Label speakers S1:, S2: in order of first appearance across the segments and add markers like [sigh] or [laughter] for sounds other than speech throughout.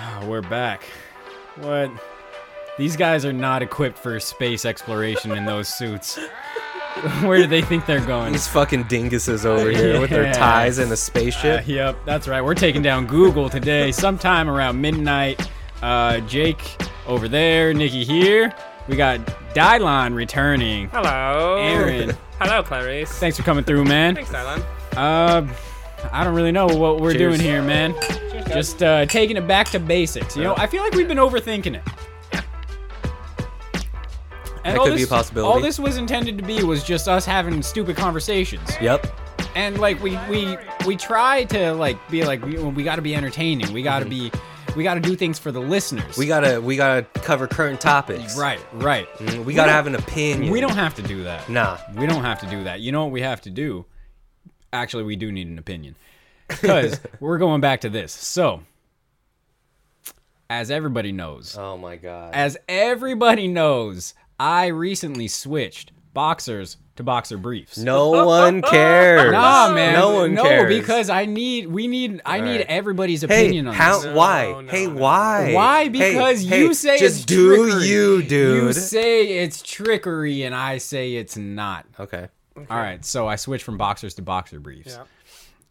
S1: Oh, We're back. What? These guys are not equipped for space exploration in those suits. [laughs] Where do they think they're going?
S2: These fucking dinguses over here with their
S1: Yeah.
S2: ties and a
S1: Uh,
S2: spaceship.
S1: yep, that's right. We're taking down Google today, sometime around midnight. Uh, Jake over there, Nikki here. We got Dylon returning.
S3: Hello.
S1: Aaron,
S3: Hello, Clarice.
S1: thanks for coming through, man.
S3: Thanks, Dylan.
S1: Uh, I don't really know what we're
S2: Cheers.
S1: doing here, man. Just uh, taking it back to basics. You know, I feel like we've been overthinking it. And
S2: That
S1: all
S2: could be
S1: this-
S2: a possibility.
S1: All this was intended to be was just us having stupid conversations
S2: yep.
S1: and like we we we try to like be like we, we got to be entertaining. We got to be we got to do things for the listeners.
S2: Mm-hmm. We gotta we gotta cover current topics.
S1: right, right.
S2: Mm, We gotta have an opinion.
S1: We don't have to do that.
S2: Nah.
S1: we don't have to do that. You know what we have to do? Actually, we do need an opinion
S2: [laughs]
S1: because we're going back to this. So, as everybody knows,
S2: Oh my god.
S1: as everybody knows, I recently switched boxers to boxer briefs.
S2: no
S1: [laughs]
S2: one cares.
S1: Nah, man.
S2: No one
S1: no,
S2: cares.
S1: because I need, we need, I need
S2: right.
S1: everybody's
S2: hey,
S1: opinion on
S2: how?
S1: this.
S2: why?
S3: No, no,
S2: hey,
S3: no.
S2: why?
S1: Why?
S2: Hey,
S1: Because
S2: hey,
S1: you say
S2: just
S1: it's
S2: do
S1: trickery.
S2: you, dude.
S1: You say it's trickery, and I say it's not.
S2: okay.
S1: All right, so I switched from boxers to boxer briefs.
S3: Yeah.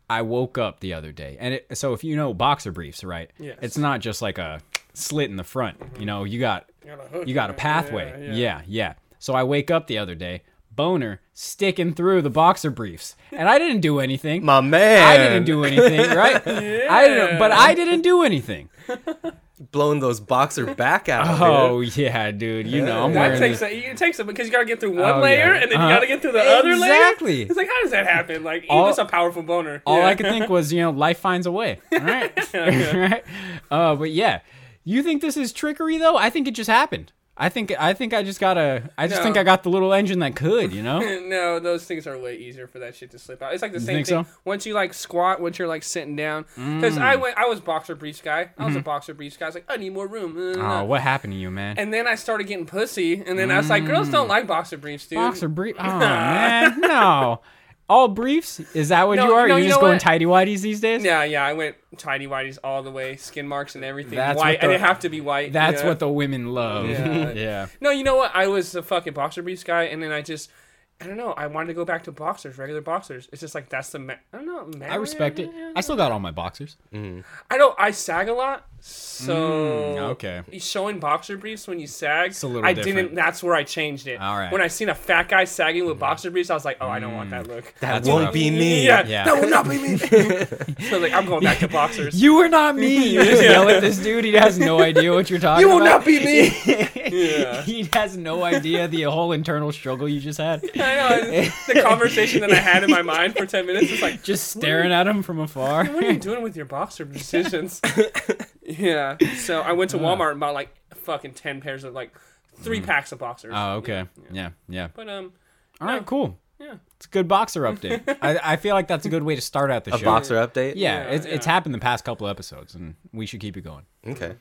S1: I woke up the other day, and it, so if you know boxer briefs, right?
S3: Yes.
S1: It's not just like a slit in the front. You know, you got you got a pathway. Yeah yeah. So I wake up the other day, boner sticking through the boxer briefs, and I didn't do anything.
S2: My man.
S1: I didn't do anything, right? I didn't, but I didn't do anything.
S2: blowing those boxer back out.
S1: Oh yeah, dude. You know I'm
S3: That
S1: wearing
S3: takes
S1: this-
S3: a, it takes a because you gotta get through one
S1: Oh,
S3: layer
S1: yeah.
S3: and then
S1: Uh-huh.
S3: you gotta get through the other layer.
S1: Exactly.
S3: It's like how does that happen? Like
S1: All-
S3: all, that's a powerful boner.
S1: All
S3: yeah.
S1: I could think was, you know, life finds a way. All right, [laughs]
S3: [laughs]
S1: right. Uh, but yeah, you think this is trickery though? I think it just happened. I think I think I just got a. I just
S3: No.
S1: think I got the little engine that could. You know.
S3: [laughs] [laughs] No, those things are way easier for that shit to slip out. It's like the same
S1: think
S3: thing.
S1: so? Mm.
S3: Once you like squat, once you're like sitting down. Because I went, I was boxer briefs guy. I was a boxer briefs guy. I was like, I need more room. Uh,
S1: Mm-hmm. Oh, what happened to you, man?
S3: And then I started getting pussy, and then I was like, girls don't like boxer briefs, dude.
S1: Mm. Boxer
S3: [laughs]
S1: brief. Oh man, no. All briefs? Is that what
S3: No,
S1: you are?
S3: no,
S1: You're
S3: you
S1: just
S3: know
S1: going
S3: what?
S1: tidy whities these days?
S3: Yeah, yeah, I went tidy whities all the way, skin marks and everything.
S1: That's
S3: white,
S1: what the-
S3: I didn't have to be white.
S1: That's
S3: yeah.
S1: what the women love. [laughs]
S3: Yeah.
S1: yeah.
S3: No, you know what? I was a fucking boxer briefs guy, and then I just, I don't know. I wanted to go back to boxers, regular boxers. It's just like that's the. Ma- I don't know.
S1: I respect it. I still got all my boxers.
S3: I don't. I sag a lot, so
S1: Mm, okay.
S3: Showing boxer briefs when you sag,
S1: a little
S3: I
S1: different.
S3: didn't. That's where I changed it.
S1: All right.
S3: When I seen a fat guy sagging with boxer briefs, I was like, oh, I don't want that look.
S2: That
S1: That's
S2: won't
S1: rough.
S2: be me.
S3: [laughs] Yeah,
S1: Mm, Yeah.
S3: that will not be
S1: [laughs]
S3: me. so like, I'm going back to boxers.
S1: You were not me. You
S3: [laughs]
S1: just yell at this dude. He has no idea what you're talking
S3: You
S1: about.
S3: will not be me.
S1: yeah. [laughs] He has no idea the whole internal struggle you just had.
S3: [laughs] I know. it's- [laughs] The conversation that I had in my mind for 10 minutes is [laughs] like,
S1: Just staring at him from afar.
S3: what are you doing with your boxer decisions? [laughs] yeah. So I went to Walmart and bought like fucking 10 pairs of like three packs of boxers.
S1: Oh, okay. Yeah, yeah.
S3: But, um,
S1: All right, cool.
S3: yeah.
S1: It's a good boxer update. I, I feel like that's a good way to start out the
S2: A
S1: show.
S2: boxer update.
S1: Yeah,
S3: Yeah,
S1: it's, it's
S3: yeah.
S1: happened the past couple episodes, and we should keep it going.
S2: Okay.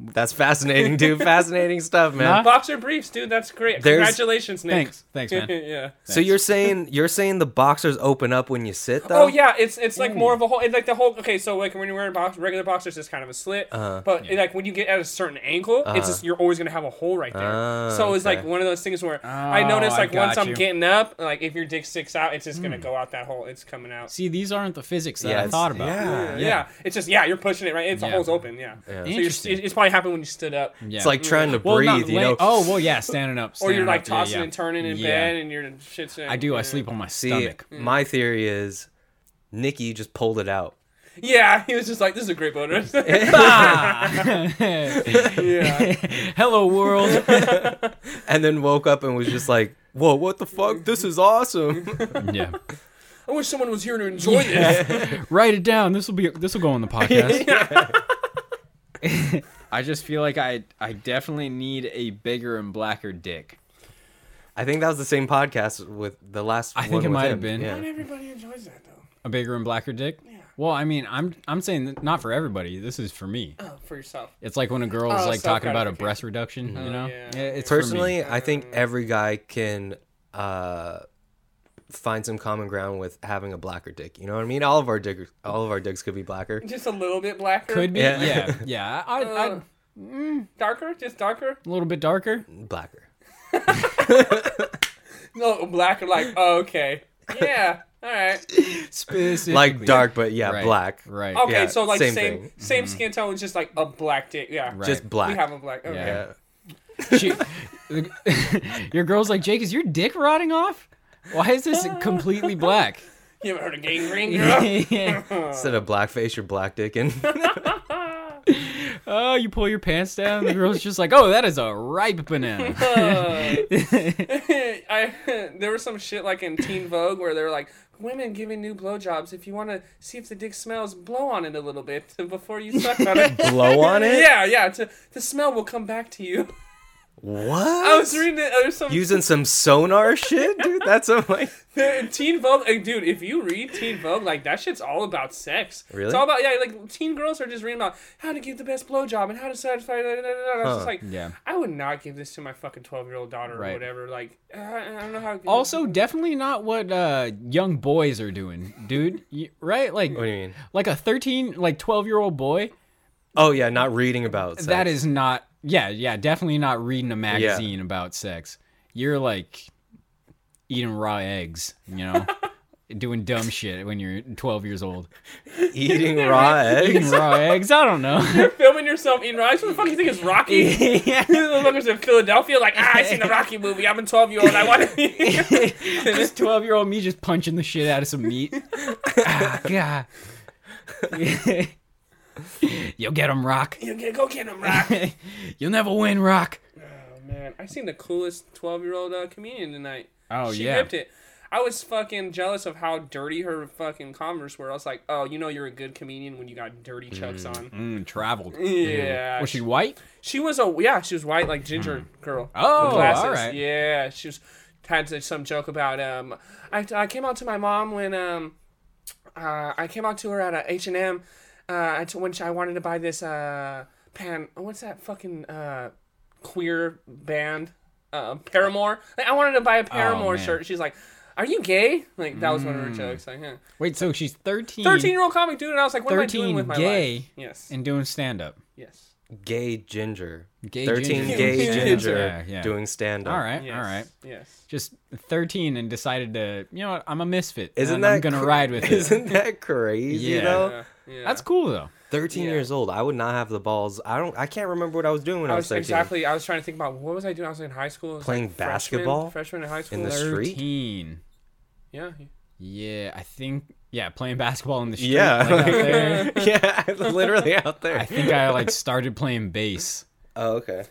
S2: That's fascinating, dude. fascinating stuff, man.
S1: Huh?
S3: Boxer briefs, dude. That's great.
S2: There's-
S3: Congratulations, Nick.
S1: Thanks, thanks, man.
S3: [laughs] yeah.
S2: So you're saying you're saying the boxers open up when you sit though?
S3: Oh yeah, it's it's like more of a whole. It's like the whole. Okay, so like when you're wearing box, regular boxers, it's kind of a slit. But like when you get at a certain angle, it's just you're always gonna have a hole right there.
S2: Ah,
S3: so it's like
S2: okay.
S3: one of those things where I
S1: Oh,
S3: notice
S1: I
S3: like once
S1: got
S3: I'm
S1: you. Hmm.
S3: getting up, like if your dick sticks out, it's just gonna go out that hole. It's coming out.
S1: See, these aren't the physics that
S2: Yeah,
S1: I
S2: it's-
S1: thought about.
S2: yeah.
S3: Yeah. it's just yeah, you're pushing it right. It's
S1: Yeah.
S3: the hole's open. Yeah. So you're,
S1: Interesting.
S3: it's probably happened when you stood up.
S1: Yeah.
S2: It's like trying to
S1: Well,
S2: breathe,
S1: not
S2: you
S1: lay-
S2: know.
S1: Oh, well, yeah, standing up.
S3: Or you're
S1: standing
S3: like
S1: up, yeah,
S3: tossing
S1: yeah.
S3: and turning in
S1: Yeah.
S3: bed, and you're shit's.
S1: I do. I sleep on my
S2: See,
S1: stomach. Mm.
S2: my theory is Nikki just pulled
S1: [laughs]
S2: it out. [laughs]
S3: Yeah, [laughs] he was just like, "This is a great boner." yeah,
S1: [laughs] Hello, world.
S2: And then woke up and was just like, Whoa, what the
S3: [laughs]
S2: fuck? This is awesome. [laughs]
S1: yeah.
S3: [laughs] I wish someone was here to enjoy this.
S1: Write it down. This will be. This will go on the podcast. [laughs] I just feel like I I definitely need a bigger and blacker dick.
S2: I think that was the same podcast with the last
S1: I
S2: one
S1: think it
S2: with
S1: might
S2: him.
S1: have been.
S2: Yeah.
S3: Everybody enjoys that though.
S1: A bigger and blacker dick. Well, I mean, I'm I'm saying that not for everybody. This is for me.
S3: Oh, For yourself.
S1: It's like when a girl is
S3: Oh,
S1: like talking about a
S3: self-gratification.
S1: breast Mm-hmm. reduction. You know.
S3: yeah.
S1: it's for me.
S2: Personally, I think every guy can uh find some common ground with having a blacker dick. You know what I mean? All of our dick, all of our dicks could be blacker.
S3: Just a little bit blacker. Uh, mm.
S1: Could be.
S2: Yeah.
S1: Yeah. Yeah. I, I,
S3: [laughs]
S1: I,
S3: darker, just darker.
S1: a little bit darker.
S2: Blacker.
S3: No, blacker. Like oh, okay, yeah, all right.
S2: [laughs]
S1: Specifically.
S2: Like dark, but yeah,
S1: Right,
S2: black.
S1: Right.
S3: Okay,
S2: Yeah,
S3: so like
S2: same
S3: same same,
S2: thing. Mm-hmm.
S3: skin tone, just like a black dick. Yeah,
S1: Right.
S2: Just black.
S3: we have a black. uh, Okay.
S1: Yeah.
S2: yeah.
S1: She, [laughs] your girl's like, Jake, is your dick rotting off? Why is this completely black?
S3: You ever heard
S2: [laughs]
S3: of gangrene? girl? [laughs]
S1: oh,
S2: Instead of blackface, you're black dick, and [laughs]
S1: Oh, you pull your pants down. The girl's just like, oh, that is a ripe banana. [laughs]
S3: I [laughs] there was some shit like in Teen Vogue where they were like women giving new blowjobs. If you want to see if the dick smells, blow on it a little bit [laughs] before you suck on it.
S2: [laughs] blow on it.
S3: yeah, yeah. To, the smell will come back to you. [laughs]
S2: What?
S3: I was reading it. There's some
S2: using some sonar shit, dude. That's a, [laughs] like
S3: Teen Vogue, like, dude. If you read Teen Vogue, like that shit's all about sex.
S2: Really?
S3: It's all about yeah. Like teen girls are just reading about how to give the best blowjob and how to satisfy. Da, da, da, da. I was just
S2: Huh.
S3: like,
S1: Yeah.
S3: I would not give this to my fucking twelve year old daughter or
S1: Right.
S3: whatever. Like, I, I don't know how.
S1: also, definitely not what uh, young boys are doing, dude. You- right? Like,
S2: What do you mean?
S1: Like a 13, like 12 year old boy.
S2: Oh yeah, not reading about sex.
S1: That is not. Yeah, yeah, definitely not reading a magazine about sex. You're like eating raw eggs, you
S2: [laughs]
S1: know, doing dumb shit when you're 12 years old.
S3: [laughs]
S2: eating raw
S1: Eating
S2: eggs.
S1: raw eggs? I don't
S2: [laughs]
S1: know.
S3: [laughs] filming yourself eating rice. What the fuck you think
S1: [laughs]
S3: is Rocky?
S1: yeah.
S3: the fuckers in Philadelphia, like, ah, I seen the Rocky movie. I'm a twelve year old.
S1: [laughs]
S3: I [laughs] want to. be
S1: this 12 year old me just punching the shit out of some meat. ah, God. [laughs] You'll get him, Rock. [laughs]
S3: You get- go get him, Rock.
S1: You'll never win, Rock.
S3: Oh, man, I seen the coolest twelve year old uh, comedian tonight.
S1: Oh,
S3: she
S1: yeah.
S3: ripped it. I was fucking jealous of how dirty her fucking converse were. I was like, oh, you know, you're a good comedian when you got dirty chucks on.
S1: Mm, traveled.
S3: Yeah,
S1: Was Oh, she white?
S3: She was a yeah, she was white like ginger girl.
S1: Oh,
S3: with glasses.
S1: all right.
S3: Yeah, she was had to- some joke about um. I, I came out to my mom when um, uh, I came out to her at H and M. Uh, I t- when she, I wanted to buy this uh pan. What's that fucking uh queer band? Uh, Paramore. Like, I wanted to buy a Paramore
S1: Oh, man. Hmm.
S3: shirt. She's like. Are you gay? Like that was one of her jokes. Like, huh.
S1: Wait, so she's 13.
S3: thirteen-year-old comic dude, and I was like, "What am I doing
S1: 13
S3: with my
S1: gay.
S3: life?" Yes,
S1: And doing stand up.
S3: yes.
S2: Gay ginger.
S1: Gay
S2: Thirteen
S1: ginger.
S2: gay
S3: Yeah.
S2: ginger
S1: Yeah, yeah.
S2: doing stand up.
S1: All right,
S3: yes.
S1: all right.
S3: Yes.
S1: Just 13 and decided to, you know what, I'm a misfit.
S2: Isn't
S1: and
S2: that
S1: I'm going to
S2: cra-
S1: ride with it.
S2: Isn't that crazy
S1: Yeah.
S2: though?
S3: Yeah, yeah.
S1: That's cool, though.
S2: Thirteen
S3: Yeah.
S2: years old. I would not have the balls. I don't. I can't remember what I was doing when I
S3: I
S2: was,
S3: was
S2: thirteen.
S3: exactly. I was trying to think about what was I doing. I was in high school I was
S2: Playing
S3: freshman-
S2: basketball
S3: Freshman in high school.
S2: the street?
S1: 13.
S3: yeah.
S1: Yeah, I think, yeah, playing basketball in the street.
S2: Yeah.
S1: like, out
S2: [laughs]
S1: there.
S2: yeah. Literally out there.
S1: I think I, like, started playing bass.
S2: oh okay.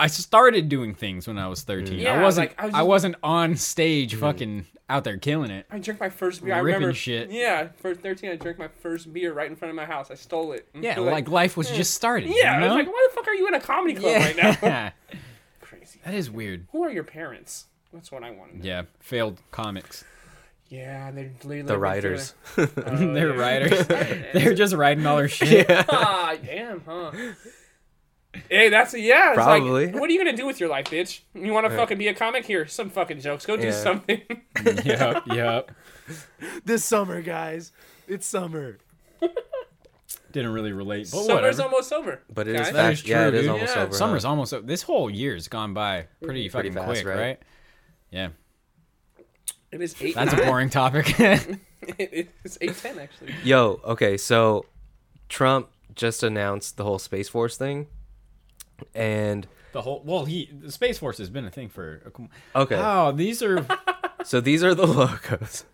S1: I started doing things when I was 13.
S3: Yeah,
S1: I wasn't
S3: like, I
S1: I,
S3: was
S1: was
S3: just-
S1: not on stage fucking out there killing it.
S3: I drank my first beer. I
S1: Ripping
S3: remember.
S1: shit.
S3: Yeah, for thirteen, I drank my first beer right in front of my house. I stole it.
S1: Yeah, [laughs] like, life was just starting.
S3: yeah.
S1: you know?
S3: I was like, why the fuck are you in a comedy club
S1: [laughs]
S3: right now?
S1: Yeah.
S3: Crazy.
S1: that is weird.
S3: Who are your parents? That's what I wanted.
S1: Yeah, failed comics.
S3: Yeah, they're literally
S2: The writers. [laughs]
S1: [laughs]
S3: "Oh,
S1: They're writers. They're just writing all [laughs] their shit.
S3: Ah, damn, huh? Hey, that's yeah. It's
S2: Probably.
S3: Like, what are you gonna do with your life, bitch? You want to fucking be a comic? Here, some fucking jokes. Go do
S2: Yeah.
S3: something.
S1: yep, yep.
S4: This summer, guys. It's summer.
S1: Didn't really relate, but
S3: [laughs] Summer's
S1: whatever.
S3: almost over.
S2: But it is
S3: guys.
S1: That
S2: fact-
S1: is true,
S2: yeah, it is
S1: dude.
S2: almost
S3: Yeah,
S2: over. huh?
S1: Summer's almost over. This whole year's gone by pretty fucking
S2: fast,
S1: quick, right?
S2: right?
S1: Yeah,
S3: It is eight.
S1: that's a boring topic. [laughs]
S3: [laughs] it's eight ten actually.
S2: Yo, okay, so Trump just announced the whole Space Force thing. And
S1: the whole well, he the Space Force has been a thing for. A, com-
S2: okay,
S1: Oh, these are
S2: so these are the [laughs] logos.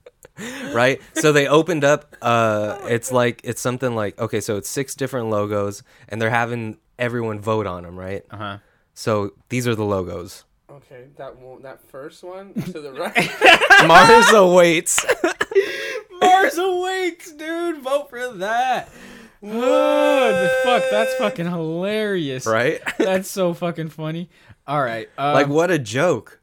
S2: right? So they opened up uh it's like it's something like okay, so it's six different logos and they're having everyone vote on them, right?
S1: uh-huh.
S2: So these are
S4: [laughs]
S2: the logos.
S3: Okay, that one, that first [laughs] one to the right.
S2: Mars awaits.
S1: Mars awakes, dude. Vote for that. Oh, the fuck, that's fucking
S4: [laughs]
S1: hilarious.
S2: Right?
S1: That's so fucking funny. All right, uh,
S2: Like what a joke.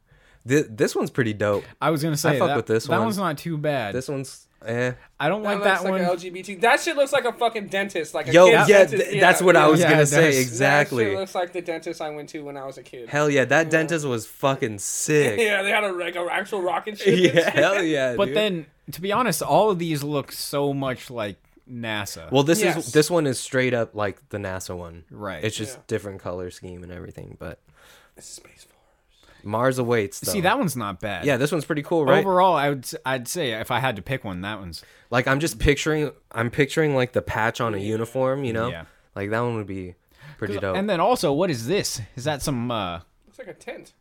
S2: Th- this one's pretty dope.
S1: I was gonna say
S2: fuck
S1: that,
S2: with this
S1: that
S2: one.
S1: one's not too bad.
S2: This one's eh.
S1: I don't like
S3: That
S1: that one.
S3: looks like a LGBT. That shit looks like a fucking dentist. Like a
S2: Yo, yeah,
S3: kid's dentist,
S2: th- that's what I was
S1: Yeah,
S2: gonna
S1: it does.
S2: say
S1: That
S3: That shit
S2: exactly.
S3: looks like the dentist I went to when I was a kid.
S2: Hell yeah, that dentist was fucking sick.
S3: Yeah, they had a like a actual rocket ship. [laughs] and
S2: [laughs] yeah,
S3: shit.
S2: hell yeah.
S1: but
S2: dude.
S1: then, to be honest, all of these look so much like NASA.
S2: well, this
S3: Yes.
S2: is this one is straight up like the NASA one.
S1: Right.
S2: It's just
S3: Yeah.
S2: different color scheme and everything, but
S3: This is Space Force.
S2: Mars awaits. Though.
S1: see, that one's not bad.
S2: Yeah, this one's pretty cool, right?
S1: Overall, I would s- I'd say if I had to pick one, that one's
S2: Like I'm just picturing I'm picturing like the patch on a uniform, you know?
S1: Yeah.
S2: Like that one would be pretty dope.
S1: And then also, what is this? Is that some? uh
S3: Looks like a tent.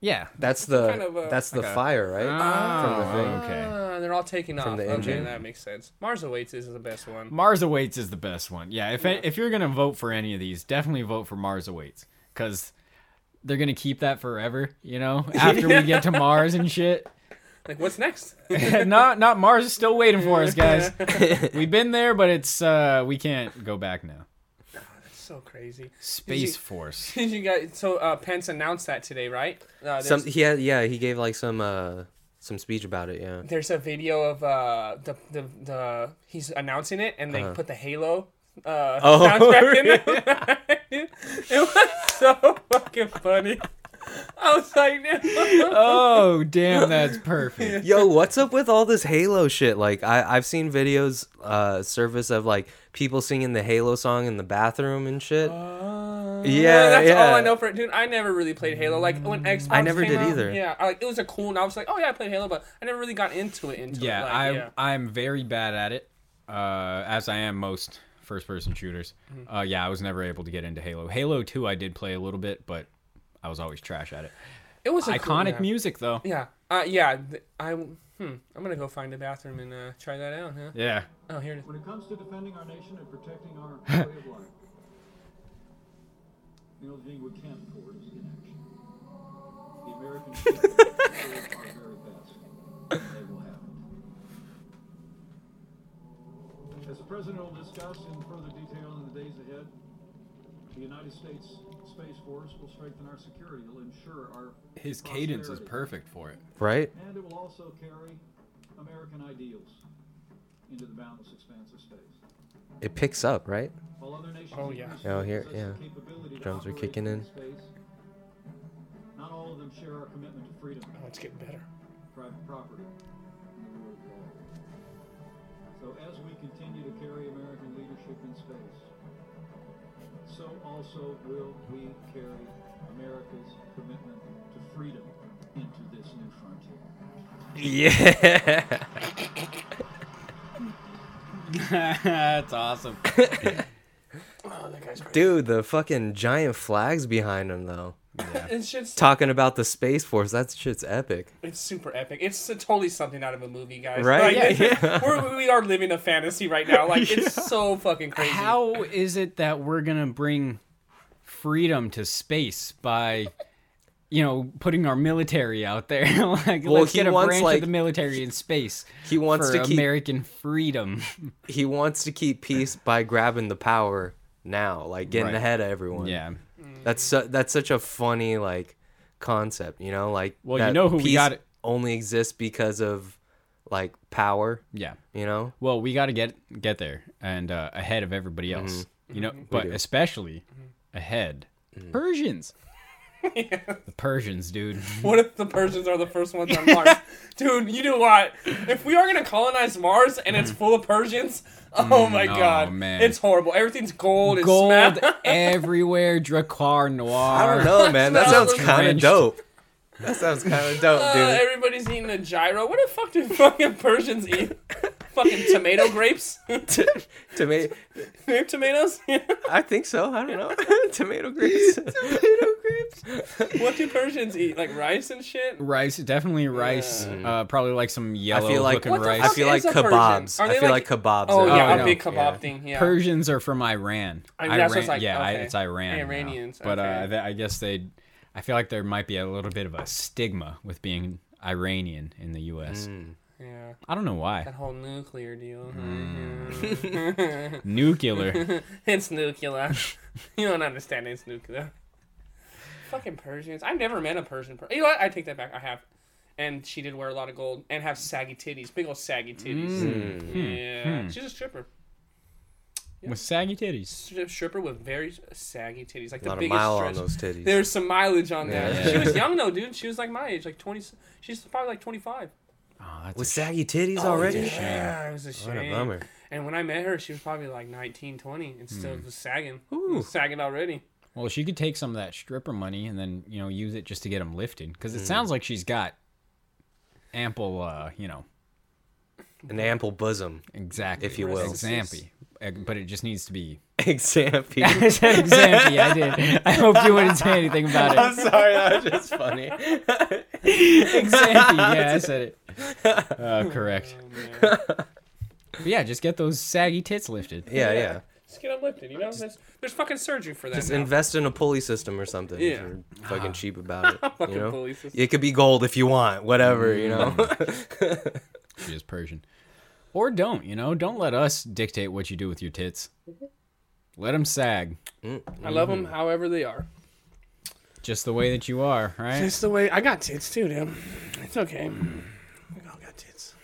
S1: Yeah.
S2: that's the
S3: kind of a-
S2: that's the fire, right?
S1: Uh,
S2: From the thing.
S1: okay.
S3: Ah, they're all taking off.
S2: the
S3: okay,
S2: engine.
S3: that makes sense. Mars Awaits is the best one.
S1: Mars Awaits is the best one. Yeah. If if you're gonna vote for any of these, definitely vote for Mars Awaits because they're gonna keep that forever. You
S3: [laughs]
S1: know, after we get to Mars and shit. [laughs]
S3: Like, what's next?
S1: not not Mars is still waiting for us, guys. We've been there, but it's uh we can't go back now.
S3: [laughs] so crazy. [laughs]
S1: Space Force.
S3: Did you guys? So uh, Pence announced that today, right? Uh, there's,
S2: Some he had, yeah, he gave like some uh some speech about it, yeah.
S3: there's a video of uh, the, the the he's announcing it, and they
S2: Uh-huh.
S3: put the Halo uh,
S2: Oh, [laughs]
S3: soundtrack in there. [laughs] it was so fucking funny. I was like, [laughs]
S1: Oh damn, that's perfect.
S2: Yo, what's up with all this Halo shit? Like I I've seen videos uh surface of like people singing the Halo song in the bathroom and shit. yeah,
S3: Well, that's
S2: yeah.
S3: all I know for it, dude. I never really played Halo. Like when Xbox,
S2: I never
S3: came
S2: did
S3: out,
S2: either.
S3: Yeah, I, like it was a cool, and I was like, oh yeah, I played Halo, but I never really got into it. Into
S1: Yeah,
S3: it. Like,
S1: I
S3: yeah.
S1: I'm very bad at it, uh, as I am most first person shooters.
S3: Mm-hmm.
S1: Uh, yeah, I was never able to get into Halo. Halo Two, I did play a little bit, but I was always trash at it.
S3: It was a cool-
S1: Iconic
S3: yeah.
S1: music though.
S3: Yeah, uh, yeah. th- I hmm, I'm gonna go find a bathroom and uh, try that out. Huh?
S1: Yeah.
S3: Oh, here it is.
S5: When it comes to defending our nation and protecting our [laughs] way of life, the only thing we can afford is inaction. The American people deserve our very best, and they will have it. As the President will discuss in further detail in the days ahead, the United States Space Force will strengthen our security, will ensure our
S1: His cadence is
S5: prosperity
S1: perfect for it.
S2: Right?
S5: and it will also carry American ideals into the boundless expanse of space.
S2: It picks up, right?
S5: While other nations
S3: Oh,
S5: and
S3: yeah.
S5: countries
S2: Oh, here-
S5: possess the
S2: yeah.
S5: capability to
S2: Drums are
S5: operate
S2: kicking in.
S5: space, Not all of them share our commitment to freedom,
S3: Oh, it's getting better.
S5: private property, and the rule of law. So as we continue to carry American leadership in space, so also will we carry America's commitment to freedom into this new frontier.
S2: Yeah.
S1: [laughs] that's awesome.
S3: Oh, that guy's
S2: [laughs]
S3: great.
S2: Dude, the fucking giant flags behind him though.
S3: It's just
S2: Talking about the space force, that shit's epic.
S3: it's super epic. It's totally something out of a movie, guys.
S2: Right?
S3: Like,
S2: Yeah,
S3: We're, we are living a fantasy right now. Like it's so fucking crazy.
S1: How is it that we're gonna bring freedom to space by, you know, putting our military out there? [laughs] like,
S2: Well,
S1: let's
S2: he
S1: get a
S2: wants,
S1: branch
S2: like-
S1: of the military in space.
S2: He wants
S1: for
S2: to keep
S1: American freedom.
S2: [laughs]
S1: [laughs]
S2: he wants to keep peace by grabbing the power now, like getting
S1: Right.
S2: ahead of everyone.
S1: yeah.
S2: That's su- that's such a funny like concept, you know, like
S1: Well, you
S2: that
S1: know who we
S2: peace
S1: gotta-
S2: only exists because of like power,
S1: Yeah.
S2: you know?
S1: Well, we got to get get there and uh, ahead of everybody else. You know, but especially ahead Mm-hmm. Persians. [laughs] The Persians, dude.
S3: What if the Persians are the first ones on Mars? Dude, you know what? If we are gonna colonize Mars and it's full of Persians, oh my
S1: oh,
S3: god,
S1: man.
S3: it's horrible. Everything's gold. It's
S1: Gold
S3: sma-
S1: everywhere, Dracar Noir.
S2: I don't know, man. That
S3: Smells
S2: sounds kind of
S1: drenched.
S2: dope. That sounds kind of dope,
S3: [laughs] Uh,
S2: dude.
S3: everybody's eating a gyro. What the fuck do fucking Persians eat? fucking tomato grapes?
S2: [laughs]
S3: [laughs]
S2: to me,
S3: Grape tomatoes? [laughs]
S2: I think so. I don't know. [laughs] Tomato grease. Tomato grease.
S3: what do Persians eat? Like rice and shit?
S1: Rice, definitely rice.
S3: Mm-hmm.
S1: Uh, probably like some
S2: I
S1: yellow
S2: feel like
S1: looking
S3: What the
S1: rice.
S2: I
S3: fuck
S2: feel like
S3: is a Persian?
S2: kebabs.
S3: Are
S2: I
S3: they
S2: feel like,
S3: like-
S2: kebabs.
S3: Oh,
S2: are-
S1: Oh,
S3: yeah,
S1: no.
S3: a big kebab
S2: Yeah.
S3: thing. Yeah.
S1: Persians are from Iran.
S3: I mean, that's what it's
S1: Iran-
S3: like,
S1: yeah, I,
S3: okay.
S1: it's Iran. now.
S3: Iranians,
S1: But uh,
S3: okay.
S1: th- I guess they. I feel like there might be a little bit of a stigma with being Iranian in the U.S.
S2: Mm.
S3: yeah.
S1: I don't know why.
S3: That whole nuclear deal.
S2: Mm.
S1: Nuclear.
S3: [laughs] It's nuclear. [laughs] you don't understand. It's nuclear. Fucking Persians. I've never met a Persian. Per- you know what? I take that back. I have. and she did wear a lot of gold and have saggy titties, big old saggy titties.
S2: Mm. hmm,
S3: Yeah, she's a stripper.
S1: with saggy titties.
S3: She's a stripper with very saggy titties, like
S2: A lot of
S3: the biggest
S2: mile
S3: stretch.
S2: on those titties.
S3: There's some mileage on that.
S2: Yeah.
S3: She
S2: [laughs]
S3: was young though, dude. She was like my age, like twenty. She's probably like twenty five.
S1: Oh, that's
S2: With
S1: a sh-
S2: saggy titties already?
S3: Yeah, it was a
S2: What
S3: shame.
S2: a bummer.
S3: And when I met her, she was probably like 19, 20, and still
S2: Hmm.
S3: was sagging. Was sagging already.
S1: well, she could take some of that stripper money and then you know use it just to get him lifted because it
S2: Mm.
S1: sounds like she's got ample, uh, you know,
S2: An ample bosom. [laughs]
S1: exactly,
S2: If you will.
S1: exampy. Uh, But it just needs to [laughs] be.
S2: Example.
S1: I said exampy. I did. I hope you wouldn't say anything [laughs] about it.
S2: I'm sorry, that was just funny.
S1: Xanthi. Yeah, I said it. Uh, correct. [laughs] But yeah, just get those saggy tits lifted.
S2: Yeah, yeah.
S3: Just get them lifted, you know? There's, there's fucking surgery for that.
S2: Just
S3: now.
S2: invest in a pulley system or something. if
S3: Yeah.
S2: you're fucking cheap about it.
S3: [laughs] Fucking
S2: You know?
S3: pulley Mm. system.
S2: It could be gold if you want, whatever, you know? [laughs]
S1: She is Persian. Or don't, you know? Don't let us dictate what you do with your tits. Let them sag
S3: I love
S2: Mm-hmm.
S3: them however they are.
S1: just the way that you are, right?
S3: It's the way I got tits too, dude. It's okay. We all got tits.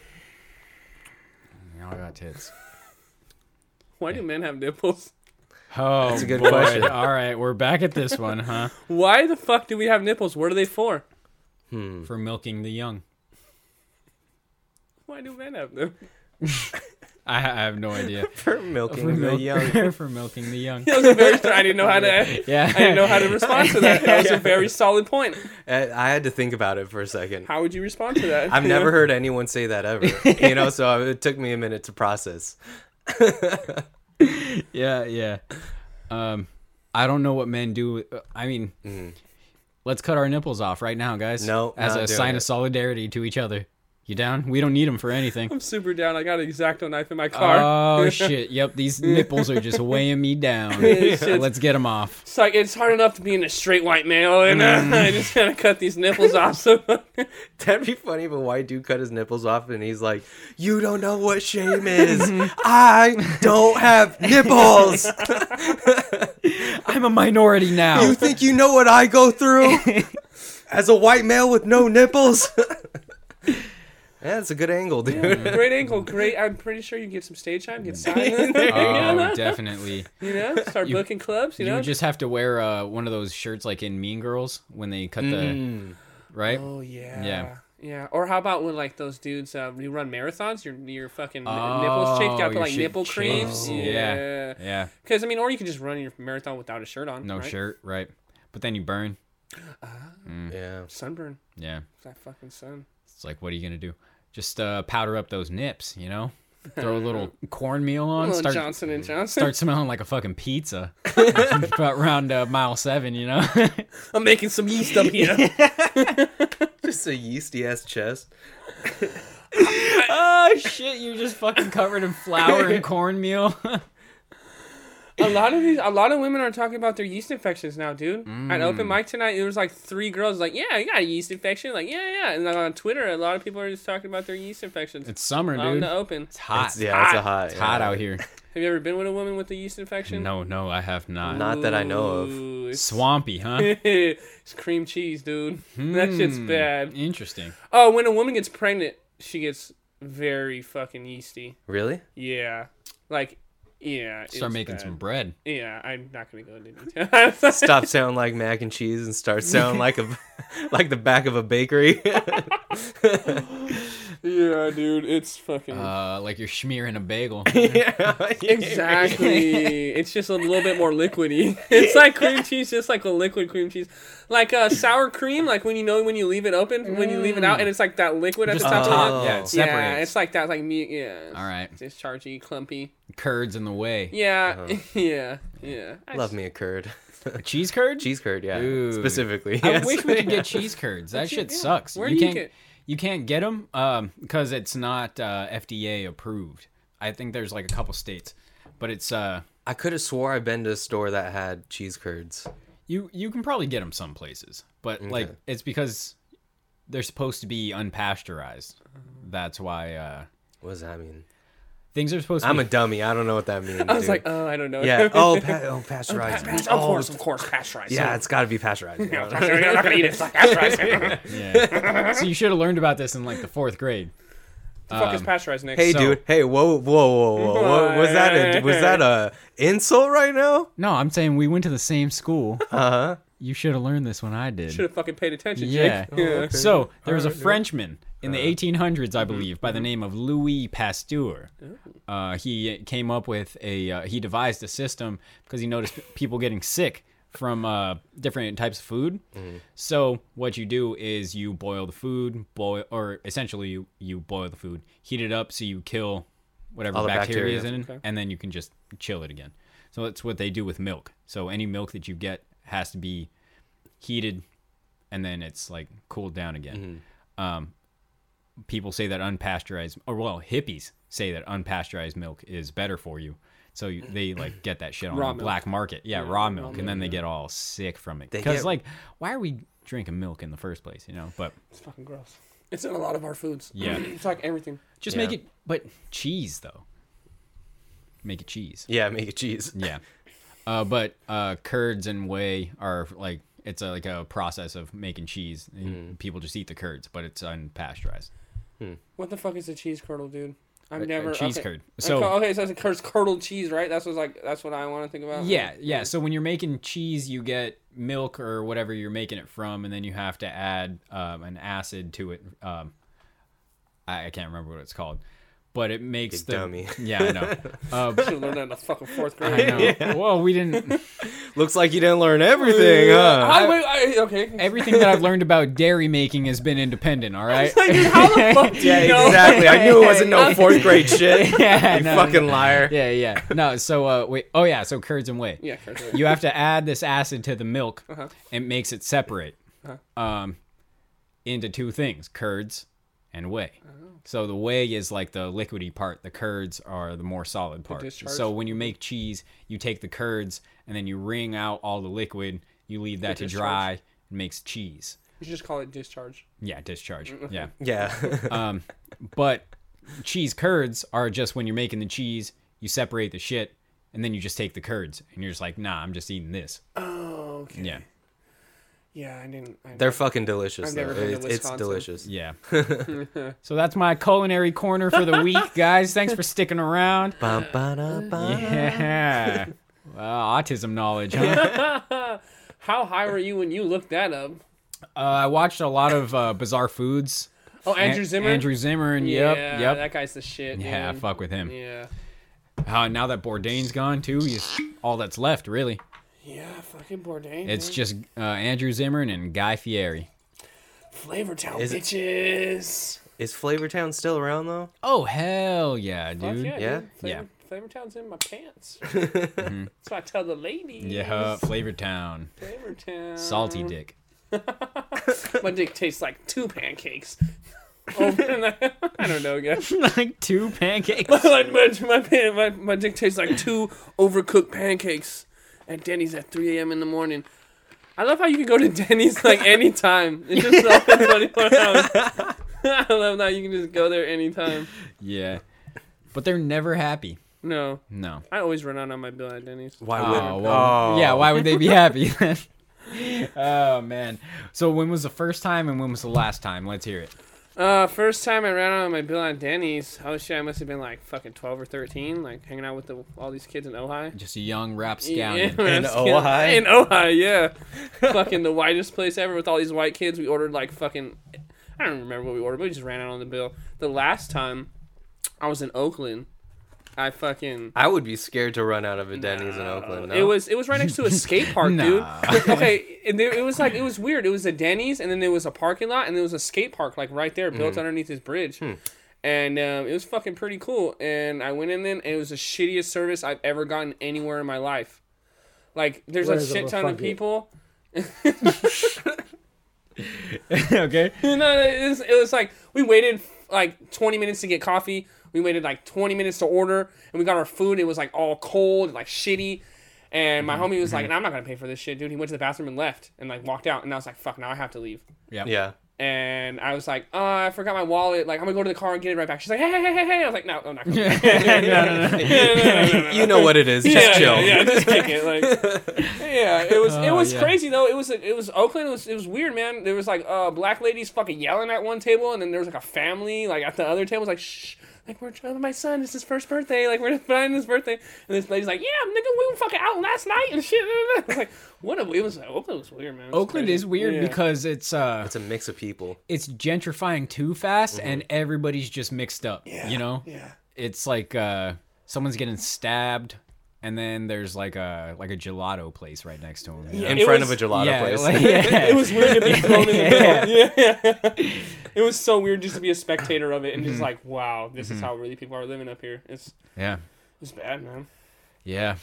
S1: Y'all got tits.
S3: Why do men have nipples?
S1: Oh,
S2: a good
S1: boy.
S2: question.
S1: All right, we're back at this one, huh?
S2: [laughs]
S3: Why the fuck do we have nipples? What are they for?
S2: Hmm.
S1: For milking the young.
S3: Why do men have them?
S1: I, I have no idea.
S2: For milking the
S1: milk- [laughs]
S2: young.
S1: for milking the
S3: [laughs]
S1: young.
S3: That was a
S2: [laughs]
S3: very. I didn't know how to.
S1: Yeah.
S3: I didn't know how to respond to that. That was a very solid point.
S2: I I had to think about it for a
S3: [laughs]
S2: second.
S3: How would you respond to that?
S2: I've
S3: You know?
S2: never heard anyone say that ever, you
S3: [laughs]
S2: know, so uh, it took me a minute to process.
S1: [laughs]
S2: [laughs]
S1: yeah, yeah. Um, I don't know what men do. I mean, let's cut our nipples off right now, guys.
S2: Mm-hmm. No,
S1: as
S2: not
S1: a
S2: doing
S1: sign
S2: it.
S1: of solidarity to each other. You down? We don't need them for anything.
S3: [laughs] I'm super down. I got an exacto knife in my car.
S1: oh
S3: [laughs]
S1: shit! Yep, these nipples are just weighing me down.
S3: shit's-
S1: [laughs] Let's get them off.
S3: it's like it's hard enough to be in a straight white male, and uh,
S1: Mm.
S3: [laughs] I just gotta cut these nipples off. So [laughs]
S2: That'd be funny if a white dude cut his nipples off and he's like, You don't know what shame
S3: [laughs]
S2: is. I don't have nipples.
S1: I'm a minority now.
S2: You think you know what I go
S3: [laughs]
S2: through as a white male with no nipples? [laughs] yeah, that's a good angle, dude.
S3: great ankle, great. I'm pretty sure you can get some stage time, get signed,
S1: [laughs]
S3: [laughs]
S1: oh, definitely.
S3: you know, start booking clubs. You,
S1: You
S3: know,
S1: would just have to wear uh, one of those shirts like in Mean Girls when they cut
S2: Mm-hmm.
S1: the right.
S3: Oh yeah.
S1: Yeah.
S3: Yeah. Or how about when like those dudes uh, you run marathons, your your fucking
S1: Oh,
S3: nipples chafed out to
S1: your
S3: like
S1: shit
S3: nipple creams.
S1: chafed.
S3: Yeah.
S1: Yeah. Yeah,
S3: Because I mean, or you could just run your marathon without a shirt on.
S1: no
S3: right?
S1: shirt, right? But then you burn.
S2: Mm. Yeah.
S3: Sunburn.
S1: Yeah.
S3: That fucking sun.
S1: It's like, what are you gonna do? Just uh, powder up those nips, you [laughs] know? Throw a little cornmeal on.
S3: Little
S1: Start
S3: Johnson and
S1: [laughs]
S3: Johnson. [laughs]
S1: start smelling like a fucking [laughs] pizza. About round uh, mile seven, you know. [laughs]
S3: I'm making some yeast up here.
S2: Just a yeasty ass chest.
S1: oh shit! You're just fucking covered in flour [laughs] and cornmeal.
S3: a lot of these, a lot of women are talking about their yeast infections now, dude.
S1: Mm.
S3: At open mic tonight, there was like three girls like, "Yeah, I got a yeast infection." Like, "Yeah, yeah." And then on Twitter, a lot of people are just talking about their yeast infections.
S1: it's summer,
S3: out in
S1: dude.
S3: the open.
S1: It's hot.
S2: It's- yeah, it's a hot.
S1: It's hot
S2: yeah.
S1: out [laughs] here.
S3: Have you ever been with a woman with a yeast infection?
S1: No, no, I have not.
S2: Not that I know of.
S3: Ooh, it's- [laughs]
S1: Swampy, [laughs] huh?
S3: it's cream cheese, dude.
S1: Hmm.
S3: That shit's bad.
S1: Interesting.
S3: Oh, when a woman gets pregnant, she gets very fucking yeasty.
S2: [laughs] Really?
S3: Yeah, like, yeah.
S1: Start
S3: it's
S1: making
S3: bad.
S1: some bread.
S3: Yeah, I'm not gonna go into
S1: [laughs]
S3: detail. [laughs]
S2: Stop sounding like mac and cheese and start sounding like a like the back of
S1: [laughs]
S2: a bakery.
S3: yeah, dude, it's fucking.
S1: Uh, like you're [laughs] schmearing a bagel.
S2: yeah.
S3: Exactly. [laughs] it's just a little bit more liquidy. It's like cream cheese, just like a liquid cream cheese, like uh, sour cream. Like when you know when you leave it open, when you leave it out, and it's like that liquid at
S1: Just
S3: the
S1: on
S3: top.
S1: top.
S3: Of
S1: Yeah, it
S3: it. Yeah,
S1: separates.
S3: it's like that. Like me. Yeah.
S1: All right,
S3: It's chargy, clumpy.
S1: curds in the way.
S3: Yeah.
S1: Uh-huh.
S3: [laughs] Yeah. Yeah. I
S2: Love
S3: just-
S2: me a [laughs] curd.
S1: Cheese curd.
S2: Cheese curd, yeah.
S1: Dude.
S2: Specifically.
S1: I
S2: yes.
S1: wish we could
S3: [laughs]
S1: get cheese curds. That shit
S3: yeah.
S1: sucks.
S3: Where
S1: you
S3: do you
S1: can't
S3: get-
S1: you can't get them because it's not uh, FDA approved. I think there's like a couple states, but it's uh
S2: [laughs] I could have swore I've been to a store that had cheese curds.
S1: you you can probably get them some places, but like it's because they're supposed to be unpasteurized. That's why uh
S2: What does that mean?
S1: Things are supposed to
S2: I'm
S1: [laughs] be
S2: a dummy. I don't know what that means.
S3: I was like, uh, I don't
S1: [laughs]
S3: know.
S2: yeah.
S3: [laughs]
S2: Oh, pa- oh pasteurized.
S3: Of
S2: Oh,
S3: course, of course, pasteurized.
S2: yeah, it's got to be pasteurized.
S1: [laughs]
S2: [laughs]
S3: Yeah, pasteurized. [laughs] You're not gonna eat it. It's like [laughs] pasteurized. the
S1: Yeah. so you should have learned about this in like the fourth grade.
S3: fuck
S1: Um,
S3: is pasteurized, Nick?
S2: Hey,
S1: So-
S2: dude. Hey, whoa, whoa, whoa, whoa. What, was that a, was that a insult right now?
S1: No, I'm saying we went to the same school. Uh huh.
S3: Uh-huh.
S1: You should have learned this when I did.
S3: Should have fucking paid attention,
S1: Yeah.
S3: Jake. Yeah.
S1: So there was a Frenchman in the
S2: Uh-huh.
S1: 1800s,
S2: Mm-hmm.
S1: I believe, by the name of Louis Pasteur.
S2: Oh.
S1: Uh, he came up with a uh, he devised a system because he noticed
S2: [laughs]
S1: people getting sick from uh, different types of food.
S2: Mm-hmm.
S1: So what you do is you boil the food, boil or essentially you you boil the food, heat it up so you kill whatever
S2: All the
S1: bacteria,
S2: bacteria.
S1: is in it, and then you can just chill it again. So that's what they do with milk. So any milk that you get has to be heated and then it's like cooled down again. Um, people say that unpasteurized, or well, hippies say that unpasteurized milk is better for you. So you, [clears throat] they like get that shit on
S3: Raw
S1: the
S3: milk.
S1: black market, yeah, raw milk, and then they get all sick from it. Because
S2: get-
S1: like, why are we drinking milk in the first place? You know, but
S3: It's fucking gross. It's in a lot of our foods.
S1: Yeah.
S3: [clears throat] it's like everything.
S1: just make it. But cheese though, make it cheese.
S2: Yeah, make it cheese.
S1: Yeah. Uh, but uh, curds and whey are like it's a, like a process of making cheese. And People just eat the curds, but it's unpasteurized.
S3: What the fuck is a cheese curdle, dude? I've
S1: A- a
S3: never
S1: uh, cheese
S3: okay.
S1: curd.
S3: Okay,
S1: So-
S3: okay, so it's a curd, curdled cheese, right? That's what's like. That's what I want to think about.
S1: Yeah, yeah. So when you're making cheese, you get milk or whatever you're making it from, and then you have to add um, an acid to it. Um, I, I can't remember what it's called, but it makes
S2: You
S1: the
S2: dummy.
S1: [laughs] yeah, I know. Uh,
S3: should learn that in the fucking fourth grade.
S1: [laughs]
S2: [laughs]
S1: I know. Well, we didn't.
S2: [laughs] Looks like you didn't learn everything, huh?
S3: [laughs] I, wait, I,
S1: [laughs]
S3: okay. [laughs]
S1: Everything that I've learned about dairy making has been independent. All
S2: [laughs]
S1: right.
S3: Like, dude,
S1: [laughs]
S3: how the fuck do
S2: Yeah,
S3: you know?
S2: exactly. I knew it wasn't [laughs] no fourth grade [laughs] shit.
S1: Yeah,
S2: you
S1: no,
S2: fucking liar.
S1: Yeah, yeah. No, so uh, wait. Oh yeah, so curds and whey.
S3: [laughs] Yeah, curds and whey.
S1: You have to add this acid to the milk.
S3: Uh-huh.
S1: It makes it separate um, into two things: curds and whey.
S3: Oh.
S1: So the whey is like the liquidy part. The curds are the more solid part.
S3: discharge?
S1: So when you make cheese, you take the curds and then you wring out all the liquid. You leave that to
S3: discharge?
S1: dry. It makes cheese.
S3: You should just call it discharge.
S1: Yeah, discharge.
S3: Mm,
S1: Yeah.
S2: Yeah. [laughs]
S1: But cheese curds are just when you're making the cheese, you separate the shit, and then you just take the curds, and you're just like, nah, I'm just eating this.
S3: Oh, Okay.
S1: Yeah,
S3: Yeah, I didn't. I
S2: They're fucking delicious.
S3: I've
S2: Though.
S3: never been to
S2: It's, it's
S3: Wisconsin.
S2: delicious.
S3: [laughs]
S1: yeah. so that's my culinary corner for the week, guys. Thanks for sticking around.
S2: Bum, ba-da, ba.
S1: Yeah. Wow, autism knowledge,
S3: [laughs]
S1: huh?
S3: How high were you when you looked that up?
S1: Uh, I watched a lot of uh, bizarre foods.
S3: Oh, Andrew
S1: An-
S3: Zimmer.
S1: Andrew Zimmer, and
S3: Yeah,
S1: yep, yep.
S3: That guy's the shit.
S1: yeah,
S3: man.
S1: fuck with him.
S3: Yeah.
S1: Uh, now that Bourdain's gone too, he's all that's left really.
S3: Yeah, fucking Bourdain.
S1: It's
S3: man.
S1: just uh, Andrew Zimmern and Guy Fieri.
S3: Flavor Town
S2: Is it-
S3: bitches.
S2: Is Flavortown still around though?
S1: Oh hell yeah, dude.
S3: Fuck yeah,
S2: Yeah? Mm-hmm.
S3: dude. Flavor, Flavor Town's in my pants. So I tell the ladies.
S1: Yeah, Flavor Town,
S3: Flavor Town.
S1: salty
S3: [laughs]
S1: dick.
S3: My dick tastes like two
S2: [laughs]
S3: pancakes. Open the- I don't know, guys.
S1: like two pancakes.
S3: my, my, my, pan- my, my dick tastes like two overcooked pancakes at Denny's at 3 a.m. in the morning. I love how you can go to Denny's like anytime. It's
S2: [laughs]
S3: just open 24 hours. [laughs] I love that you can just go there anytime.
S1: Yeah, but they're never happy.
S3: No,
S1: No.
S3: I always run out on my bill at Denny's.
S2: Why
S1: Oh,
S2: would?
S1: well,
S2: oh.
S1: yeah. Why would they
S3: [laughs]
S1: be happy? then? oh man. So when was the first time and when was the last time? Let's hear it.
S3: Uh, first time I ran out on my bill at Denny's. Oh shit, I must have been like fucking twelve or thirteen, like hanging out with the, all these kids in Ojai.
S1: Just a young
S3: [laughs] Yeah,
S1: rapscallion.
S3: man,
S2: In
S3: I was kidding.
S2: Ojai?
S3: In Ojai,
S2: [laughs]
S3: yeah. fucking the whitest place ever with all these white kids. We ordered like fucking, I don't remember what we ordered, but we just ran out on the bill. The last time I was in Oakland, I fucking.
S2: I would be scared to run out of a Denny's in Oakland. No?
S3: It was it was right next to a skate park,
S1: Nah.
S3: dude. Okay, and there, it was like it was weird. It was a Denny's, and then there was a parking lot, and there was a skate park like right there, built underneath this bridge. And um, it was fucking pretty cool. And I went in then, and it was the shittiest service I've ever gotten anywhere in my life. Like there's
S4: Where
S3: a
S4: is the
S3: shit ton
S4: fuck
S3: of
S4: it?
S3: people.
S1: [laughs]
S3: [laughs]
S1: okay.
S3: no, it was, it was like we waited like 20 minutes to get coffee. We waited like 20 minutes to order, and we got our food. And it was like all cold and like shitty. And my homie was like, "I'm not gonna pay for this shit, dude." He went to the bathroom and left, and like walked out. And I was like, "Fuck, now I have to leave."
S1: Yeah.
S2: Yeah.
S3: And I was like, uh, I forgot my wallet. Like, I'm gonna go to the car and get it right back. She's like, hey, hey, hey, hey, hey. I was like, no, I'm not. Gonna do that."
S2: you know what it [laughs] is. Just
S3: yeah,
S2: chill.
S3: Yeah, yeah, just kick
S2: [laughs]
S3: it. Like, yeah, it was it
S1: Oh,
S3: was
S1: yeah.
S3: crazy though. It was it was Oakland. It was it was weird, man. There was like uh, black ladies fucking yelling at one table, and then there was like a family like at the other table. It was like shh. Like we're trying my son, it's his first birthday. Like we're planning his birthday, and this lady's like, "Yeah, nigga, we were fucking out last night and shit." [laughs] I was like, "What a it was like, Oakland was weird, man." It was
S1: Oakland
S3: crazy.
S1: is weird
S3: Yeah.
S1: because it's uh
S2: It's a mix of people.
S1: it's gentrifying too fast and everybody's just mixed up. You know?
S3: Mm-hmm. yeah,
S1: It's like uh someone's getting stabbed and then there's like a like a gelato place right next to him. you know?
S2: In
S3: It
S2: front
S3: was-
S2: of a gelato
S1: yeah,
S2: place. [laughs]
S1: like- [laughs] yeah.
S3: [laughs] [laughs] it was weird to be thrown in the middle. Yeah. [laughs] It was so weird just to be a spectator of it and
S1: Mm-hmm.
S3: just like, wow, this is how really people are living up here. It's
S1: yeah.
S3: it's bad, man.
S1: Yeah.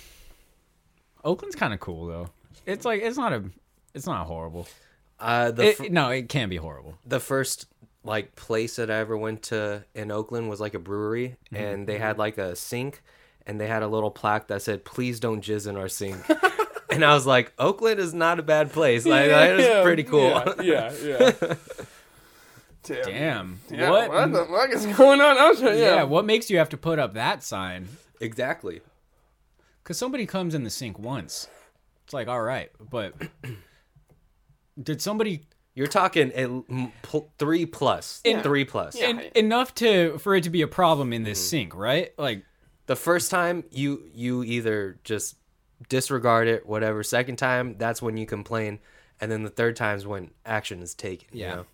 S1: Oakland's kind of cool though. It's like it's not a it's not horrible.
S2: uh, the,
S1: It,
S2: fir-
S1: no, it can be horrible.
S2: the first like place that I ever went to in Oakland was like a brewery,
S1: Mm-hmm,
S2: and they had like a sink, and they had a little plaque that said, "Please don't jizz in
S1: [laughs]
S2: our sink." and I was like, Oakland is not a bad place. Like that is pretty cool.
S3: Yeah, yeah. yeah.
S1: Damn.
S3: Yeah,
S1: what?
S3: the fuck is going on? out here?
S1: yeah.
S3: yeah.
S1: What makes you have to put up that sign?
S2: [laughs] exactly.
S1: Because somebody comes in the sink once. It's like, all right, but [clears throat] did somebody
S2: You're talking at m- pl- three plus, three plus.
S1: en- enough to for it to be a problem in this sink, right? Like,
S2: The first time you you either just disregard it, whatever. Second time, that's when you complain, and then the third time's when action is taken. you
S1: Yeah.
S2: know?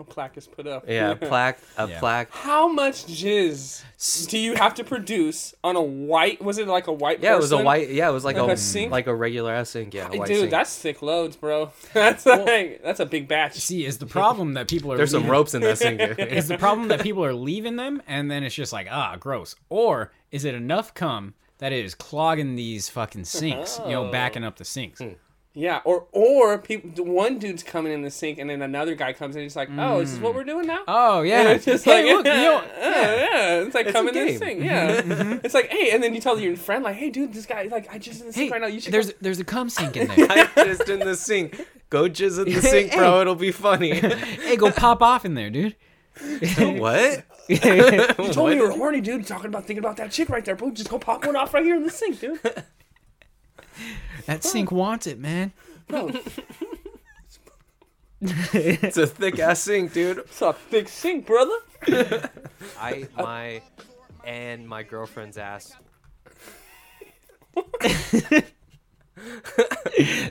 S3: A plaque is put up.
S1: [laughs]
S2: yeah. Plaque, a
S1: Yeah.
S2: plaque.
S3: How much jizz do you have to produce on a white? Was it like a white?
S2: Yeah, it was a
S3: porcelain?
S2: white. Yeah, it was like,
S3: Like
S2: a,
S3: a sink?
S2: like a regular ass sink. Yeah, a white
S3: Dude,
S2: sink.
S3: that's thick loads, bro. [laughs] That's like that's a big batch.
S1: see, is the problem that people are
S2: There's some
S1: leaving-
S2: ropes in that sink.
S3: [laughs]
S2: dude.
S1: Is the problem that people are leaving them, and then it's just like, ah, gross? Or is it enough cum that it is clogging these fucking sinks? You know, backing up the sinks.
S3: Hmm. Yeah, or or people, one dude's coming in the sink and then another guy comes in. and He's like, "Oh, is this
S2: Mm.
S3: what we're doing now?"
S1: Oh yeah,
S3: [laughs] It's just
S1: hey,
S3: like,
S1: look, you know,
S3: [laughs] yeah, yeah, it's like
S2: It's a
S3: coming in this
S2: game.
S3: thing. Yeah, [laughs] it's like, hey, and then you tell your friend, like, hey, dude, this guy, like, I just in the sink
S1: hey,
S3: right now. You should.
S1: there's
S3: go-
S1: there's a cum sink in
S3: [laughs]
S1: there.
S2: I just in the sink. Go jizz in the sink, bro. It'll be
S3: [laughs]
S2: funny.
S1: hey, go pop off in there, dude.
S2: what?
S3: you told me you were horny, dude. Talking about thinking about that chick right there, bro. Just go pop one off right here in the sink, dude.
S1: That sink wants it, man.
S3: Bro,
S2: It's a thick ass sink, dude.
S3: it's a thick sink, brother.
S2: I my and my girlfriend's ass.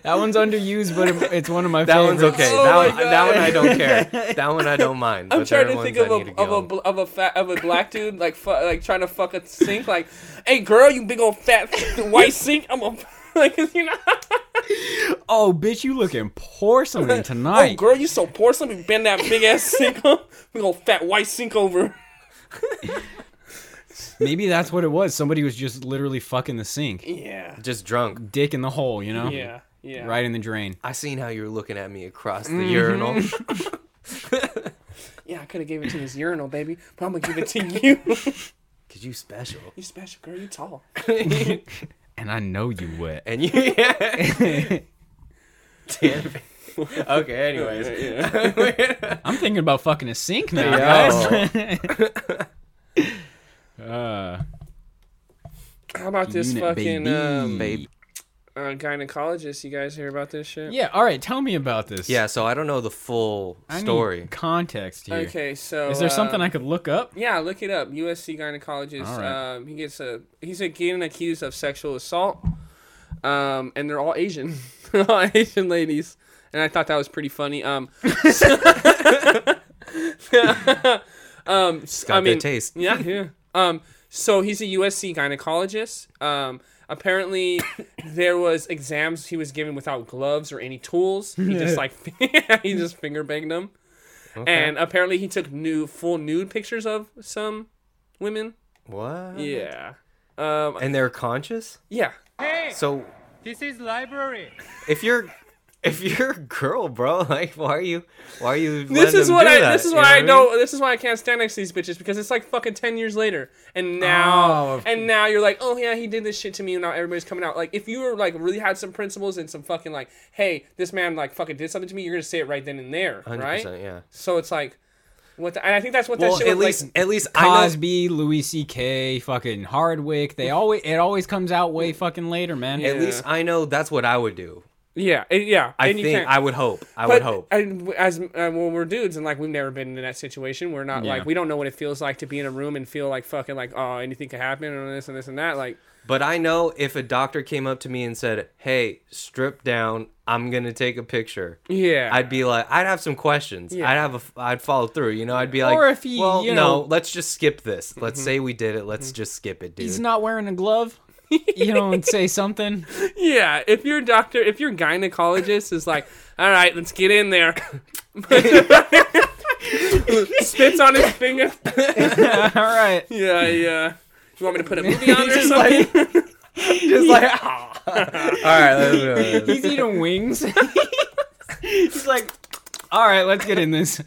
S1: That one's underused, but it- it's one of [laughs] my
S2: That
S1: favorites.
S2: one's okay.
S3: Oh
S2: that,
S3: my
S2: one, that
S3: God. [laughs]
S2: one I don't care. That one I don't mind.
S3: I'm
S2: but there are
S3: trying to
S2: ones
S3: think
S2: I
S3: of a
S2: need to
S3: of
S2: go
S3: a
S2: on.
S3: bl- of a fat of a black dude like fu- like trying to fuck a sink. Like, hey, girl, you big old fat white sink. I'm a [laughs] like, you know.
S1: Oh, bitch, you looking porcelain
S3: [laughs] Oh,
S1: tonight.
S3: girl, you so poor. Let me bend that big ass sink [laughs] up. We gonna fat white sink over. [laughs]
S1: Maybe that's what it was. Somebody was just literally fucking the sink,
S3: Yeah.
S2: just drunk.
S1: dick in the hole, you know?
S3: Yeah. Yeah.
S1: Right in the drain.
S2: I seen how you were looking at me across the
S3: Mm-hmm.
S2: urinal.
S3: [laughs] Yeah, I could have gave it to his urinal, baby, but I'm gonna give it to you. [laughs]
S2: Cause you special.
S3: you special girl. You tall.
S1: And I know you wet.
S3: [laughs]
S2: And you yeah. Damn it. Okay, [laughs] anyways.
S3: [laughs]
S1: I'm thinking about fucking a sink now,
S2: Yo. [laughs]
S1: guys. [laughs] Uh,
S3: How about this
S1: Unit,
S3: fucking
S1: baby.
S3: um,
S2: Babe.
S3: uh, gynecologist? You guys hear about this shit?
S1: yeah, all right, tell me about this.
S2: Yeah, so I don't know the full
S1: I need
S2: story.
S1: context here.
S3: Okay, so
S1: Is there something
S3: uh,
S1: I could look up?
S3: Yeah, look it up. USC gynecologist.
S1: All right.
S3: Um, he gets a he's getting accused of sexual assault, um, and they're all Asian, [laughs] They're all Asian ladies. And I thought that was pretty funny. Um, [laughs] um, s-
S2: got
S3: I mean,
S2: good taste.
S3: Yeah, yeah. Um, so he's a USC gynecologist. Um, apparently there was exams he was given without gloves or any tools. He just like [laughs] he just finger banged them. And apparently he took new full nude pictures of some women.
S2: What?
S3: Yeah. Um
S2: And they're conscious?
S3: yeah.
S2: So This is library. If you're if you're a girl, bro, [laughs] like why are you why are you
S3: This
S2: letting
S3: is
S2: them
S3: what
S2: do
S3: I.
S2: that?
S3: This is
S2: You
S3: why
S2: know
S3: I
S2: what
S3: don't. This is why I can't stand next to these bitches because it's like fucking ten years later, and
S1: Oh,
S3: now
S1: of
S3: and now you're like, oh yeah, he did this shit to me, and now everybody's coming out. Like, if you were like really had some principles and some fucking like, hey, this man like fucking did something to me, you're gonna say it right then and there,
S2: I mean? 100%,
S3: right?
S2: yeah.
S3: So it's like, what? The, and I think that's what
S2: Well,
S3: that shit
S2: at
S3: was
S2: least
S3: like.
S2: at least I know
S1: Cosby, Louis C.K., fucking Hardwick. They always it always comes out way fucking later, man.
S2: at least I know that's what I would do.
S3: Yeah, it- yeah.
S2: I
S3: and you
S2: think
S3: can't-
S2: I would hope. I would
S3: But
S2: hope.
S3: And as uh, well, we're dudes, and like we've never been in that situation. We're not
S1: Yeah.
S3: like we don't know what it feels like to be in a room and feel like fucking like oh anything could happen and this and this and that. Like
S2: But I know if a doctor came up to me and said, "Hey, strip down. I'm gonna take a picture."
S3: yeah,
S2: I'd be like, I'd have some questions.
S3: Yeah.
S2: I'd have a, f- I'd follow through. You know, I'd be like,
S1: Or if he,
S2: well,
S1: you
S2: no,
S1: know- Mm-hmm.
S2: let's just skip this.
S1: [laughs]
S2: Let's say we did it. Let's just skip it, dude.
S1: He's not wearing a glove.
S2: [laughs]
S1: You know, and say something. [laughs]
S3: yeah. If your doctor, if your gynecologist is like, all right, let's get in there. [laughs] Spits on his finger.
S1: All right.
S2: [laughs]
S3: Yeah, yeah. You want me to put a movie on
S1: [laughs]
S3: or something?
S1: Just like
S2: All right,
S1: [laughs]
S2: uh, let's do it.
S1: he's eating wings. he's like, all right, let's get in
S2: [laughs]
S1: this.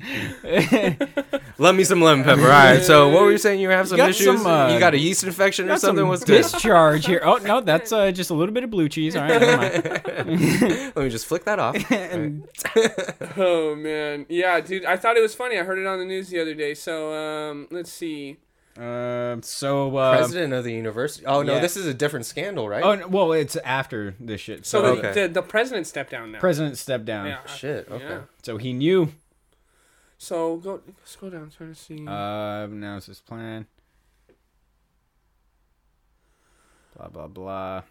S2: Let me some lemon pepper. All right. So what were you saying? You have some
S1: Got
S2: issues.
S1: some, uh,
S2: you got a yeast infection or
S1: Got
S2: something?
S1: some
S2: What's
S1: [laughs]
S2: good?
S1: discharge here? Oh no,
S3: [laughs]
S1: that's uh, just a little bit of blue cheese. All right, never
S2: [laughs]
S1: mind.
S2: Let me just flick
S1: [laughs]
S2: that off.
S1: And-
S3: [laughs]
S1: [laughs]
S3: oh man, yeah, dude. I thought it was funny. I heard it on the news the other day. So um, let's see.
S1: Um, so, uh,
S2: President of the university. Oh no,
S1: yeah.
S2: this is a different scandal, right?
S1: oh no, well, it's after this shit. So,
S3: So
S1: the
S2: Okay.
S3: the, the the president stepped down now.
S1: president stepped down,
S3: Yeah.
S2: oh, shit. Okay.
S3: Yeah.
S1: so he knew.
S3: So go scroll down, try to see.
S1: Uh, now it's his plan. Blah blah blah.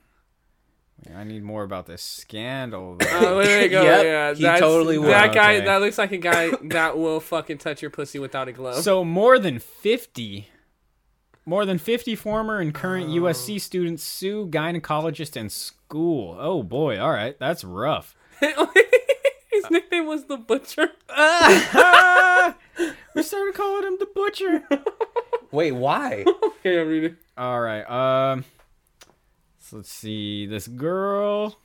S1: Wait, I need more about this scandal.
S3: Uh,
S1: though.
S2: [laughs]
S3: wait, wait, go.
S2: Yep,
S3: yeah,
S2: he
S3: that's-
S2: totally will.
S3: That guy,
S1: Okay.
S3: that looks like a guy that will fucking touch your pussy without a glove.
S1: So more than 50 more than 50 former and current USC students sue gynecologist and school. Oh boy, all right. That's rough. [laughs]
S3: [laughs] His nickname was the butcher.
S1: We started calling him the butcher.
S2: Wait, why?
S3: Okay, I'm reading.
S1: all right. Um so let's see this girl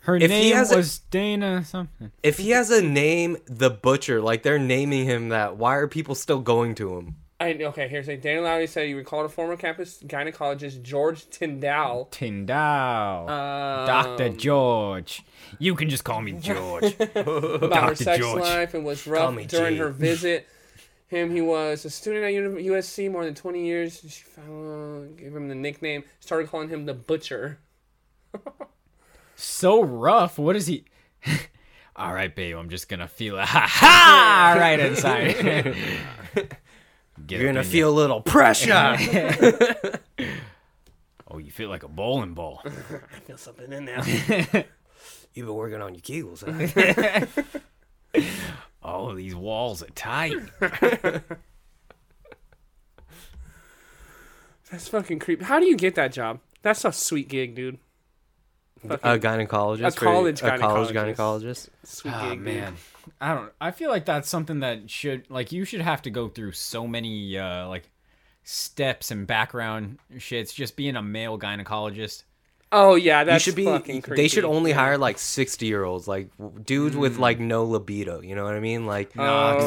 S1: her
S2: If he
S1: name
S2: has a-
S1: was Dana something.
S2: if he has a name, the butcher, like they're naming him that. Why are people still going to him?
S3: I, okay, here's a Dana Lowry said you recalled a former campus gynecologist George Tyndall.
S1: Tindall.
S3: Um,
S1: Dr.
S2: Oh.
S1: George. You can just
S2: [laughs]
S1: call me George.
S3: about her
S1: Dr.
S3: sex
S1: George.
S3: life and was
S2: Call
S3: rough
S2: me
S3: during
S2: G.
S3: her visit. Him, he was a student at Uni- USC more than 20 years. She found, gave him the nickname, started calling him the butcher.
S1: so rough. What is he? [laughs] All right, babe. I'm just gonna feel it. [laughs] Ha ha! Right inside.
S2: [laughs]
S1: Get
S2: You're
S1: up
S2: gonna
S1: in
S2: feel a little pressure.
S1: there. Oh, you feel like a bowling ball.
S3: Feel something in there.
S2: [laughs] You've been working on your kegels. Huh?
S1: Oh, these walls are tight.
S3: [laughs] That's fucking creepy. How do you get that job? That's a sweet gig, dude.
S2: a gynecologist.
S3: [laughs] A
S2: for-
S3: college
S2: A college
S3: gynecologist.
S2: gynecologist.
S3: Sweet
S1: Oh
S3: gig,
S1: man, I don't. I feel like that's something that should like you should have to go through so many uh, like steps and background shits just being a male gynecologist.
S3: Dude. Oh yeah,
S2: You
S3: that's
S2: should be.
S3: fucking creepy.
S2: They should only hire like sixty-year-olds, like w- dudes with like no libido. You know what I mean? Like,
S3: Oh,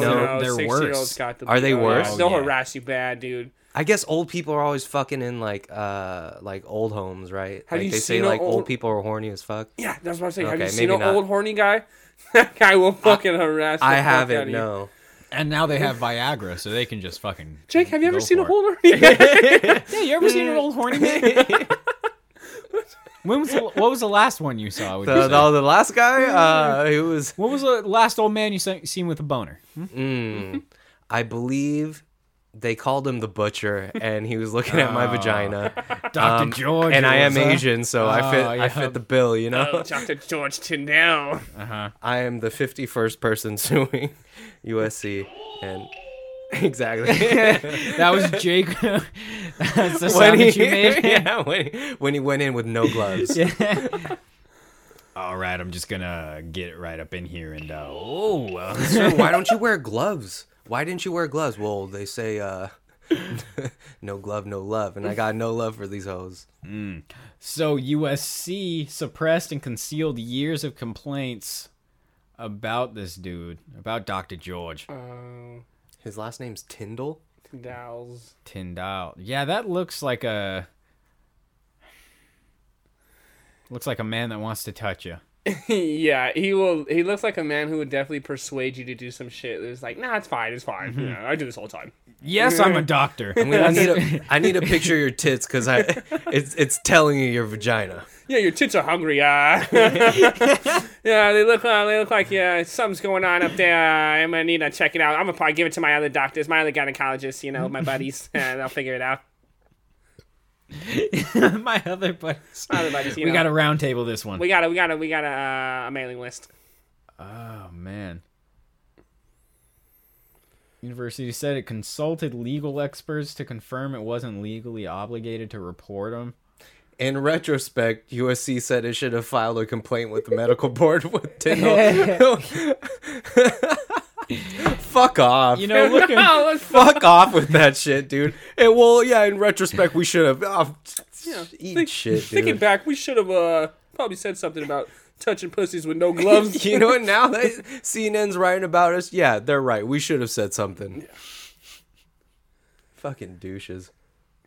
S1: No,
S3: no,
S1: they're
S3: 60
S1: worse.
S3: year olds got the
S2: Are they
S3: oh, yeah.
S2: worse?
S3: They'll
S1: Oh, yeah.
S3: harass you bad, dude.
S2: I guess old people are always fucking in like, uh, like old homes, right?
S3: Have
S2: like
S3: you
S2: they say
S3: seen a
S2: like old...
S3: old-
S2: people are horny as fuck.
S3: Yeah, that's what I'm saying. Have you
S2: Okay,
S3: seen
S2: maybe
S3: an
S2: not.
S3: old horny guy? [laughs] that guy will fucking harass. the
S2: I
S3: fuck out of
S2: haven't.
S3: you. [laughs]
S2: No.
S1: And now they have Viagra, so they can just fucking.
S3: Jake, have you ever
S1: go
S3: seen a
S1: for it.
S3: old horny guy?
S1: Yeah, you ever seen an old horny man? [laughs] when was the, what was the last one you saw? would you
S2: The,
S1: say?
S2: the, the last guy, uh, who was,
S1: What was the last old man you se- seen with a boner?
S2: mm, I believe, they called him the butcher, and he was looking at my [laughs] vagina.
S1: Dr.
S2: Um,
S1: George. uh,
S2: and I am
S1: Rosa.
S2: Asian, so I fit.
S1: Oh,
S2: I
S1: yeah.
S2: fit the bill. You know,
S3: Dr. Oh, George Tyndall.
S2: [laughs] I am the fifty-first person [laughs] suing USC, and [laughs] exactly.
S1: That was Jake. [laughs] That's the
S2: when
S1: sound
S2: he,
S1: that you
S2: [laughs]
S1: made.
S2: yeah, when, when he went in with no [laughs] gloves.
S1: [laughs] All right, I'm just gonna get right up in here and uh, oh, uh,
S2: Sir, why don't you wear gloves? Why didn't you wear gloves? Well, they say uh, [laughs] no glove, no love, and I got no love for these hoes.
S1: [laughs] So USC suppressed and concealed years of complaints about this dude, about Dr. George
S3: Oh,
S2: His last name's Tyndall.
S3: Dowls.
S1: Tyndall. Yeah, that looks like a looks like a man that wants to touch you.
S3: [laughs] yeah, he will. He looks like a man who would definitely persuade you to do some shit. It's like, nah, it's fine, it's fine. Yeah, I do this all the time.
S1: Yes, I'm a doctor. [laughs]
S2: I mean, I need a, I need a picture of your tits because I, it's it's telling you your vagina.
S3: Yeah, your tits are
S2: [laughs]
S3: hungry. Uh. yeah, they look. Uh, they look like yeah, something's going on up there. Uh, I'm gonna need to check it out. I'm gonna probably give it to my other doctors, my other gynecologists. You know,
S2: [laughs]
S3: my buddies, and I'll figure it out.
S1: My other buddies.
S3: My other buddies. You
S1: We
S3: know.
S1: got to roundtable this one.
S3: We gotta. We gotta. We gotta. Uh, a mailing list.
S1: Oh man. University said it consulted legal experts to confirm it wasn't legally obligated to report him.
S2: In retrospect, USC said it should have filed a complaint with the medical board with Tyndall. [laughs] Fuck off.
S1: You know, look at
S3: No, let's-
S2: Fuck off with that shit, dude. And well, yeah, in retrospect, we should have. Oh, eat
S3: think-
S2: shit,
S3: Thinking
S2: dude.
S3: back, we should have uh, probably said something about touching pussies with
S2: [laughs]
S3: no gloves. [laughs]
S2: you know what? Now that CNN's writing about us, yeah, they're right. We should have said something. Fucking douches.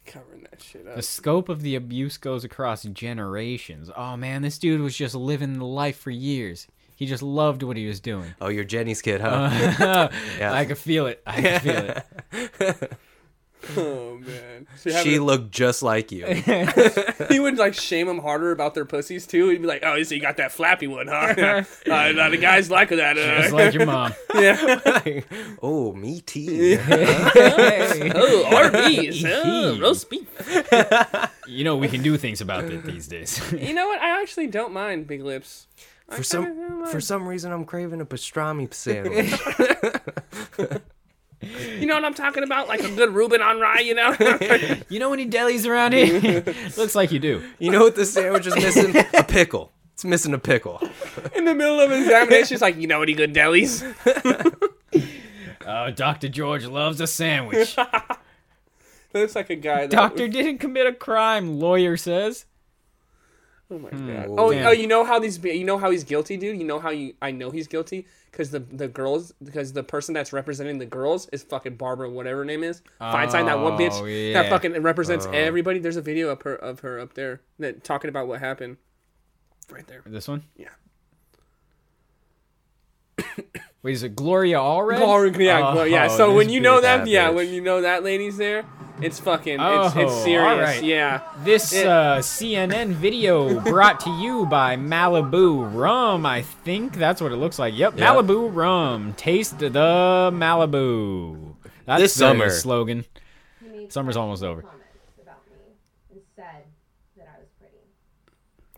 S3: Covering that shit up.
S1: the scope of the abuse goes across generations. Oh man, this dude was just living the life for years. He just loved what he was doing.
S2: Oh, you're Jenny's kid,
S1: [laughs]
S2: huh? [laughs] Yeah.
S1: Uh, I could feel it. I could feel it.
S3: Oh man. So
S2: she
S3: [laughs] having-
S2: looked just like
S1: [laughs]
S2: you.
S3: he would like shame them harder about their pussies too. He'd be like, "Oh, so you got that flappy
S2: [laughs]
S3: one, huh? [laughs] uh, uh, the guys like that."
S1: It's
S3: Uh,
S1: like your mom.
S3: yeah.
S2: oh, me
S3: [laughs]
S2: too.
S3: oh, RBs, oh,
S1: Hee.
S3: roast beef.
S1: You know, we can do things about it these days. [laughs]
S3: You know what? I actually don't mind big lips.
S2: For some for some reason, I'm craving a pastrami
S3: [laughs]
S2: sandwich.
S3: You know what I'm talking about? Like a good Reuben on rye. You know?
S1: you know any delis around here? [laughs] Looks like you do.
S2: you know what this sandwich is
S3: [laughs]
S2: missing? A pickle. It's missing a pickle.
S3: In the middle of an examination, she's like, "You know any good delis?"
S1: Oh, Dr. George loves a sandwich.
S3: Looks like a guy. That
S1: Doctor didn't commit a crime, lawyer says.
S3: Oh my god. Oh,
S1: Damn.
S3: oh, you know how these you know how he's guilty, dude. You know how you I know he's guilty because the the girls because the person that's representing the girls is fucking Barbara whatever her name is Feinstein that one bitch
S1: Oh,
S3: that
S1: yeah.
S3: fucking represents everybody. There's a video of her of her up there that talking about what happened. Right there.
S1: This one?
S3: Yeah.
S1: [coughs] Wait, is it Gloria Allred?
S3: Glory, yeah, glo- yeah.
S1: Oh,
S3: So when
S1: this
S3: you know
S1: bitch.
S3: that,
S2: that
S3: yeah,
S2: bitch.
S3: when you know that lady's there, it's fucking it's
S1: Oh,
S3: it's serious.
S1: alright.
S3: Yeah.
S1: This
S3: It-
S1: uh, CNN video brought to you by Malibu Rum, I think that's what it looks like. Yep,
S2: Yeah.
S1: Malibu Rum. Taste the Malibu. That's
S2: This
S1: their
S2: summer.
S1: slogan.
S6: He made
S1: Summer's
S6: sexual
S1: almost over.
S6: Comments about me and said that I was pretty.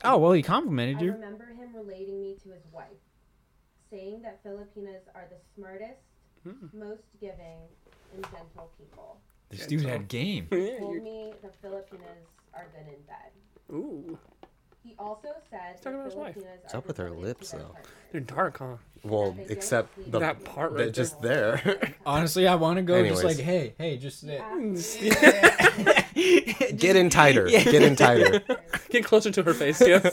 S1: Oh, well, he complimented
S6: I
S1: you.
S6: remember him relating me to his wife, saying that Filipinas are the smartest,
S1: Hmm.
S6: most giving, and gentle people.
S1: This dude had game.
S6: Told me the Filipinas are good in bed.
S3: Ooh,
S6: He also said that
S3: talking about his wife.
S6: Filipinas
S2: What's
S6: are
S2: up with her
S6: devoted to
S2: lips,
S6: their
S2: though?
S6: partners.
S1: [laughs]
S3: they're dark, huh?
S2: Well, except the,
S3: That part right
S2: that just
S3: [laughs]
S2: there.
S1: Honestly, I want to go just
S2: Anyways.
S1: like, hey, hey, just. [laughs]
S2: Get in tighter. Get in
S3: [laughs]
S2: tighter.
S3: [laughs] Get closer to her face, [laughs] yeah.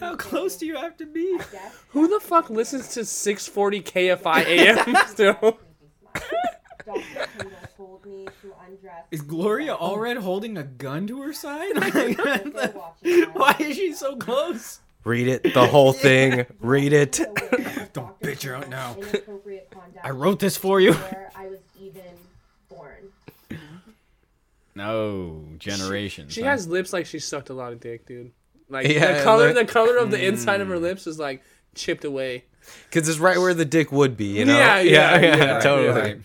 S1: How close do you have to be?
S6: Yes,
S3: Who the fuck listens to 640 KFI [laughs] AM still?
S6: creepy smile. Dr. Kendall told me to undress.
S1: Is Gloria Allred holding a gun to her [laughs] side?
S6: Before watching us.
S1: [laughs] Why is she so close?
S2: Read it. The whole thing. Read it.
S6: The
S1: [laughs]
S6: way of Dr.
S1: bitch her out now.
S6: Kendall's inappropriate conduct
S1: I wrote this for you.
S6: Before I was even born.
S1: No, generations.
S3: She
S1: huh?
S3: has lips like she sucked a lot of dick, dude. Like the
S2: Yeah, Mm.
S3: color,
S2: like-
S3: the color of the inside of her lips is like chipped away.
S2: Because it's right where the dick would be, you know?
S3: Yeah, yeah, yeah,
S2: totally.
S1: Right.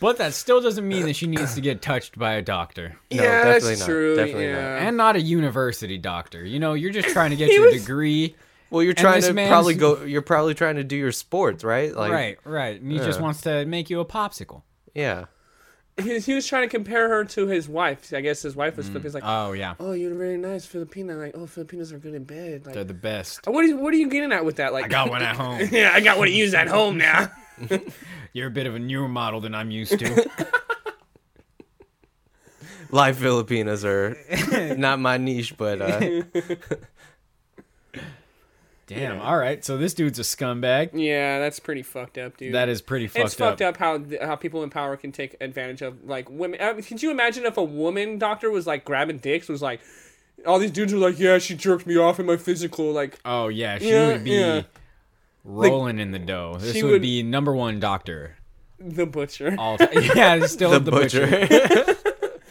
S1: But that still doesn't mean that she needs to get touched by a doctor.
S2: No,
S3: Yeah, that's
S2: definitely not.
S3: true,
S2: Definitely
S3: yeah.
S2: not.
S1: And not a university doctor. You know, you're just trying to get
S3: He
S1: your
S3: was-
S1: degree.
S2: Well, you're trying
S1: this
S2: to
S1: man's-
S2: probably go. You're probably trying to do your sports, right? Like,
S1: right, right. And he just
S2: Yeah.
S1: wants to make you a popsicle.
S2: Yeah.
S3: He, he was trying to compare her to his wife. I guess his
S2: Mm.
S3: wife was flipping. He's like,
S2: Uh.
S1: Oh, yeah.
S3: "Oh, you're very nice, Filipina. Like, oh, Filipinos are good in bed.
S1: They're
S3: Like,
S1: the best.
S3: what are you, what are you getting at with that? Like,
S1: I got one at [laughs] home.
S3: [laughs] yeah, I got one to use at home now. [laughs]
S1: [laughs] You're a bit of a newer model than I'm used to.
S2: live
S1: [laughs]
S2: Filipinas are not my niche, but uh,
S1: Damn. All right. So this dude's a [laughs] scumbag.
S3: Yeah, that's pretty fucked up, dude.
S1: That is pretty fucked
S3: it's fucked up how th- how people in power can take advantage of like women. I mean, could you imagine if a woman doctor was like grabbing dicks? Was like, all these dudes were like, yeah, she jerked me off in my physical. Like,
S1: Oh yeah, she
S3: Yeah,
S1: would be
S3: yeah.
S1: rolling in the dough. This
S3: she
S1: would,
S3: would-
S1: be number one
S3: [laughs]
S1: doctor.
S3: the butcher.
S1: All time. yeah, it's still
S2: the,
S1: the,
S2: butcher,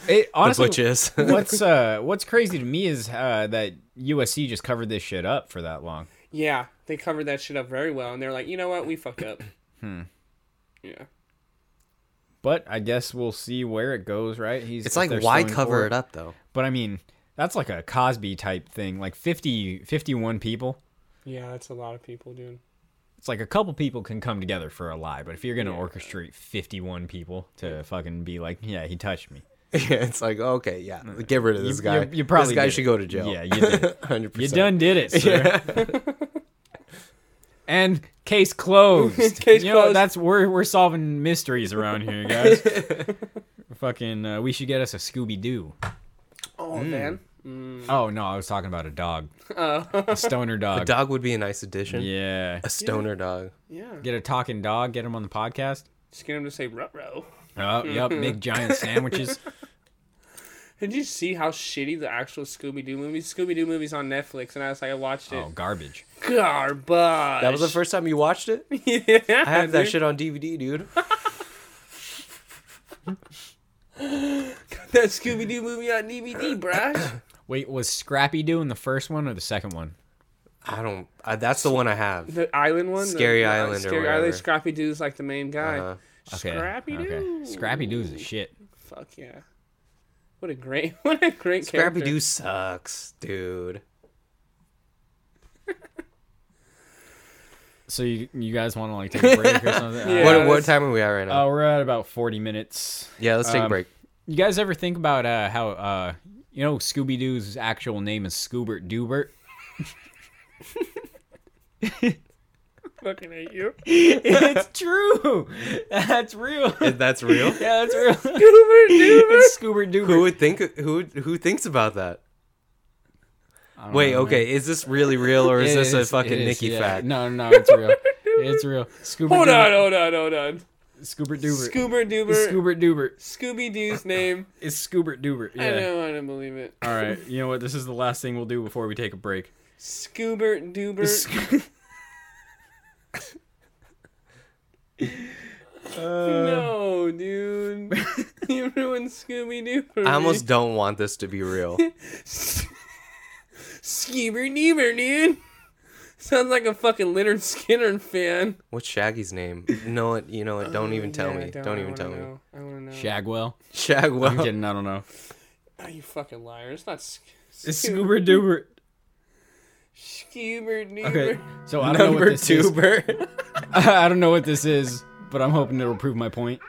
S1: It, honestly,
S2: [laughs] the butchers.
S1: what's uh, what's crazy to me is uh, that USC just covered this shit up for that long.
S3: [laughs] Yeah, they covered that shit up very well, and they're like, you know what, we fucked up. [clears throat] hmm. Yeah.
S1: But I guess we'll see where it goes. Right? He's
S2: it's
S1: if
S2: like
S1: they're
S2: why
S1: still in
S2: cover
S1: court.
S2: it up though?
S1: But I mean, that's like a Cosby type thing. Like 50, 51 people.
S3: Yeah, that's a lot of people, dude.
S1: It's like a couple people can come together for a lie, but if you're gonna orchestrate fifty-one people to fucking be like, yeah, he touched me.
S2: [laughs] Yeah, it's like okay, yeah, get rid of this
S1: you-
S2: guy.
S1: you probably
S2: this guy
S1: did
S2: should
S1: it.
S2: go to jail.
S1: Yeah, you did it.
S2: [laughs] hundred
S1: You
S2: percent.
S1: done did it, sir. [laughs] and case closed.
S3: [laughs] Case
S1: you know,
S3: closed.
S1: That's we're we're solving mysteries around here, guys.
S3: [laughs]
S1: Fucking, uh, we should get us a Scooby Doo.
S3: Oh man.
S1: Oh no, I was talking about a dog,
S3: Oh.
S1: a
S3: [laughs]
S1: stoner dog.
S2: A dog would be a nice addition.
S1: Yeah,
S2: A stoner dog.
S3: yeah.
S1: get a talking dog. Get him on the podcast.
S3: Just get him to say row.
S1: Oh,
S3: [laughs]
S1: yep, big giant sandwiches.
S3: Did you see how shitty the actual Scooby Doo movie? Scooby Doo movies on Netflix, and I was like, I watched it.
S1: Oh, garbage.
S3: Garbage.
S2: That was the first time you
S1: [laughs]
S2: watched it.
S3: yeah,
S2: I
S3: [laughs]
S2: have that shit on DVD, dude.
S3: That Scooby Doo movie
S2: [coughs]
S3: on DVD, bruh.
S1: Wait, was Scrappy Doo in the first one or the second one?
S2: I don't. I, that's the one I have.
S3: the island one. the-
S2: Scary
S3: the,
S2: Island or
S3: Scary
S2: whatever.
S3: Island. Scrappy Doo's like the main guy.
S2: Uh,
S3: Scrappy Doo.
S1: Scrappy Doo's a shit.
S3: Fuck yeah. What a great, [laughs] what a great
S2: Scrappy
S3: character.
S2: Doo sucks, dude.
S1: So you you guys want to like take a
S3: [laughs]
S1: break or something?
S3: Yeah,
S2: what what
S3: that's-
S2: time are we at right now?
S1: Uh, we're at about forty minutes.
S2: yeah, let's take a
S1: um,
S2: break.
S1: You guys ever think about uh, how uh, you know Scooby Doo's actual name is Scoobert Doobert? [laughs]
S3: Fucking hate you.
S1: it's true. [laughs] That's real. [laughs]
S2: If That's real.
S1: Yeah, that's real.
S3: Scooby Doo.
S1: it's Scoobert Doobert.
S2: Who would think? Who who thinks about that?
S1: I don't
S2: Wait,
S1: know.
S2: okay, is this really real or is
S1: It
S2: this a
S1: it
S2: fucking
S1: is,
S2: Nikki
S1: yeah.
S2: fact?
S1: No, no, no, it's real. it's real. Scoobert
S3: Hold on,
S1: Doobert.
S3: hold on, hold on.
S1: Scoobert Doobert.
S3: Scoober
S1: It's
S3: Doober.
S1: Scoobert Doobert.
S3: Scooby
S2: [coughs]
S3: Doo's name.
S1: It's Scoobert Doobert. Yeah.
S3: I know, I don't believe it.
S1: All right. You know what? This is the last thing we'll do before we take a break.
S3: Scoober Doober. [laughs]
S2: Uh, [laughs]
S3: no, dude. you ruined Scooby Doo for me.
S2: I almost don't want this to
S1: [laughs]
S2: be real.
S3: Skeeber Neeber, dude. Sounds like a fucking Leonard Skinner fan.
S2: What's Shaggy's name? No, it- you know what?
S1: Uh,
S2: Don't even tell
S3: Yeah,
S2: me.
S3: I
S2: Don't,
S3: I
S2: even
S3: wanna
S2: tell me.
S3: know. I want to know.
S1: Shagwell. I'm
S2: Shagwell.
S1: kidding. I don't know.
S3: Oh, you fucking liar. It's not Sk-
S1: It's
S3: Scoob-
S1: Scoober Doober.
S3: Skeeber Neeber.
S1: Okay. So I don't know what
S2: Number
S1: this is. [laughs]
S2: tuber.
S1: I don't know what this is, but I'm hoping it'll prove my point.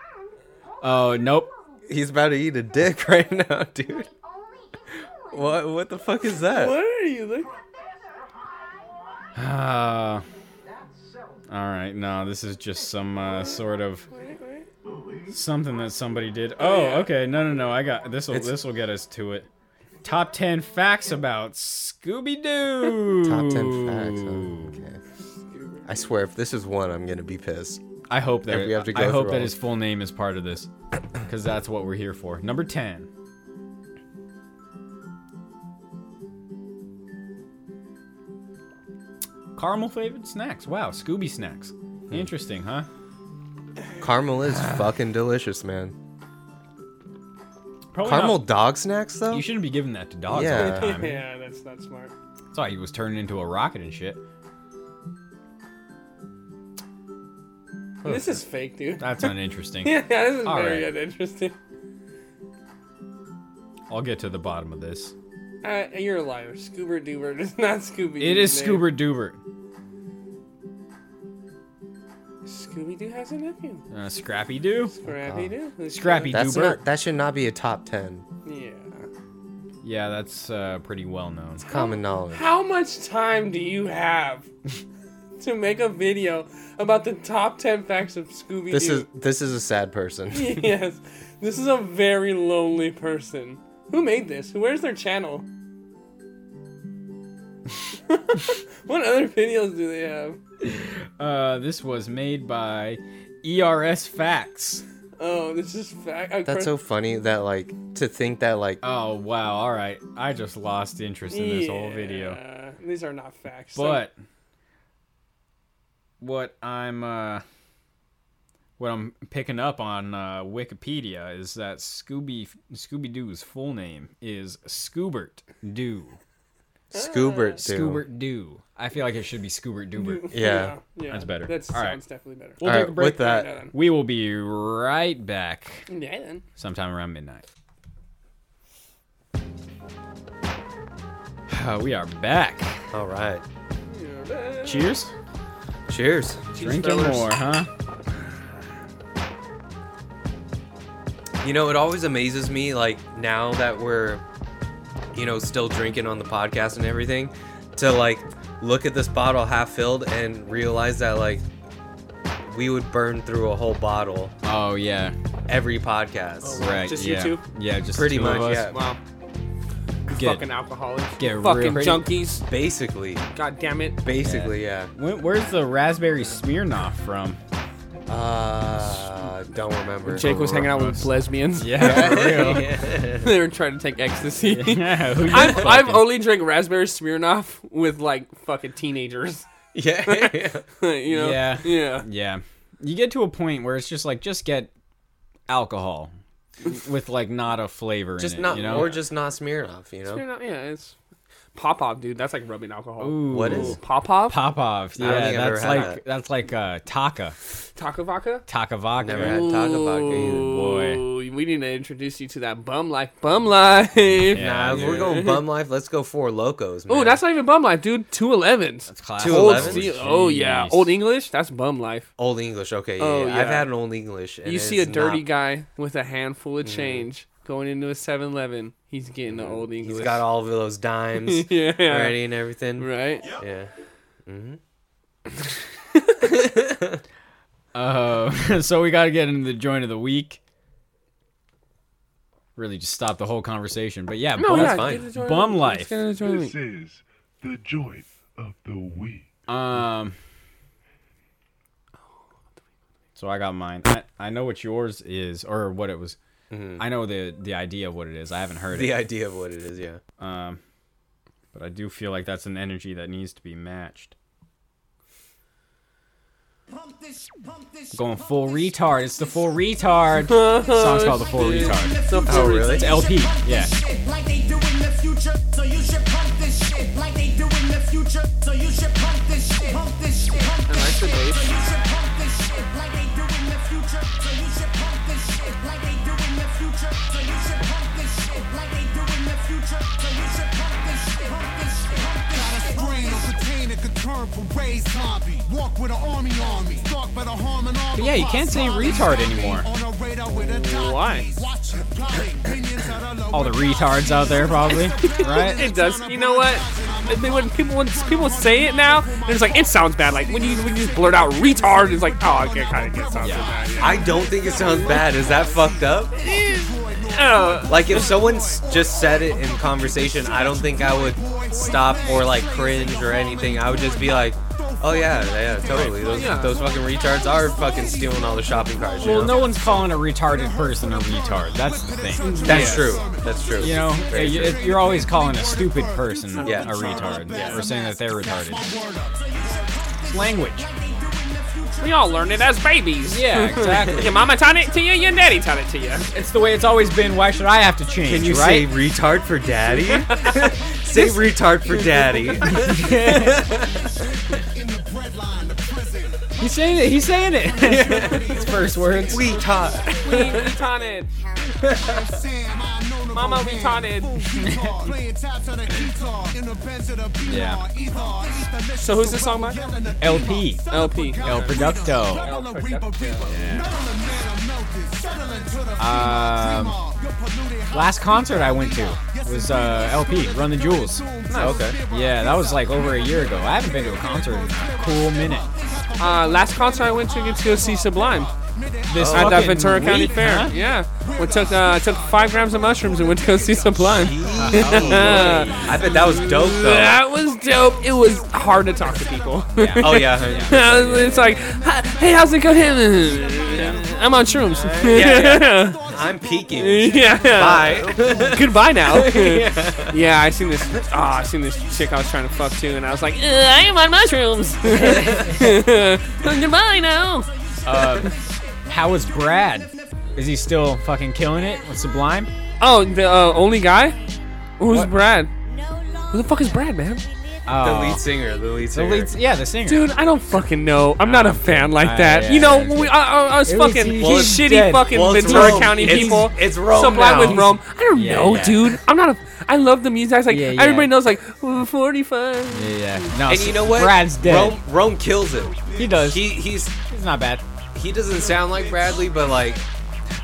S1: Oh, nope. [sighs]
S2: He's about to eat a dick right now, dude. What what the fuck is that?
S3: What are you looking
S1: Ah. all right. No, this is just some uh, sort of something that somebody did. Oh, okay. No, no, no. I got this. Will this will get us to it? Top ten facts about Scooby Doo.
S2: Top ten facts. huh? Okay. I swear, if this is one, I'm gonna be pissed.
S1: I hope that
S2: If we have to go
S1: I hope
S2: through
S1: that
S2: all-
S1: his full name is part of this, because that's what we're here for. Number ten. Caramel flavored snacks. Wow, Scooby snacks.
S2: Hmm.
S1: Interesting, huh? [sighs]
S2: Caramel is fucking delicious, man.
S1: Probably
S2: Caramel
S1: not-
S2: dog snacks though.
S1: Oh, You shouldn't be giving that to dogs all
S2: Yeah.
S1: the time.
S3: Yeah, that's not smart.
S2: oh.
S1: That's why he was turning into a rocket and shit.
S3: This is fake,
S2: [laughs]
S3: dude. [laughs]
S1: That's uninteresting.
S3: yeah, this is
S1: All
S3: very
S1: right.
S3: uninteresting.
S1: I'll get to the bottom of this.
S3: Uh, you're a liar. Scuba [laughs] Doober is not Scooby.
S1: It is Scoober Doober.
S3: Scooby Doo has a nephew.
S1: Uh, Scrappy Doo.
S3: Scrappy Doo. Let's
S1: Uh-huh. Scrappy
S2: That's
S1: Doober.
S2: not. That should not be a top ten.
S3: go. Yeah.
S1: yeah, that's uh, pretty well known.
S2: Common knowledge.
S3: How much time do
S1: [laughs]
S3: you have to make a video about the top ten facts of Scooby Doo?
S2: This is this is a sad person.
S3: [laughs] yes. This is a very lonely person. Who made this? Who Where's
S1: [laughs]
S3: their channel? what other videos do they have?
S1: Uh, this was made by ERS Facts.
S3: Oh, this is fact. I
S2: [laughs] That's so
S3: cr-
S2: funny that like to think that like
S1: Oh wow! All right, I just lost interest in this whole video.
S3: Yeah, These are not facts. So-
S1: But what I'm uh, what I'm picking up on uh, Wikipedia is that Scooby Scooby Doo's full name is Scoobert Doo.
S2: Scoobert dude.
S1: Scoobert Doo. I feel like it should be Scoobert Doobert.
S2: Yeah. Uh,
S3: yeah,
S1: That's better.
S3: That
S1: All right.
S3: sounds definitely better.
S1: We'll
S2: All
S1: take
S2: right,
S1: a break.
S2: with that,
S3: Yeah,
S1: We will be right back
S3: then. Yeah, then.
S1: sometime around midnight. [sighs] Uh, we are back.
S2: all right.
S3: Yeah, then.
S1: Cheers.
S2: Cheers.
S1: Drinking
S3: fellas.
S1: more, huh?
S2: You know, it always amazes me, like, now that we're, you know, still drinking on the podcast and everything, to, like, look at this bottle half filled and realize that, like, we would burn through a whole bottle
S1: Oh yeah,
S2: every podcast.
S1: right.
S3: Just you
S1: yeah.
S3: two?
S1: Yeah, just
S2: Pretty
S1: two
S2: much,
S1: of us.
S2: yeah.
S3: Wow.
S1: Get-
S3: Fucking alcoholics.
S1: get
S3: Fucking
S1: real-
S3: junkies.
S2: Basically.
S3: God damn it.
S2: Basically, yeah.
S1: When, where's the raspberry Smirnoff from?
S2: Uh, don't remember. [laughs]
S3: Jake was hanging out with
S1: [laughs]
S3: lesbians.
S1: Yeah, for real.
S3: [laughs] they were trying to take ecstasy.
S2: [laughs]
S1: yeah, who you
S3: [laughs] I've, I've
S1: fucking-
S3: only drank raspberry Smirnoff with like fucking teenagers. [laughs]
S2: [laughs] yeah.
S3: you know?
S1: Yeah.
S3: Yeah.
S1: Yeah, you get to a point where it's just like just get alcohol with like not a flavor
S2: just
S1: in it,
S2: not,
S1: you know?
S2: or just not Smirnoff, you know?
S3: Smirnoff, yeah, it's pop off, dude. That's like rubbing alcohol.
S1: Ooh,
S2: What is?
S3: Pop off?
S1: Popov?
S2: don't
S1: Yeah,
S2: think I've
S1: that's
S2: ever
S1: like
S2: had that.
S1: that's like uh, taka
S3: Taco vodka?
S1: taka vodka.
S2: Never had taco vodka either.
S1: boy.
S3: Ooh, we need to introduce you to that bum life. Bum life. Ooh, [laughs]
S1: Yeah,
S2: Nah, if we're
S1: dude.
S2: going bum life, let's go four locos, man.
S3: Oh, that's not even bum life, dude. Two elevens.
S1: It's classic.
S2: 211?
S3: Old steel. Oh yeah,
S1: Jeez.
S3: old English. That's bum life.
S2: Old English, okay. Yeah,
S3: Oh,
S2: yeah. I've
S3: yeah.
S2: had an old English. and
S3: you see a
S2: it's not-
S3: dirty
S2: Mm-hmm.
S3: guy with a handful of change going into a 7-Eleven. He's getting the old
S2: [laughs]
S3: English.
S2: He's got
S3: [laughs]
S2: all of those dimes
S3: yeah.
S2: ready and everything.
S3: Right.
S2: Yeah.
S1: Uh, [laughs] so we got to get into the joint of the week. Really, just stop the whole conversation. But yeah,
S3: No,
S1: bum,
S3: yeah,
S2: fine.
S3: get the joint-
S1: Bum
S3: let's
S1: life.
S3: get the joint.
S7: This is the joint of the week.
S1: Um. So I got mine. I, I know what yours is, or what it was. I know the the idea of what it is. I haven't heard
S2: The
S1: it,
S2: idea of what it is, yeah.
S1: but I do feel like that's an energy that needs to be matched. Going full retard. It's the full
S2: [laughs]
S1: retard. song's called the full retard.
S8: Oh,
S2: really?
S1: It's LP. Yeah.
S8: Like they do in the future, so you should pump this shit. Like they do in the future, so you should pump this shit. Pump this shit. Pump
S3: like
S8: this
S3: the
S8: shit.
S3: bass.
S8: So you should pump this shit. Like they do in the future, so you should pump this shit. Like they do in the future, so you should pump this shit. Like they do in the future, so you should pump this shit. Pump this shit. Pump this shit.
S9: Brain or contain a concurrent parade zombie. Walk with an army on me. Stalk by the harm and all
S1: But yeah, you can't say retard anymore.
S9: On a radar with a dot.
S3: Why?
S9: Watch it, plotting. Minions are the
S1: All the retards out there,
S2: [laughs]
S1: probably. Right?
S3: It does. You know what? I mean, when people when people say it now, they're just like it sounds bad. Like when you when you just blurt out retard, it's like oh, okay, kind of gets sounds
S1: Yeah.
S2: I don't think it sounds bad. Is that fucked up?
S3: bad.
S2: Like, if someone s- just said it in conversation, I don't think I would stop or, like, cringe or anything. I would just be like, oh, yeah, yeah, totally. Those,
S3: Yeah.
S2: those fucking retards are fucking stealing all the shopping carts. You
S1: Well,
S2: know?
S1: no one's calling a retarded person a retard. That's the thing.
S2: That's
S1: Yeah.
S2: true. That's true.
S1: You know,
S2: Very
S1: you-
S2: true.
S1: if you're always calling a stupid person
S2: Yeah.
S1: a retard or saying that they're retarded.
S2: [laughs]
S1: Language.
S3: Oh, we all learned it as babies.
S1: Yeah, exactly.
S3: [laughs] Your mama taught it to you. Your daddy taught it to you.
S1: It's the way it's always been. Why should I have to change?
S2: Can you say
S1: right?
S2: retard for [laughs] daddy? say retard for daddy.
S1: He's saying it. He's saying [laughs] it. His first words.
S2: [laughs] We taught.
S3: we retarded. Mama, we [laughs]
S1: Yeah.
S9: yeah.
S3: So who's this song by?
S1: LP.
S3: LP.
S1: El Producto. Um, last concert I went to was uh, LP Run the Jewels.
S2: Okay.
S1: Yeah, that was like over a year ago. I haven't been to a concert in a cool minute.
S3: Uh, last concert I went to, I get to go see Sublime.
S1: This
S3: at the
S1: Oh, fucking
S3: Ventura County
S1: week,
S3: Fair.
S1: huh?
S3: Yeah, we took uh, took five grams of mushrooms and went to go see Sublime.
S2: [laughs]
S3: Uh,
S2: I bet that was dope though.
S3: that was dope. It was hard to talk to people. [laughs]
S2: Oh yeah.
S3: it's like, "Hi- hey, how's it going? [laughs] I'm on shrooms.
S2: Uh, Yeah, [laughs] I'm peeking.
S3: [laughs] yeah.
S2: Bye.
S3: Goodbye now. [laughs] yeah, I seen this. Oh, I seen this chick I was trying to fuck too, and I was like, "Uh, I am
S2: [laughs]
S3: on mushrooms. [laughs] Goodbye now.
S1: How is Brad? Is he still fucking killing it with Sublime?
S3: Oh, the uh, only guy? Who's Brad? Who the fuck is Brad, man?
S2: [laughs] The
S1: Oh.
S2: lead singer, the lead
S1: The
S2: singer.
S1: lead, yeah, the singer.
S3: Dude, I don't fucking know. I'm not a fan
S2: Ah,
S3: like
S1: I-
S3: that.
S1: yeah,
S3: you know,
S1: yeah.
S3: when we, I, I, I was
S1: It was-
S3: fucking
S1: he-
S3: these
S1: he's
S3: shitty
S1: dead.
S3: fucking
S2: Well, it's
S3: Ventura
S2: Rome.
S3: County
S2: It's-
S3: people.
S2: it's Rome
S3: Sublime
S2: now.
S3: with Rome. I don't
S1: Yeah,
S3: know,
S1: yeah.
S3: dude. I'm not a. I love the music. It's like
S1: Yeah, yeah.
S3: everybody knows, like "Ooh, 45.
S1: Yeah, yeah. No,
S2: And you know what?
S1: Brad's dead.
S2: Rome, Rome kills it.
S1: He does.
S2: He he's
S1: He's not bad.
S2: he doesn't sound like Bradley, but like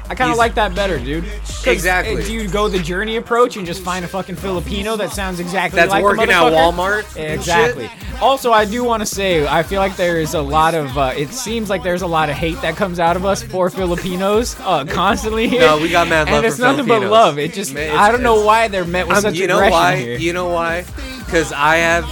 S1: I kind of
S2: He's-
S1: like that better, dude. 'Cause,
S2: Exactly.
S1: uh, Do you go the journey approach and just find a fucking Filipino that sounds exactly
S2: that's
S1: like the
S2: working at
S1: motherfucker?
S2: Walmart. and
S1: Exactly.
S2: shit.
S1: Also, I do want to say, I feel like there is a lot of, uh, it seems like there's a lot of hate that comes out of us for Filipinos uh, constantly here.
S2: No, we got mad love
S1: And it's
S2: for
S1: nothing but
S2: Filipinos.
S1: love. It just,
S2: Man, it's-
S1: I don't know
S2: it's-
S1: why they're met with such
S2: you know
S1: aggression
S2: why?
S1: here.
S2: You know why? Because I have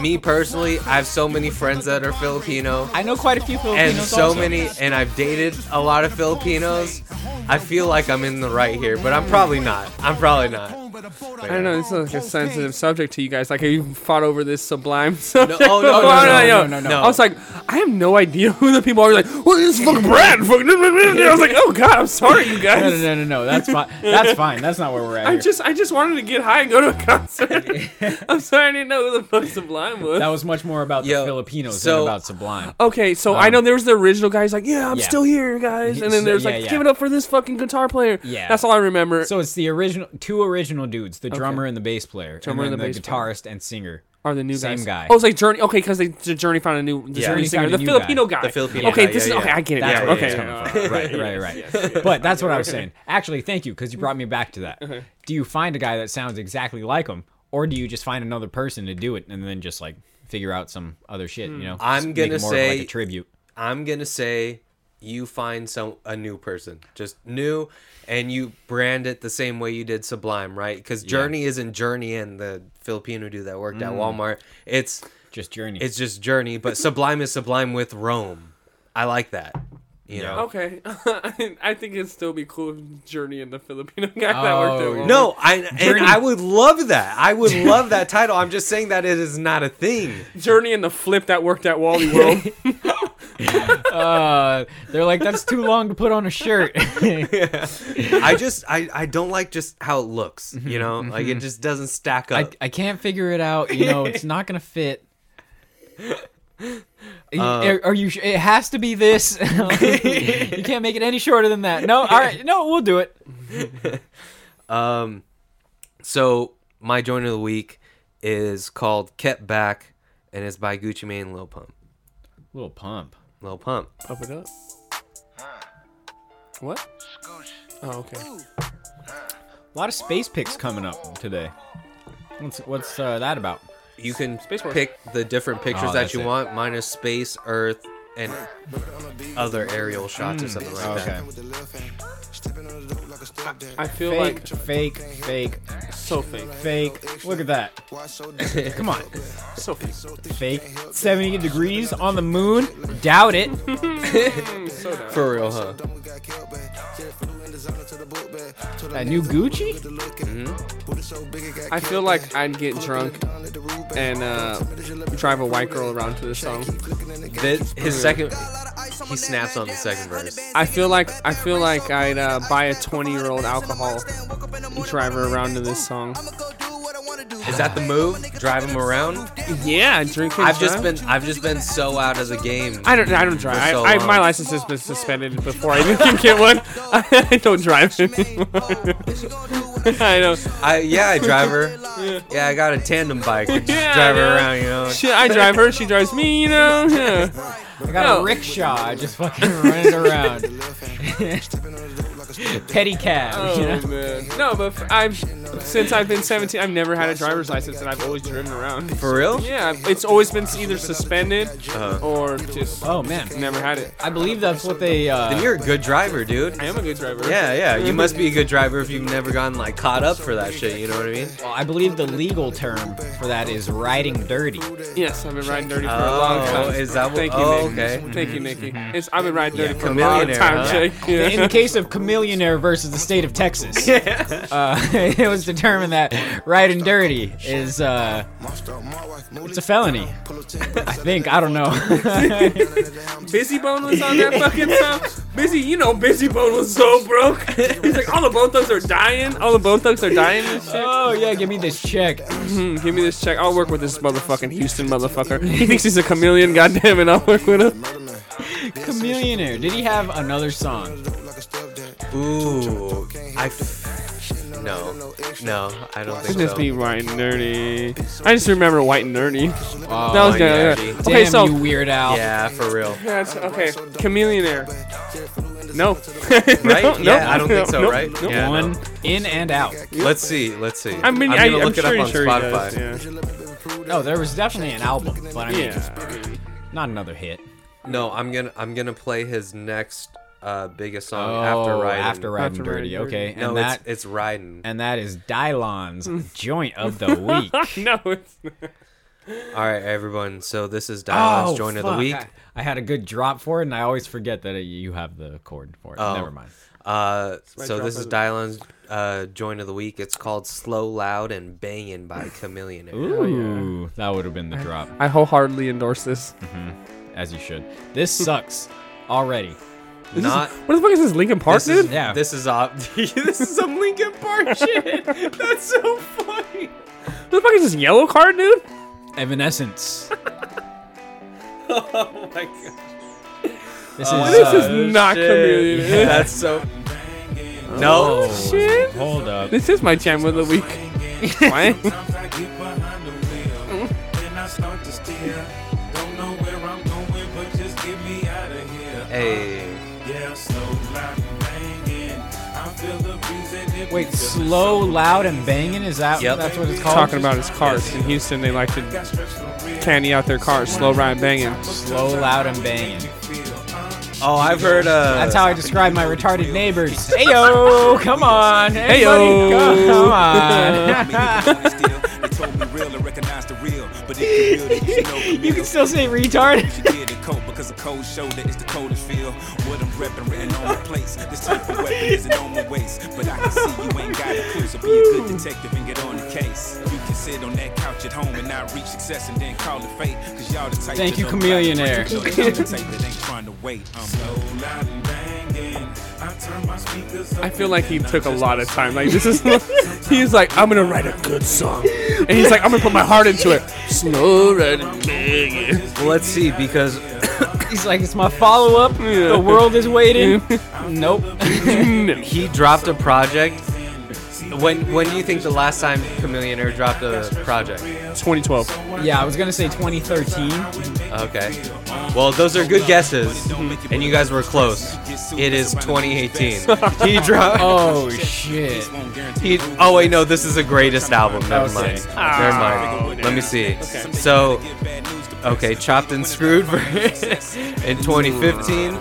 S2: me personally, I have so many friends that are Filipino,
S1: I know quite a few Filipinos
S2: and so
S1: also.
S2: many, and I've dated a lot of Filipinos. I feel like I'm in the right here, but I'm probably not. I'm probably not.
S3: I don't know. This is like a sensitive subject to you guys. Like, have you fought over this sublime [laughs] subject?
S2: oh, no, no,
S3: before?
S2: no,
S3: yo.
S2: no, no, no.
S3: I was like, I have no idea [laughs] who the people are. Like, well, this is fucking Brad. [laughs] Fucking. I was like, oh god, I'm
S2: [laughs]
S3: sorry, you guys.
S1: [laughs] No, no, no, no, no. That's fine. That's fine. That's not where we're at.
S3: I
S1: here.
S3: just I just wanted to get high and go to a concert.
S1: [laughs]
S3: [laughs] I'm sorry I didn't know who the fuck Sublime was.
S1: that was much more about the
S2: Yo,
S1: Filipinos than
S2: so-
S1: about Sublime.
S3: okay, so I know there was the original guys like, yeah, I'm
S1: Um, Yeah.
S3: still here, guys, and then
S1: So-
S3: there's
S1: yeah,
S3: like,
S1: yeah.
S3: give it up for this fucking guitar player.
S1: Yeah.
S3: that's all I remember.
S1: So it's the original, two original dudes, the drummer and the bass player,
S3: Drummer
S1: and,
S3: and
S1: then
S3: the
S1: the
S3: bass player.
S1: guitarist and singer.
S3: are the new
S1: same
S3: guys.
S1: guy.
S3: Oh, it's like Journey. Okay, because they the Journey found a new the
S2: Yeah. Journey
S3: Journey singer,
S1: found
S3: the
S1: a new
S3: Filipino guy.
S2: The Filipino
S3: Okay,
S2: guy,
S3: this
S2: yeah,
S3: is okay.
S2: yeah.
S3: I get it.
S1: That's
S2: Yeah,
S1: where
S3: okay,
S1: it's
S2: yeah.
S1: coming
S3: [laughs]
S1: from. Right, right, right. But that's what I was saying. Actually, thank you because you brought me back to that. Do you find a guy that sounds exactly like him, or do you just find another person to do it and then just like figure out some other shit?
S3: Hmm.
S1: You know,
S2: I'm
S1: Just make
S2: gonna
S1: it more of, like a
S2: say-
S1: tribute.
S2: I'm gonna say you find some a new person, just new, and you brand it the same way you did Sublime, right? Because Journey isn't Journey and the Filipino dude that worked at Walmart. It's
S1: Just journey.
S2: it's just Journey, but Sublime is Sublime with Rome. I like that. You know.
S3: Okay, [laughs] I- I think it'd still be cool if Journey and the Filipino guy that
S1: Oh,
S3: worked at Walmart.
S2: No, I and I would love that. I would love that title. I'm just saying that it is not a [laughs] thing.
S3: Journey and the flip that worked at
S1: [laughs]
S3: Wally World.
S1: uh, they're like that's too long to put on a
S2: [laughs]
S1: shirt.
S2: I just I, I don't like just how it looks. You know, like it just doesn't stack
S1: I,
S2: up.
S1: I can't figure it out. You know, [laughs] it's not gonna fit. are, are you? sh- It has to be this. [laughs] you can't make it any shorter than that. No, all right, no, we'll do it.
S2: So my joint of the week is called "Kept Back" and it's by Gucci Mane and Lil Pump.
S1: Little pump.
S2: Lil Pump.
S3: Pump it up. What? Oh, okay.
S1: A lot of space picks coming up today. What's what's uh, that about?
S2: You can
S3: Space Force.
S2: pick the different pictures
S1: Oh,
S2: that
S1: that's
S2: you
S1: it.
S2: want, minus space, Earth, and other aerial shots or something like that.
S3: I feel
S1: Fake,
S3: like
S1: fake, fake,
S3: so fake.
S1: fake. Look at that. [laughs] Come on.
S3: So fake.
S1: Fake. 70 degrees on the moon. Doubt it.
S3: So down.
S2: For real, huh?
S1: That new Gucci?
S3: I feel like I'd get drunk and uh, drive a white girl around to this song.
S2: This, his second, he snaps on the second verse.
S3: I feel like I feel like I'd uh, buy a 20 year old alcohol and drive her around to this song.
S2: Is that the move? Drive him around?
S3: Yeah, drink. and
S2: I've just
S3: drive.
S2: been, I've just been so out of the game.
S3: I don't. I don't drive.
S2: so
S3: I, I,
S2: long.
S3: my license has been suspended before I even [laughs] can get one. I don't drive anymore. [laughs] I don't.
S2: I yeah, I drive her. Yeah, I got a tandem bike. I just
S3: Yeah,
S2: drive her
S3: yeah.
S2: around, you know.
S3: She, I drive her. She drives me. You know. Yeah.
S1: I got
S3: Oh.
S1: a rickshaw. I just fucking running around. Pedicab. you know? Oh,
S3: Oh man. No, but f- I've Since I've been 17, I've never had a driver's license, and I've always driven around.
S2: For Uh-huh. real?
S3: Yeah, it's always been either suspended or just
S1: Oh man,
S3: never had it.
S1: I believe that's what they.
S2: Then
S1: Uh,
S2: you're a good driver, dude.
S3: I am a good driver.
S2: Yeah, yeah. You must be a good driver if you've never gotten like caught up for that shit. You know what I mean?
S1: I believe the legal term for that is riding dirty.
S3: Yes, I've been riding dirty for a
S2: Oh,
S3: long time.
S2: is that what-
S3: Thank you,
S2: oh,
S3: Nick.
S2: okay.
S3: Thank you, Nikki. It's, I've been riding dirty for a long
S2: chameleon
S3: time,
S2: era, huh? [laughs]
S3: Jake. Yeah.
S1: In the case of Chameleonaire versus the state of Texas, uh, [laughs] it was determined that riding dirty is uh, it's a felony. I think I don't know. [laughs]
S3: Busy Bone was on that fucking song. Busy, you know, Busy Bone was
S2: [laughs]
S3: so broke. He's like, all the bone thugs are dying. All the bone thugs are dying
S2: [laughs]
S3: and shit.
S1: oh yeah, give me this check.
S3: Hmm, give me this check. I'll work with this motherfucking Houston motherfucker. He thinks he's a chameleon, goddamn it. I'll work with him.
S1: Chameleonaire. Did he have another song?
S2: Ooh, I. F- no, no, I don't
S3: Could
S2: think
S3: this
S2: so.
S3: be white and nerdy? I just remember white and nerdy.
S1: Oh,
S3: That was good.
S2: yeah,
S3: yeah.
S2: G.
S3: Okay,
S1: Damn
S3: so
S1: you, Weird Al.
S2: Yeah, for
S3: [laughs]
S2: real.
S3: That's okay. Chameleon air. No. [laughs]
S2: Right?
S3: No,
S2: yeah,
S3: no,
S2: I don't think
S3: no,
S2: so.
S3: no,
S2: right?
S3: no.
S2: Yeah, no.
S1: One in and out.
S2: Let's see. Let's see.
S3: I mean,
S2: I'm
S3: I,
S2: gonna
S3: I'm
S2: look it
S3: sure,
S2: up on
S3: sure he
S2: Spotify.
S3: does. Yeah.
S1: No, there was definitely an album, but I mean,
S3: yeah. [laughs]
S1: not another hit.
S2: No, I'm gonna I'm gonna play his next uh, biggest song after
S1: Oh,
S2: riding.
S1: after riding
S3: After
S1: dirty.
S3: Riding
S1: Okay,
S2: No,
S1: and that
S2: it's it's riding.
S1: and that is
S2: [laughs]
S1: Dylon's joint of the week.
S3: no, it's not.
S2: All right, everyone. So this is Dylan's
S1: Oh,
S2: joint of the
S1: fuck.
S2: week.
S1: I, I had a good drop for it, and I always forget that uh you have the chord for it.
S2: Oh.
S1: Never mind.
S2: Uh,
S3: my
S2: so this is
S3: drop of
S2: Dylan's uh, joint of the week. It's called "Slow, Loud, and
S1: [sighs]
S2: Bangin'" by Chameleon.
S3: Oh,
S1: Ooh, that would have been the drop,
S3: I wholeheartedly endorse this.
S1: as you should. This sucks already.
S2: Not
S3: What the fuck is this, Lincoln Park,
S2: this is,
S3: dude?
S1: Yeah.
S2: This is off. [laughs] this is some Lincoln
S1: [laughs]
S2: Park shit.
S3: [laughs]
S2: That's so funny.
S3: What the fuck is this yellow card, dude? [laughs]
S1: Evanescence.
S2: Oh my god.
S1: This is.
S3: This
S1: uh,
S3: is not chameleon.
S2: Yeah, that's so. No.
S1: oh,
S3: [laughs] shit.
S1: Hold up.
S3: This is my jam of the week.
S2: [laughs]
S3: Why?
S2: Hey.
S1: Wait, slow, loud, and banging. Is that?
S2: Yep.
S1: That's what it's called.
S3: Talking about his cars in Houston, they like to candy out their cars, slow ride banging.
S1: slow, loud, and banging. uh,
S2: Oh, I've heard. Uh,
S1: That's how I describe my retarded neighbors.
S3: [laughs]
S1: Heyo, come on.
S3: Heyo.
S1: everybody, go-
S3: [laughs]
S1: come on. [laughs] you can still say retard.
S10: Because the cold show that it's the coldest feel. What I'm repping written on my place. This type of weapon isn't on my waist. But I can see you ain't got a clue. So be a good detective and get on the case. You can sit on that couch at home and not reach success and then call it fate. Cause y'all the type
S1: Thank
S10: that
S1: you,
S10: don't
S1: Chameleon
S10: like
S1: Air.
S10: to drink, y'all the type that ain't trying to wait. um. I'm slow, loud, and banging. I turn my speakers up
S3: I feel like he took a lot of time. Like this is, [laughs] he's like, I'm gonna write a good song, and he's like, I'm gonna put my heart into it. Slow ride and banging.
S2: Well, let's see because
S1: He's like, it's my follow up. The world is
S3: [laughs]
S1: waiting. nope.
S2: he dropped a project. When when do you think the last time Chameleon Air dropped a project?
S3: 2012.
S1: Yeah, I was going to say 2013.
S2: Okay. Well, those are good guesses, and you guys were close. It is 2018.
S1: [laughs]
S2: he dropped.
S1: Oh, shit.
S2: He, oh wait, no, this is the greatest album. Never
S1: Okay.
S2: mind. Never mind. Let me see. So, okay, chopped and screwed [laughs] for- in 2015.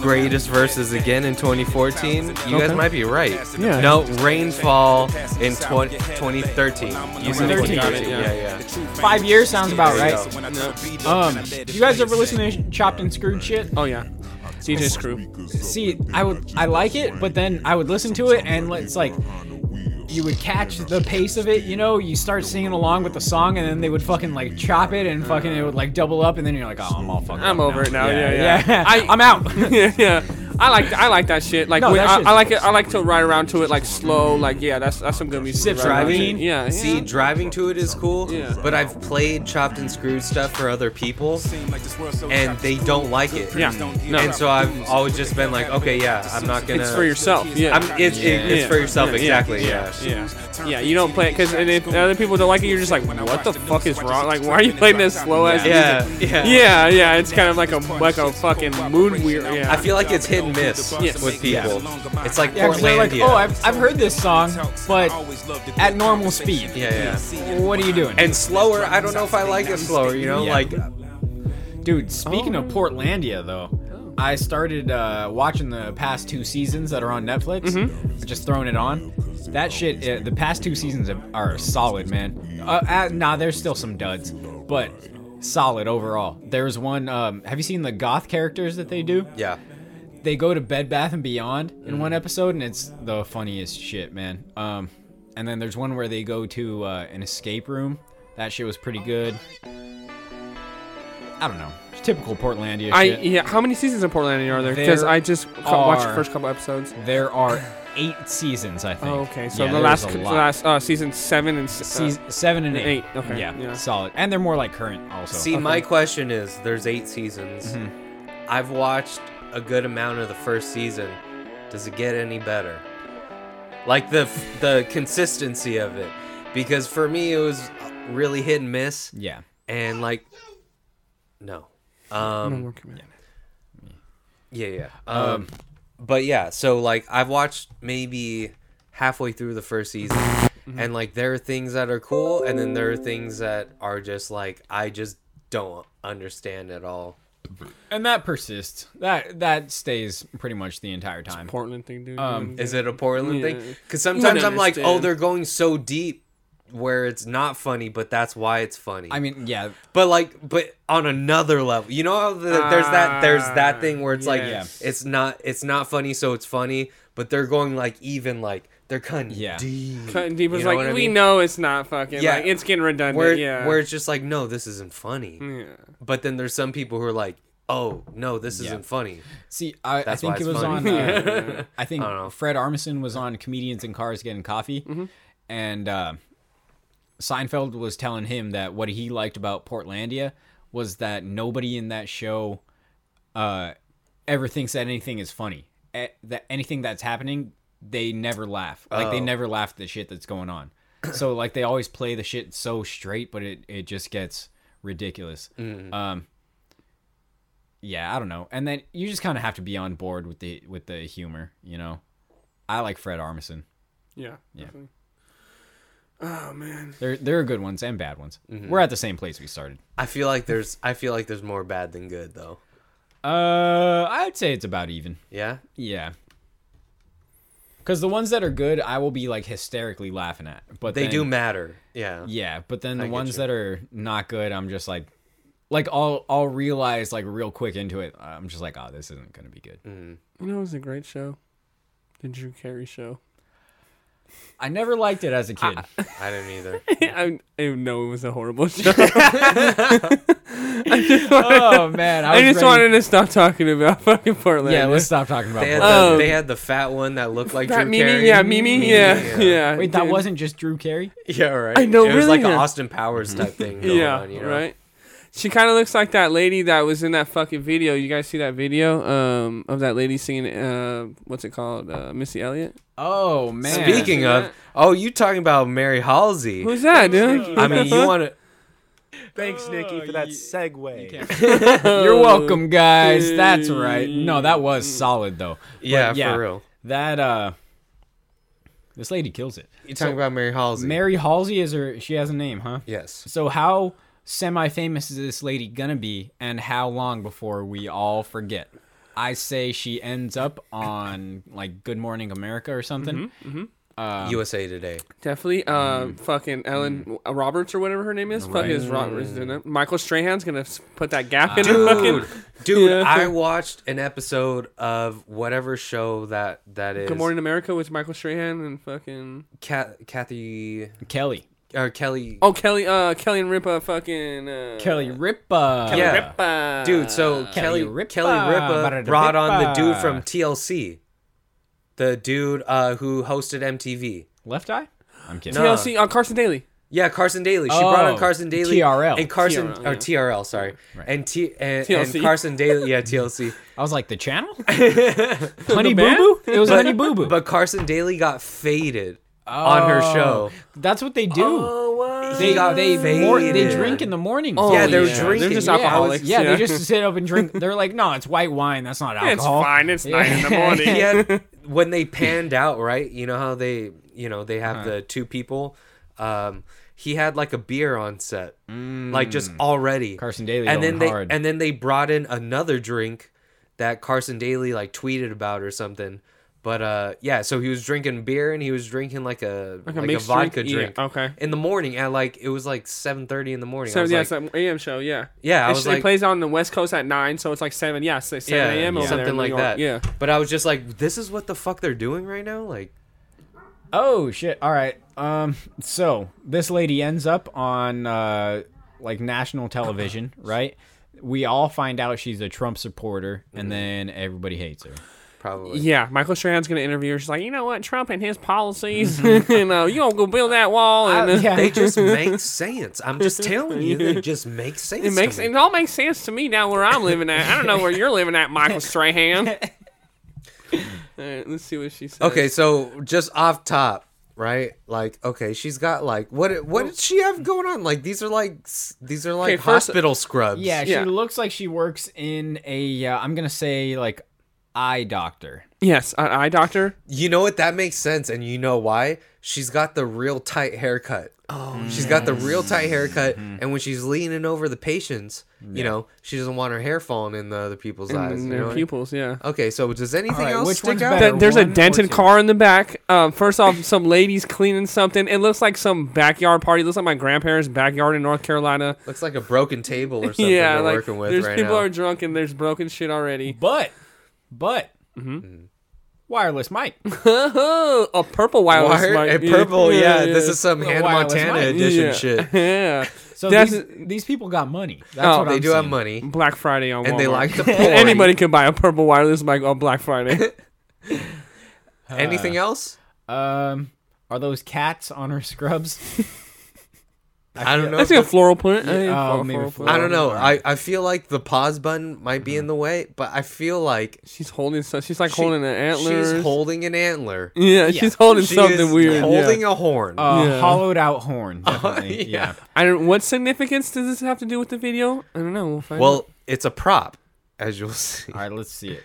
S2: Greatest verses again in 2014. You guys might be right.
S3: Yeah.
S2: No, rainfall in 20, 2013. You said
S1: 2013,
S2: 2013.
S3: yeah.
S2: Yeah, yeah.
S1: Five years sounds about
S2: There you
S1: right. Um, you guys ever listen to Chopped and Screwed shit?
S3: Oh yeah, DJ Screw.
S1: see i would i like it but then i would listen to it and it's like you would catch the pace of it you know you start singing along with the song and then they would fucking like chop it and fucking it would like double up and then you're like oh i'm all fucked
S3: I'm
S1: up
S3: over it now. Yeah, yeah.
S1: I, i'm out
S3: [laughs] yeah, yeah. I like I like that shit. Like
S1: No,
S3: when,
S1: that
S3: I,
S1: shit's
S3: I like it. I like to ride around to it like slow. Like yeah, that's that's some good music.
S1: Sips
S3: to ride around
S1: driving?
S3: to. Yeah. yeah.
S2: See, driving to it is cool,
S3: Yeah.
S2: but I've played chopped and screwed stuff for other people, and they don't like it.
S3: Yeah. No.
S2: And so I've always just been like, okay, yeah, I'm not gonna.
S3: it's for yourself. Yeah.
S2: I'm, it's, it- it's
S3: Yeah.
S2: for yourself,
S3: Yeah.
S2: exactly. Yeah.
S3: Yeah. Yeah. Yeah, you don't play it because if other people don't like it, you're just like, what the fuck is wrong? Like, why are you playing this slow ass
S2: Yeah.
S3: music?
S2: Yeah.
S3: Yeah, yeah, it's kind of like a like a fucking mood weird.
S2: I
S3: Yeah,
S2: feel like it's hit and miss
S1: Yes.
S2: with people.
S1: Yes.
S2: It's like
S1: Yeah, 'cause they're like,
S2: Portlandia.
S1: oh, I've, I've heard this song, but at normal speed.
S2: Yeah,
S1: yeah. What are you doing?
S2: And slower. I don't know if I like it slower. You know,
S1: Yeah.
S2: like
S1: Dude, speaking of Portlandia, though, I started uh, watching the past two seasons that are on Netflix. Just throwing it on. That shit, uh, the past two seasons are- are solid, man. Uh, uh, nah, there's still some duds, but solid overall. There's one. Um, have you seen the goth characters that they do?
S2: yeah.
S1: They go to Bed Bath and Beyond in
S3: Mm.
S1: one episode, and it's the funniest shit, man. Um, and then there's one where they go to uh, an escape room. That shit was pretty good. I don't know. It's typical Portlandia
S3: I e
S1: shit.
S3: yeah. How many seasons of Portlandia are there? Because
S1: There
S3: I just ca- watched the
S1: are-
S3: first couple episodes.
S1: There are eight seasons, I think.
S3: Oh, okay. So
S1: Yeah,
S3: the
S1: there's
S3: last
S1: a
S3: the
S1: lot.
S3: last uh, season seven and s- uh,
S1: Seas- seven and
S3: and
S1: eight.
S3: eight, okay,
S1: Yeah,
S3: yeah.
S1: solid. And they're more like current also.
S2: See, my question is: There's eight seasons. I've watched a good amount of the first season. Does it get any better? Like the f- the consistency of it, because for me it was really hit and miss,
S1: yeah.
S2: and like, no,
S3: no
S2: um,
S3: more coming.
S2: yeah, yeah, um, but yeah. So like, I've watched maybe halfway through the first season, and like there are things that are cool, and then there are things that are just like I just don't understand at all.
S1: And that persists. That that stays pretty much the entire time.
S3: Portland thing, dude. Mm-hmm.
S1: Um,
S2: Is it a Portland thing? 'Cause
S3: Yeah.
S2: thing? Because sometimes
S3: Wouldn't
S2: I'm like, oh,
S3: understand.
S2: they're going so deep where it's not funny, but that's why it's funny.
S1: I mean, yeah.
S2: but like, but on another level, you know, how the, there's that there's
S3: Ah,
S2: that thing where it's
S1: yes.
S2: like, it's not it's not funny, so it's funny, but they're going like even like they're cutting
S1: Yeah.
S2: deep.
S3: Cutting deep was
S2: You know
S3: like,
S2: what I
S3: we
S2: mean?
S3: know it's not fucking.
S2: Yeah.
S3: like, it's getting redundant.
S2: Where,
S3: yeah,
S2: where it's just like, no, this isn't funny.
S3: yeah.
S2: But then there's some people who are like, oh, no, this
S1: Yeah.
S2: isn't funny.
S1: See, I, I
S2: That's why
S1: think it
S2: it's
S1: was
S2: funny.
S1: on. Uh, I think
S2: [laughs] I don't know. Mm-hmm.
S1: Fred Armisen was on Comedians in Cars Getting Coffee, and uh, Seinfeld was telling him that what he liked about Portlandia was that nobody in that show uh, ever thinks that anything is funny. A- that anything that's happening, they never laugh. Like they
S2: Oh.
S1: never laugh at the shit that's going on. so like they always play the shit so straight, but it it just gets ridiculous.
S2: Mm-hmm.
S1: Um, yeah, I don't know. And then you just kind of have to be on board with the with the humor, you know. I like Fred Armisen.
S3: Yeah. definitely. Oh man.
S1: There there are good ones and bad ones.
S2: Mm-hmm.
S1: We're at the same place we started.
S2: I feel like there's I feel like there's more bad than good though.
S1: Uh, I'd say it's about even.
S2: Yeah.
S1: Yeah. Because the ones that are good, I will be like hysterically laughing at. But
S2: They
S1: then-
S2: do matter. Yeah.
S1: Yeah, but then the
S2: get
S1: ones
S2: you.
S1: that are not good, I'm just like, like I'll I'll realize like real quick into it. I'm just like, oh, this isn't gonna be good.
S2: Mm.
S3: You know, it was a great show. The Drew Carey show.
S1: I never liked it as a
S2: [laughs]
S1: kid.
S2: I didn't either.
S3: I, I know it was a horrible show.
S1: oh man, I,
S3: I
S1: was
S3: just
S1: ready-
S3: wanted to stop talking about [laughs] fucking Portland.
S1: Yeah, let's stop talking about.
S2: They had,
S1: Portland.
S2: the,
S3: Um,
S2: they had the fat one that looked like
S3: that
S2: Drew
S3: Mimi,
S2: Carey.
S3: yeah, Mimi, yeah, yeah.
S1: Wait, that
S3: dude.
S1: wasn't just Drew Carey.
S2: [laughs] yeah, right.
S3: I know,
S2: It was
S3: really,
S2: like an
S3: yeah.
S2: Austin Powers
S3: [laughs]
S2: type thing. Going
S3: yeah,
S2: on, you know?
S3: right. She kind of looks like that lady that was in that fucking video. You guys see that video um, of that lady singing? Uh, what's it called? Uh, Missy Elliott.
S1: Oh man.
S2: Speaking of, oh, you talking about Mary Halsey?
S3: Who's that, dude?
S2: I
S3: [laughs]
S2: mean, you want to?
S4: Thanks, Nikki, for that segue.
S1: You're welcome, guys. That's right. No, that was solid though. But
S2: Yeah, for real.
S1: That uh, this lady kills it.
S2: You talking about Mary Halsey?
S1: Mary Halsey is her. She has a name, huh?
S2: Yes.
S1: So how semi-famous is this lady gonna be, and how long before we all forget? I say she ends up on like Good Morning America or something.
S2: Mm-hmm. USA Today.
S3: Definitely, uh,
S2: Mm.
S3: fucking Ellen uh, Roberts or whatever her name is. Fuck is Roberts doing it. Michael Strahan's gonna s- put that gap in. the fucking
S2: Dude,
S3: [laughs]
S2: dude,
S3: Yeah.
S2: I watched an episode of whatever show that that is.
S3: Good Morning America with Michael Strahan and fucking
S2: Ca- Kathy
S1: Kelly,
S2: or Kelly.
S3: oh Kelly, uh, Kelly and Ripa, fucking uh,
S1: Kelly Ripa.
S2: Yeah.
S3: Ripa,
S2: dude. So
S1: Kelly
S2: Kelly
S1: Ripa,
S2: Kelly Ripa
S1: Barada
S2: brought on the dude
S1: Ripa.
S2: from TLC, the dude uh, who hosted MTV.
S1: Left eye. I'm kidding.
S2: No.
S3: TLC on uh, Carson Daly.
S2: Yeah, Carson Daly. She brought
S1: Oh,
S2: on Carson Daly.
S1: TRL.
S2: and Carson
S3: TRL,
S2: or
S3: yeah.
S2: TRL, sorry, and T and,
S3: TLC.
S2: and Carson Daly.
S1: [laughs]
S2: Yeah, TLC.
S1: I was like the
S2: [laughs]
S1: channel. Honey Boo
S3: band?
S1: Boo. It was Honey Boo Boo.
S2: But Carson Daly got faded on her show. Oh,
S1: That's what they do.
S2: what?
S1: They
S2: got
S1: they mor- they
S2: faded.
S1: drink in the morning.
S2: Oh, yeah, they're
S1: drinking.
S2: drinking.
S3: They're just
S1: Yeah, I was-
S3: alcoholics,
S1: Yeah,
S3: yeah.
S1: they just sit up and
S2: [laughs]
S1: drink. They're like, no, it's white wine. That's not
S3: It's
S1: alcohol.
S3: fine. It's nine in the
S1: Yeah.
S3: morning.
S2: He
S3: [laughs]
S2: had- [laughs] when they panned out, right? You know how they, you know, they have
S3: Uh-huh.
S2: the two people. Um, he had like a beer on set,
S3: Mm.
S2: like just already.
S1: Carson Daly
S2: and then
S1: going
S2: they
S1: hard.
S2: and then they brought in another drink that Carson Daly like tweeted about or something. But uh, yeah, so he was drinking beer and he was drinking like a like
S3: a
S2: a,
S3: mixed drink?
S2: vodka
S3: Yeah,
S2: drink.
S3: okay.
S2: in the morning at like it was like seven thirty in the morning. I
S3: So
S2: was
S3: yeah,
S2: like,
S3: it's an AM show. Yeah.
S2: Yeah, I
S3: It's-
S2: was
S3: it
S2: like-
S3: plays on the West Coast at nine, so it's like seven. Yeah, it's like seven a.m. over there
S2: something
S3: in
S2: like
S3: New York.
S2: that.
S3: Yeah.
S2: But I was just like, this is what the fuck they're doing right now. Like,
S1: Oh shit! All right. Um. So this lady ends up on uh like national
S2: [laughs]
S1: television, right? We all find out she's a Trump supporter,
S2: Mm-hmm.
S1: and then everybody hates her.
S2: probably.
S3: Yeah, Michael Strahan's gonna interview her. She's like, you know what, Trump and his policies. [laughs]
S2: Mm-hmm.
S3: you know, you gonna go build that wall, and
S1: I-
S2: [laughs]
S3: uh,
S1: yeah.
S2: They
S3: [laughs]
S2: just make sense. I'm just telling you, they just make sense.
S3: it makes
S2: to
S3: it
S2: me.
S3: all makes sense to me now where I'm living at. I don't know where you're living at,
S2: [laughs]
S3: Michael Strahan. all right, let's see what she says.
S2: Okay, so just off top, right? Like, okay, she's got like what? What did she have going on? Like, these are like s- these are like
S3: Okay, first-
S2: hospital scrubs.
S1: Yeah, she
S3: Yeah.
S1: looks like she works in a. Uh, I'm gonna say like eye doctor.
S3: Yes, an eye doctor.
S2: You know what? That makes sense, and you know why? She's got the real tight haircut. Oh, she's got the real tight haircut,
S3: Mm-hmm.
S2: and when she's leaning over the patients, you know, she doesn't want her hair falling in the other people's eyes.
S3: And
S2: you know
S3: their
S2: what I-
S3: pupils, yeah.
S2: Okay, so does anything
S1: Alright,
S2: else
S1: which
S2: stick
S1: one's
S2: out?
S1: better?
S3: Th- there's a
S1: one or
S3: dented
S1: two?
S3: car in the back. Um, first off, some ladies cleaning something. It looks like some backyard party. It looks like my grandparents' backyard in North Carolina.
S2: Looks like a broken table or something
S3: [laughs] yeah,
S2: they're
S3: like
S2: working with
S3: there's
S2: right
S3: people
S2: now.
S3: are drunk and there's broken shit already.
S1: But, but,
S3: Mm-hmm.
S1: wireless mic.
S3: Uh-huh. a purple wireless
S2: Wire
S3: mic.
S2: and purple, yeah,
S3: yeah.
S2: This is some
S1: Little
S2: Hannah
S1: wireless
S2: Montana
S1: mic.
S2: edition
S3: yeah.
S2: shit.
S3: Yeah.
S1: So
S3: That's-
S1: these, these people got money. That's
S3: Oh,
S1: what
S2: They
S1: I'm
S2: do have
S1: seeing.
S2: money,
S3: Black Friday on
S2: and they
S3: Walmart.
S2: like [laughs] the porn.
S3: Anybody can buy a purple wireless mic on
S2: [laughs]
S3: Black Friday.
S2: Uh, Anything else?
S3: Oh.
S1: Um, are those cats on her scrubs?
S3: [laughs]
S2: I, don't know.
S3: That's
S2: if
S3: a floral print. I think
S1: oh,
S3: floral-
S1: maybe
S3: floral
S1: floral.
S3: print.
S2: I don't know. I, I feel like the pause button might be in the way, but I feel like
S3: She's holding so she's like
S2: she-
S3: holding an antler.
S2: She's holding an antler.
S3: yeah, she's holding
S2: She
S3: something
S2: is
S3: weird.
S2: Holding
S3: yeah.
S2: a horn. [laughs]
S1: A
S3: Yeah. Oh,
S1: hollowed out horn,
S3: [laughs]
S1: definitely. yeah.
S3: I don't. What significance does this have to do with the video? I don't know. We'll find out.
S2: well, it's a prop, as you'll [laughs] see.
S1: All right, let's see it.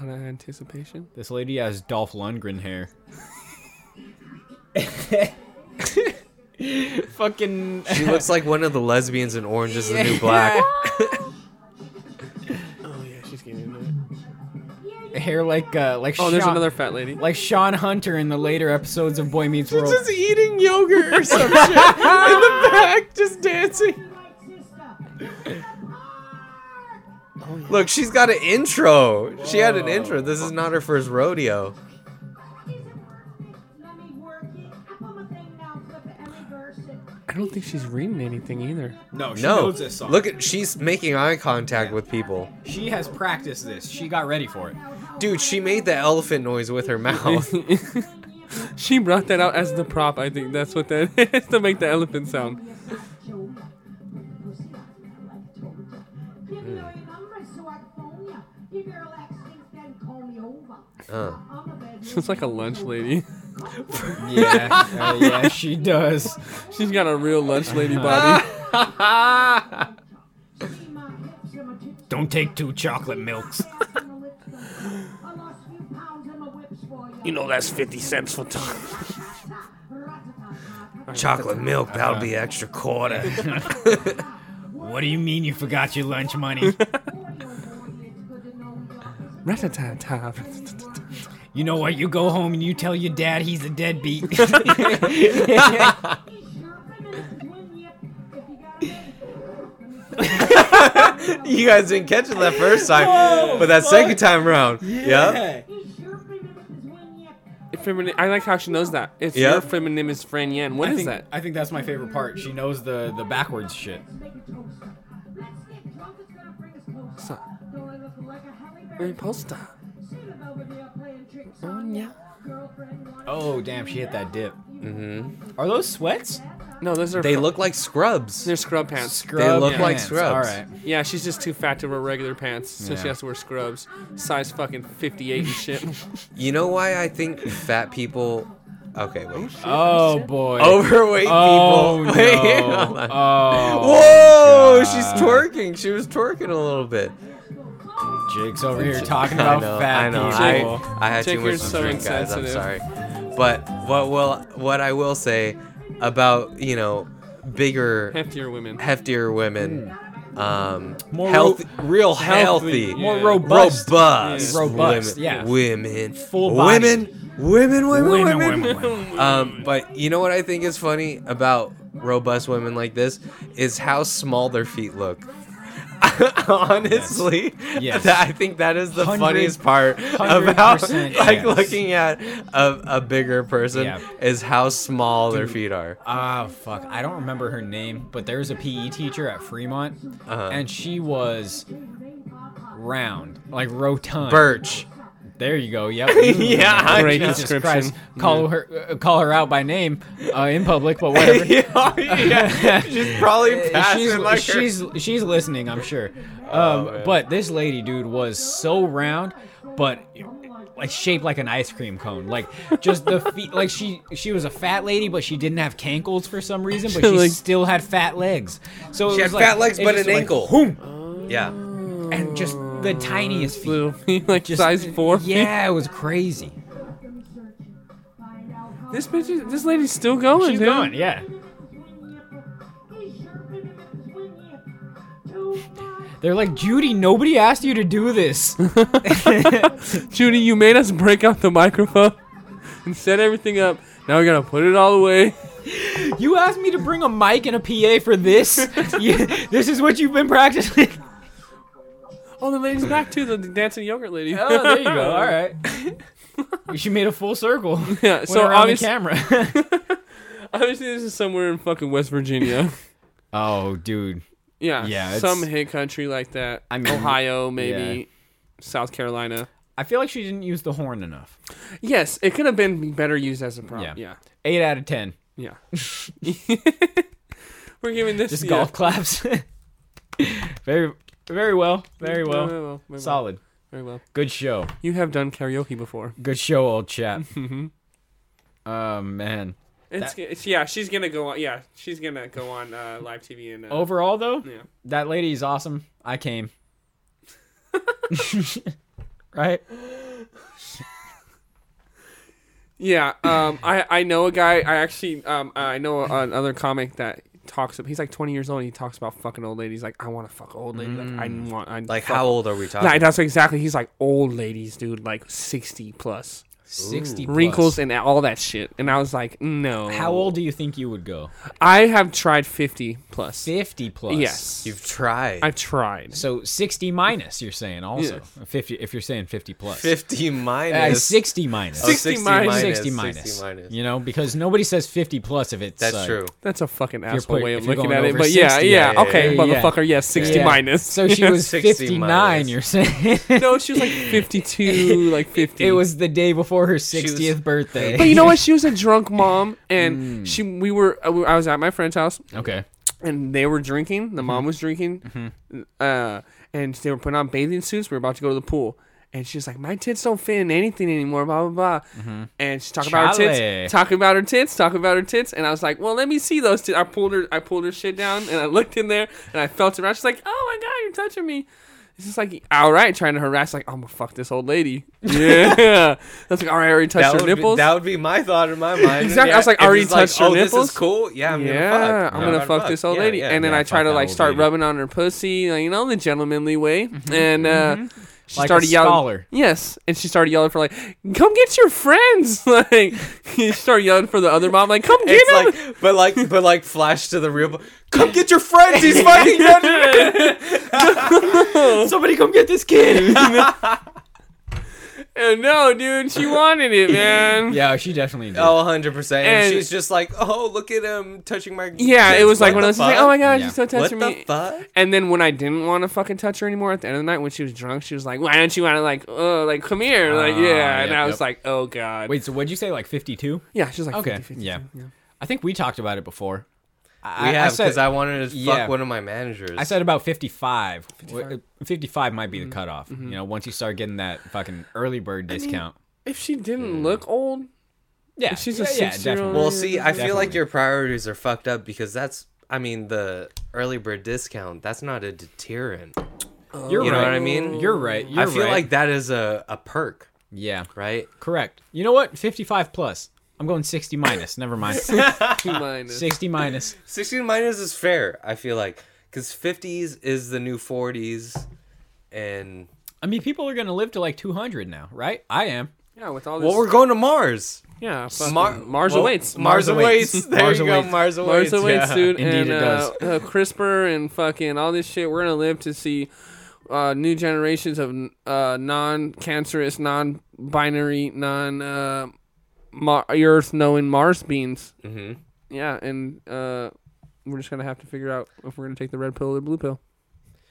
S3: Out of anticipation.
S1: This lady has Dolph Lundgren hair. Fucking.
S2: She looks like one of the lesbians in Orange Is the New [laughs] Black.
S3: Oh yeah, she's getting into it.
S1: hair like uh like
S3: Oh, there's
S1: Sean,
S3: another fat lady.
S1: like Sean Hunter in the later episodes of Boy Meets World.
S2: eating yogurt or some shit in the back, just dancing. Look, she's got an intro. She had an intro. This is not her first rodeo.
S3: I don't think she's reading anything either.
S1: No, she
S2: No,
S1: knows this song.
S2: look at she's making eye contact with people.
S1: she has practiced this. She got ready for it.
S2: Dude, she made the elephant noise with
S1: [laughs]
S2: her mouth.
S3: She brought that out as the prop. I think that's what that [laughs] is to make the elephant sound. She's like a lunch [laughs] lady.
S1: Yeah, [laughs] uh, yeah, she does.
S3: She's got a real lunch lady body.
S1: Don't take two chocolate milks.
S3: You know that's fifty cents for time.
S2: [laughs] Chocolate milk, that'll be extra quarter.
S1: What do you mean you forgot your lunch money?
S3: Ratatata.
S1: You know what? You go home and you tell your dad he's a [laughs] deadbeat.
S2: you guys didn't catch it that first time, but that second time around. Yeah.
S3: Femini- I like how she knows that. It's
S2: Yeah.
S3: your feminine is Fran Yen. What
S1: I
S3: is
S1: think,
S3: that?
S1: I think that's my favorite part. She knows the the backwards shit.
S3: It's a- Harry Poster.
S8: Sitting over there playing
S1: Oh damn, she hit that dip.
S2: Mm-hmm.
S1: Are those sweats?
S3: No, those are.
S2: They look like scrubs.
S3: They're scrub pants.
S1: Scrub
S2: look like
S1: pants.
S2: scrubs.
S1: All right.
S3: Yeah, she's just too fat to wear regular pants, so
S1: Yeah.
S3: she has to wear scrubs. Size fucking 58 and [laughs] shit.
S2: You know why I think fat people? Okay, wait.
S1: Oh boy.
S2: Overweight
S1: Oh
S2: people. [laughs] Wait, hold
S1: no.
S2: on.
S1: Oh.
S2: Whoa! She's twerking. She was twerking a little bit.
S1: Jake's over here [laughs]
S2: [laughs]
S1: talking
S2: I
S1: about
S2: know,
S1: fat
S2: I know.
S1: people.
S2: I, I had
S3: Jake,
S2: too
S3: you're
S2: much to
S3: so
S2: drink, guys. I'm
S3: insensitive.
S2: sorry. But what will what I will say about you know bigger,
S3: Heftier women.
S2: heftier women, um,
S1: Hmm. More
S2: health,
S1: ro-
S2: real
S1: healthy,
S2: healthy,
S1: more
S3: yeah.
S1: robust,
S2: robust,
S1: Yeah. Robust,
S2: women,
S1: yeah.
S2: women,
S1: Full body.
S2: women, women, women,
S1: Women,
S2: women,
S1: women, women.
S2: Um, but you know what I think is funny about robust women like this is how small their feet look. [laughs] Honestly,
S1: Yes.
S2: that- I think that is the
S1: Hundred-
S2: funniest part
S1: hundred
S2: about
S1: percent
S2: [laughs] like
S1: yes.
S2: looking at a, a bigger person
S1: Yeah.
S2: is how small their feet are.
S1: Ah, fuck. I don't remember her name, but there was a PE teacher at Fremont, and she was round, like rotund.
S2: Birch.
S1: There you go. Yep.
S2: [laughs]
S1: Mm-hmm.
S2: Yeah, I
S1: Great
S2: know.
S1: Jesus Christ. Call her, uh, call her out by name uh, in public,
S2: [laughs]
S1: but whatever. [laughs]
S2: yeah, yeah. [laughs] She's probably passing
S1: she's,
S2: like her- Oh,
S1: she's she's listening, I'm sure. Um, but this lady, dude, was so round, but like shaped like an ice cream cone. Like just
S2: [laughs]
S1: the feet. Like she she was a fat lady, but she didn't have cankles for some reason.
S3: [laughs]
S1: But she
S3: Like-
S1: still had fat legs. So it
S2: She had
S1: was like-
S2: fat legs,
S1: it
S2: but
S1: just
S2: an
S1: like,
S2: ankle.
S1: whoom,
S2: yeah.
S1: and just the tiniest feet.
S3: Blue. [laughs] like Oh. size 4.
S1: Yeah, it was crazy.
S3: This bitch is, this lady's still going,
S1: She's
S3: dude.
S1: gone. Yeah. They're like Judy. Nobody asked you to do this.
S3: Judy, you made us break out the microphone [laughs] and set everything up. Now we gotta put it all away. [laughs]
S1: You asked me to bring a mic and a PA for this. [laughs] You- this is what you've been practicing.
S3: Oh, the lady's back too, the dancing yogurt lady.
S1: [laughs] Oh, there you [laughs]
S3: [laughs]
S1: go. All right. She made a full circle.
S3: Yeah,
S1: Went
S3: so
S1: around
S3: obvious-
S1: the camera. [laughs]
S3: Obviously, this is somewhere in fucking West [laughs] Virginia.
S1: oh, dude.
S3: Yeah,
S1: Yeah, it's-
S3: some hit country like that.
S1: I
S3: I
S1: mean,
S3: mean, Ohio, maybe South Carolina.
S1: I feel like she didn't use the horn enough.
S3: Yes, it could have been better used as a prop.
S1: Yeah.
S3: Yeah, yeah,
S1: Eight out of ten.
S3: We're giving this
S1: Just
S3: yeah.
S1: golf claps. [laughs] very, very well. Very
S3: Very
S1: well.
S3: well, very well,
S1: Solid.
S3: very well.
S1: Good show.
S3: You have done karaoke before.
S1: Good show, old chap. oh man.
S3: It's, it's yeah. She's gonna go on. Yeah, she's gonna go on uh, live TV and uh,
S1: Overall, though,
S3: Yeah.
S1: that lady is awesome. I came. right.
S3: Yeah, um, I I know a guy. I actually um, I know a- another comic that talks. He's like 20 years old. and He talks about fucking old ladies. Like I want to fuck an old lady. Like I want. I
S2: Like,
S3: fuck-
S2: how old are we talking?
S3: Like, that's exactly. He's like old ladies, dude. Like 60 plus,
S1: 60 plus.
S3: wrinkles and all that shit. And I was like, no.
S1: How old do you think you would go?
S3: I have tried 50 plus.
S1: 50 plus.
S3: Yes,
S2: You've tried.
S3: I've tried.
S1: So 60 minus, you're saying also. 50 if you're saying 50 plus.
S2: 50 minus.
S1: Uh, 60 minus.
S2: Oh,
S3: 60 minus.
S1: 60 minus.
S2: 60 minus.
S1: You know, because nobody says 50 plus if it's
S2: That's
S1: uh,
S2: true.
S3: That's a fucking asshole
S1: put-
S3: way of
S1: if you're
S3: looking
S1: going
S3: at it.
S1: over
S3: But yeah,
S1: 60,
S3: yeah,
S2: yeah,
S3: okay,
S1: yeah, yeah.
S3: motherfucker. Yes, 60
S1: yeah.
S3: minus.
S1: So she
S2: [laughs]
S1: was
S2: 60
S1: 59,
S2: minus.
S1: you're saying.
S3: [laughs] no, she was
S1: [laughs]
S3: like 52, like 50.
S1: it was the day before her
S2: was-
S1: 60th birthday.
S3: But you know what? She was a drunk mom,
S1: [laughs]
S3: and
S1: Mm.
S3: she we were I I was at my friend's house,
S1: Okay.
S3: and they were drinking. The
S2: Mm-hmm.
S3: mom was drinking, uh, and they were putting on bathing suits. We were about to go to the pool, and she's like, "My tits don't fit in anything anymore." Blah blah blah.
S2: Mm-hmm.
S3: And she's talking about her
S1: Chale.
S3: tits, talking about her tits, talking about her tits, and I was like, "Well, let me see those." Tits. I pulled her, I pulled her shit down, and I looked in there, and I felt around. She's like, "Oh my god, you're touching me." It's just like all right, trying to harass. Like I'm gonna fuck this old lady.
S2: [laughs]
S3: Yeah, that's like all right. I already touched
S2: That would,
S3: her
S2: be,
S3: nipples.
S2: that would be my thought in my mind.
S3: [laughs] Exactly. I was like,
S2: If
S3: already
S2: it's
S3: touched her
S2: oh, This
S3: nipples?
S2: is cool. Yeah, I'm gonna
S3: yeah,
S2: fuck.
S3: I'm gonna fuck, this old
S2: Yeah,
S3: lady,
S2: yeah,
S3: and then
S1: yeah,
S3: I try
S1: fuck
S3: to
S1: that
S3: like
S1: old
S3: start
S1: lady. Mm-hmm.
S3: rubbing on her pussy, like, you know, the gentlemanly way, and uh, she
S1: Like a
S3: started yelling.
S1: scholar.
S3: Yes, and she started yelling for like, come get your friends. [laughs] Like she started yelling for the other mom, like come get
S2: It's
S3: them.
S2: like, but like, but like, flash to the real. bo- Come get your friends.
S3: [laughs]
S2: He's fucking
S1: Somebody come get this kid.
S3: And no, dude, she wanted it,
S1: [laughs]
S3: man.
S1: Yeah, she definitely did.
S2: Oh, 100%. And,
S3: And-
S2: she's just like, oh, look at him touching my.
S3: Yeah, it
S2: kids.
S3: was like
S2: What
S3: one
S2: the
S3: of those. Like,
S2: fuck?
S3: oh my god,
S1: Yeah.
S3: she's so touching
S2: What the
S3: me.
S2: fuck?
S3: And then when I didn't want to fucking touch her anymore at the end of the night when she was drunk, she was like, "Why don't you want to like, oh, like come here, like
S1: Ah,
S3: yeah?" and
S1: yep,
S3: I was
S1: yep.
S3: like, "Oh god."
S1: Wait, so what'd you say? Like 52?
S3: Yeah, she was like,
S1: Okay.
S3: 50, 52.
S1: yeah. I think we talked about it before.
S2: We
S1: I, I
S2: have,
S1: said-
S2: because I, wanted to fuck
S1: yeah.
S2: one of my managers.
S1: I said about 55. W- 55, might
S2: Mm-hmm.
S1: be the cutoff. You know, once you start getting that fucking early bird discount.
S3: If she didn't look old,
S1: yeah,
S3: she's a
S1: yeah, yeah,
S3: 60-year-old
S1: definitely.
S2: Well, see, I feel like
S1: Definitely.
S2: your priorities are fucked up because that's, I mean, the early bird discount, that's not a deterrent.
S1: You're
S2: You
S1: right.
S2: know what I mean?
S1: You're right. You're
S2: I feel
S1: right.
S2: like that is a, a perk,
S1: yeah,
S2: right?
S1: correct. You know what? 55 plus. I'm going 60 minus. Never
S2: [laughs]
S1: mind.
S3: two minus.
S1: 60 minus.
S2: 16 minus is fair, I feel like. Because 50s is the new 40s. And,
S1: I mean, people are going to live to like 200 now, right? I am.
S3: Yeah, with all this.
S2: well, we're going to Mars.
S3: yeah, fucking
S2: Mar-
S3: Mars
S2: well,
S3: awaits.
S2: Mars
S1: awaits.
S2: [laughs] awaits. There
S1: Mars
S2: you go.
S1: awaits.
S2: Mars awaits.
S3: Mars awaits,
S2: yeah.
S3: dude.
S1: Indeed
S3: and,
S1: it does.
S3: Uh, uh, CRISPR and fucking all this shit. We're gonna live to see uh, new generations of uh, non-cancerous, non-binary, non uh, Mar- Earth knowing Mars beings. Mm-hmm. Yeah, and uh, we're just gonna have to figure out if we're gonna take the red pill or the blue pill.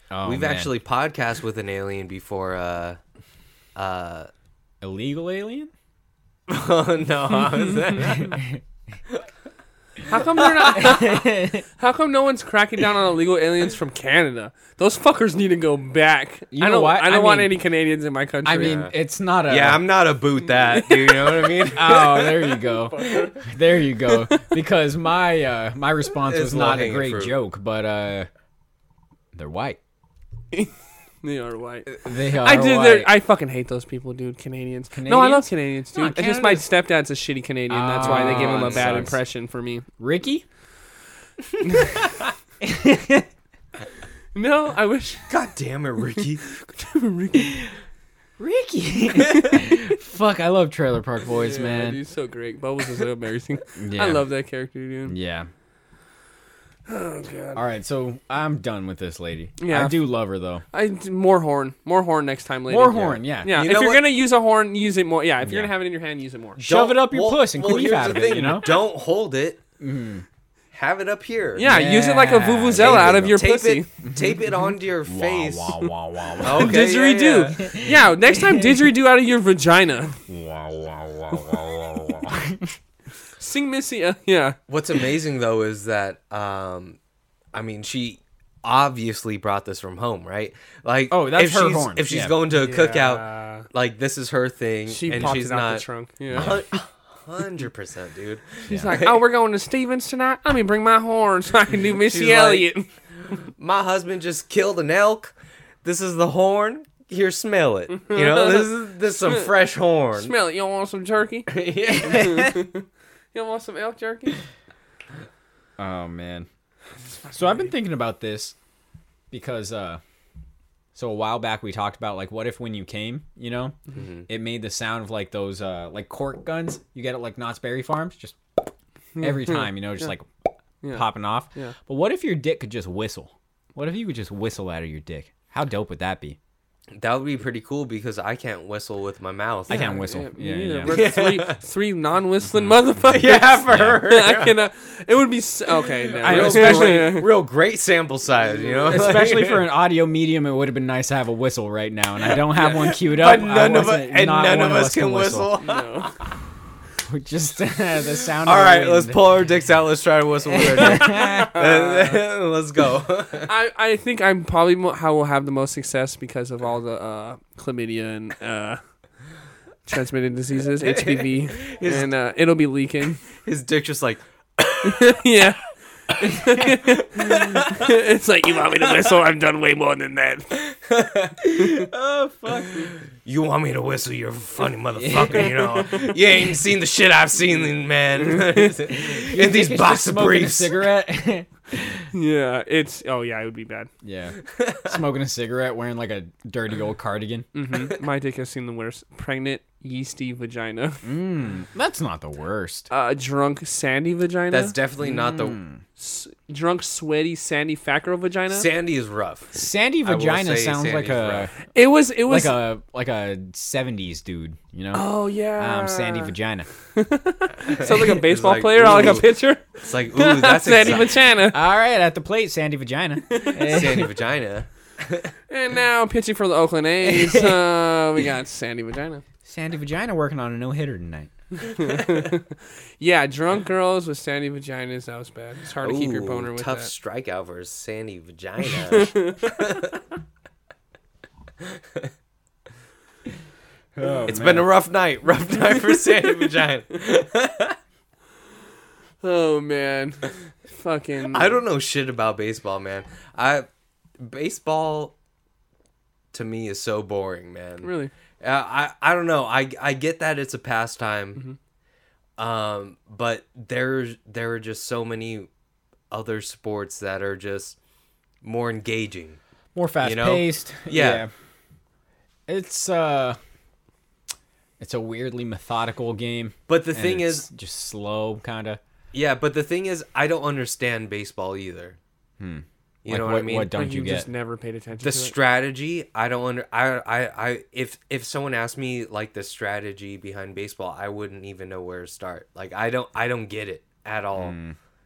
S1: Oh,
S2: We've
S1: man.
S2: actually podcast with an alien before.
S3: [laughs]
S2: Uh, uh,
S1: Illegal alien?
S2: oh, no. I [laughs] was-
S3: How come they're not?
S1: [laughs]
S3: how come no one's cracking down on illegal aliens from Canada? Those fuckers need to go back.
S1: You
S3: I
S1: know
S3: don't.
S1: what?
S3: I don't
S1: I
S3: want
S1: mean-
S3: any Canadians in my country.
S1: I mean, it's not a.
S2: yeah, I'm not about that. dude, You know what I mean?
S1: Oh, there you
S3: [laughs]
S1: go. there you go. Because my uh, my response
S2: It's
S1: was not a
S2: low-hanging
S1: great
S2: fruit.
S1: joke, but uh, they're white.
S3: they are white.
S1: They are
S3: I did.
S1: white.
S3: they're- I fucking hate those people, dude. Canadians. No, I love Canadians, dude.
S1: No,
S3: it's just my stepdad's a shitty Canadian. That's why they give him
S1: Ah,
S3: a
S1: that
S3: bad
S1: sucks.
S3: impression for me.
S1: Ricky?
S3: No, I wish.
S2: [laughs]
S3: [laughs]
S2: God damn it, [laughs] Ricky.
S1: [laughs] Ricky. Fuck, I love Trailer Park Boys, man.
S3: he's so great. Bubbles is so
S1: [laughs]
S3: amazing.
S1: Yeah.
S3: I love that character, dude.
S1: Yeah. Oh god. All right, so I'm done with this lady.
S3: Yeah.
S1: I do love her though.
S3: I more horn, more horn next time, lady.
S1: More horn, yeah.
S3: Yeah,
S2: You
S3: if
S2: know
S3: you're
S2: what?
S3: gonna use a horn, use it more. Yeah, if you're
S1: Yeah.
S3: gonna have it in your hand, use it more.
S1: Shove it up your
S2: well-
S1: puss and
S2: well,
S1: queef
S2: here's
S1: out
S2: the
S1: of it,
S2: thing,
S1: you know?
S2: Don't hold it. Mm-hmm. Have it up here.
S3: Yeah, use it like a
S1: Yeah.
S3: vuvuzela out of your
S2: tape
S3: pussy.
S2: It, tape it onto your face.
S1: Wah, wah, wah, wah,
S2: Okay, yeah, yeah.
S3: didgeridoo. Yeah. next time didgeridoo out of
S2: [laughs]
S3: your vagina.
S1: wah, wah, wah, wah, wah, wah.
S3: Sing Missy. Uh, yeah.
S2: What's amazing though is that um I mean she obviously brought this from home, right? Like
S1: Oh, that's
S2: if
S1: her
S2: she's,
S1: horn,
S2: If she's
S1: yeah.
S2: going to a cookout, like this is her thing
S3: She
S2: and
S3: popped
S2: she's
S3: it out
S2: not [laughs]
S3: the trunk. Yeah.
S2: Hundred percent, dude.
S3: She's like, oh, we're going to Stevens tonight. Let me bring my horn so [laughs] I can do Missy Elliott.
S2: My husband just killed an elk. This is the horn. Here, smell it. You know, this is this is
S3: [laughs]
S2: some fresh horn.
S3: Smell it. You all want some jerky? You
S2: [laughs] Yeah.
S3: all want some elk jerky?
S1: Oh man. So I've been thinking about this because uh so a while back we talked about like what if when you came, you know,
S2: Mm-hmm.
S1: it made the sound of like those uh like cork guns you get at like Knott's Berry Farms just every time, you know, just like popping off.
S3: Yeah.
S1: But what if your dick could just whistle? What if you could just whistle out of your dick? How dope would that
S2: [laughs]
S1: be?
S2: that would be pretty cool because I can't whistle with my mouth.
S1: I can't whistle. Yeah, yeah, yeah.
S3: We're Three, three non-whistling motherfuckers.
S2: [laughs] Mm-hmm. Yeah,
S1: [laughs]
S2: for
S3: [laughs]
S2: her. [laughs]
S3: I can, uh, it would be s okay. No,
S1: know,
S2: Real,
S3: especially
S2: especially, real great sample size, you know.
S1: Especially for an audio medium, it would have been nice to have a whistle right now, and I don't have one queued up.
S2: but
S1: I
S2: none of us,
S1: wasn't-
S2: and
S1: not
S2: none
S1: one
S2: of us can whistle.
S3: no.
S1: [laughs] Just uh, the sound.
S2: All
S1: of the
S2: right, let's
S1: wind.
S2: pull our dicks out. Let's try to whistle with our
S1: [laughs]
S2: dick. [laughs] let's go.
S3: I, I think I'm probably mo- how will have the most success because of all the uh, chlamydia and uh, transmitted diseases, HPV, and uh, it'll be leaking. [laughs]
S2: His dick just like
S3: yeah. [laughs] it's like you want me to whistle. I've done way more than that.
S2: you want me to whistle, you're a funny motherfucker, you know. You ain't seen
S1: [laughs]
S2: the shit I've seen, man. [laughs] In these
S1: Just
S2: box of
S1: smoking a
S2: briefs. [laughs]
S1: cigarette. [laughs]
S3: Yeah, it's oh yeah, it would be bad.
S1: Yeah. Smoking a cigarette, wearing like a dirty old cardigan.
S2: Mm.
S3: Mm-hmm. My dick has seen the worst. Pregnant yeasty vagina.
S1: Mm, that's not the worst.
S3: Uh, drunk sandy vagina.
S2: That's definitely not the
S1: Hmm.
S3: S- drunk sweaty sandy fat girl vagina.
S2: Sandy is rough.
S1: Sandy
S2: I will
S1: vagina
S2: say
S1: sounds like
S2: Sandy's
S1: a
S3: it was. It was.
S1: like a like a '70s dude. You know.
S3: oh yeah.
S1: Um, Sandy
S2: Uh.
S1: vagina.
S2: [laughs]
S3: Sounds like a
S2: It's
S3: baseball
S2: like,
S3: player. I like a
S2: ooh.
S3: pitcher.
S1: [laughs]
S2: It's like ooh, [laughs] that's
S3: Sandy
S2: exciting. [laughs]
S3: vagina.
S1: All right, at the plate, Sandy vagina.
S2: Sandy vagina.
S3: And now pitching for the Oakland A's.
S2: [laughs]
S3: Uh, we got sandy vagina.
S1: Sandy vagina working on a no hitter tonight.
S3: Yeah, drunk girls with sandy vaginas. That was bad. It's hard to keep your
S2: Ooh,
S3: boner with
S2: tough
S3: that.
S2: strikeout versus Sandy vagina. It's been a rough night. Rough night for Sandy Vagina.
S3: Oh
S2: [laughs]
S3: man, fucking.
S2: I don't know shit about baseball, man. I baseball to me is so boring, man.
S3: really.
S2: Uh, I I don't know. I I get that it's a pastime,
S3: Mm-hmm.
S2: um, but there's there are just so many other sports that are just more engaging.
S1: More fast paced.
S2: Yeah.
S1: It's uh it's a weirdly methodical game.
S2: But the
S1: and
S2: thing
S1: it's
S2: is,
S1: just slow kinda.
S2: yeah. But the thing is, I don't understand baseball either. You
S1: Like,
S2: know
S1: what,
S2: what, I mean?
S1: what don't
S3: Like,
S1: you,
S3: you
S1: get?
S3: just never paid
S2: the
S3: attention. to it.
S2: strategy i don't under I, I i if if someone asked me like the strategy behind baseball i wouldn't even know where to start like i don't i don't get it at all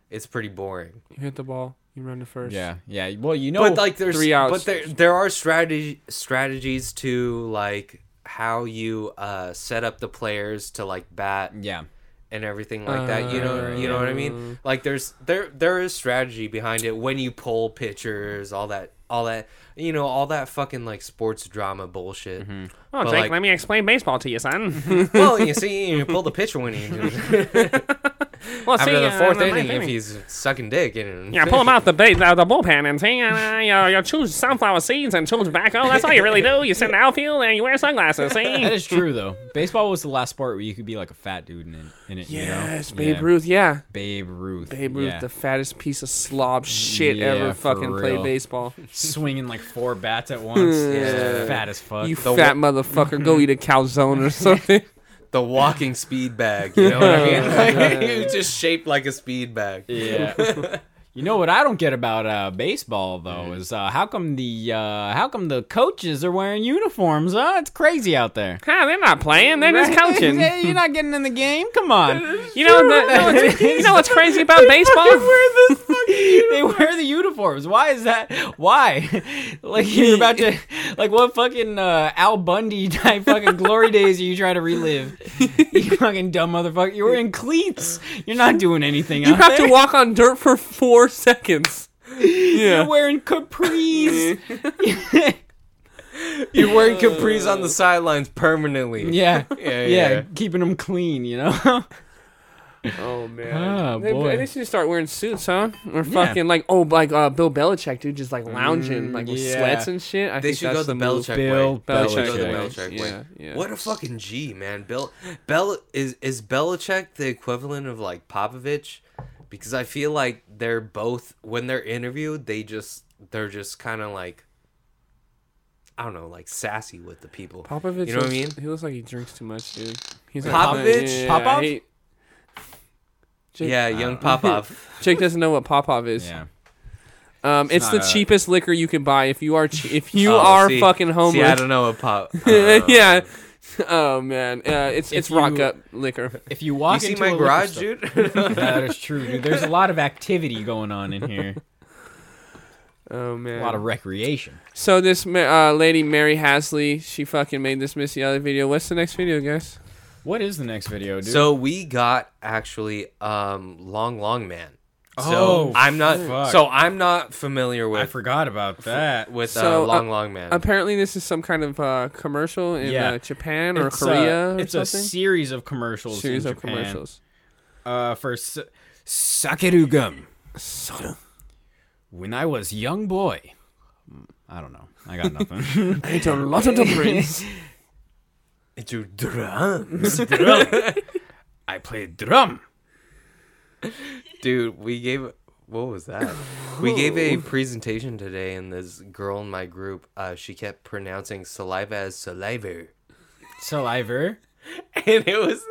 S2: it's pretty boring
S3: You hit the ball. You run to first.
S1: yeah, yeah. Well, you know,
S2: but like there's
S3: three outs.
S2: but there there are strategy strategies to like how you uh set up the players to like bat
S1: yeah,
S2: and everything like that you know
S3: Uh,
S2: you know what i mean like there's there there is strategy behind it when you pull pitchers all that all that you know all that fucking like sports drama bullshit But,
S3: Oh, Jake,
S2: like-
S3: let me explain baseball to you, [laughs] son.
S2: [laughs] well, you see, you pull the pitcher
S3: [laughs]
S2: when he
S3: well,
S2: [laughs]
S3: see,
S2: after the
S3: uh,
S2: fourth
S3: my
S2: inning if
S3: thing-
S2: he's sucking dick. And
S3: Yeah, pull him out the bait, out the bullpen, and see, uh, you, you choose sunflower seeds and choose tobacco. That's all you really do. You sit in the outfield and you wear sunglasses.
S1: that
S3: [laughs] See.
S1: is true though. Baseball was the last sport where you could be like a fat dude in it. In it
S3: Yes,
S1: you know?
S3: Babe
S1: Yeah.
S3: Ruth. Yeah,
S1: Babe Ruth.
S3: Babe Ruth,
S1: [laughs] yeah.
S3: the fattest piece of slob shit
S1: Yeah,
S3: ever
S1: for
S3: fucking played
S1: real.
S3: baseball.
S1: swinging like four bats at
S3: [laughs]
S1: once. yeah. Fat as fuck.
S3: You fat motherfucker, [laughs] go eat a calzone or something.
S2: [laughs] the walking speed bag. You know what I mean? [laughs] Like, you just shaped like a speed bag.
S1: [laughs]
S3: [laughs]
S1: Yeah. you know what I don't get about uh, baseball
S3: Mm.
S1: though is uh, how come the uh, how come the coaches are wearing uniforms? Huh? It's crazy out there.
S3: [laughs] Huh, they're not playing. They're just coaching.
S1: Hey, [laughs] You're not getting in the game. Come on.
S3: You know, the, no, [laughs] it's- you know what's crazy about baseball?
S1: [laughs] they wear the uniforms. Why is that? Why? [laughs] like you're about to, like what fucking uh, Al Bundy [laughs] type fucking glory days are you trying to [laughs] relive? you fucking dumb motherfucker. You're wearing cleats. You're not doing anything.
S3: You [laughs] have to walk on dirt for four seconds.
S1: [laughs] You're wearing [laughs] capris.
S2: You're wearing capris on the sidelines
S1: [laughs]
S2: permanently.
S1: yeah.
S2: Yeah,
S1: yeah,
S2: yeah.
S1: keeping them clean, you know. [laughs]
S3: Oh man.
S2: Ah,
S1: oh
S3: They, they
S1: boy.
S3: should start wearing suits, huh? Or fucking like oh, like uh, Bill Belichick, dude, just like lounging, like with
S1: yeah.
S3: sweats and shit. I
S2: Mm, They
S3: think
S2: should
S3: that's
S2: go the
S3: move.
S2: Belichick
S1: Bill
S2: way. They should go the
S1: Belichick.
S2: Belichick
S3: Yeah,
S2: way.
S3: yeah.
S2: What a fucking G, man. Bill, Bel is is Belichick the equivalent of like Popovich? Because I feel like they're both when they're interviewed, they just they're just kind of like I don't know, like sassy with the people.
S3: Popovich,
S2: you know what I mean?
S3: looks- He looks like he drinks too much, dude. He's like,
S2: Popovich?
S3: yeah, I
S1: Popov?
S3: hate- Jake,
S2: Yeah, young Popov.
S3: Jake doesn't know what Popov is.
S1: Yeah.
S3: Um,
S1: not
S3: it's, the
S1: a-
S3: cheapest liquor you can buy if you are che- if you
S2: Oh,
S3: are
S2: see-
S3: fucking
S2: See, I
S3: homeless.
S2: don't
S3: [laughs]
S2: know what Pop.
S3: yeah. Oh man, uh, it's it's
S1: you-
S3: rock up liquor.
S1: If you walk
S2: you see
S1: into a
S2: my
S1: liquor
S2: garage,
S1: store- [laughs]
S2: dude?
S1: that is true, dude. There's a lot of activity going on in [laughs] here.
S3: Oh man,
S1: A lot of recreation.
S3: So this ma- uh, lady Mary Hasley, she fucking made this Missy Elliott video. What's the next video, guys?
S1: What is the next video, dude?
S2: so we got actually um long long man. So
S1: Oh,
S2: I'm not.
S1: fuck.
S2: So I'm not familiar with
S1: I forgot about that.
S2: with
S3: So,
S2: uh,
S3: uh,
S2: long long man.
S3: Apparently, this is some kind of uh, commercial in
S1: Yeah.
S3: uh, Japan or
S1: It's, uh,
S3: Korea or
S1: it's a
S3: something.
S1: series of commercials.
S3: series
S1: in
S3: of
S1: Japan, [laughs]
S3: commercials.
S1: Uh, for s- Sakeru gum.
S3: Soda.
S1: When I was young boy, I don't know. I got nothing. [laughs]
S3: I ate a lot of dumplings.
S2: Into [laughs] drums,
S1: I played drum.
S2: dude. We gave. What was that? We gave a presentation today, and this girl in my group, uh, she kept pronouncing saliva as saliva, [laughs]
S1: Saliva.
S2: and it was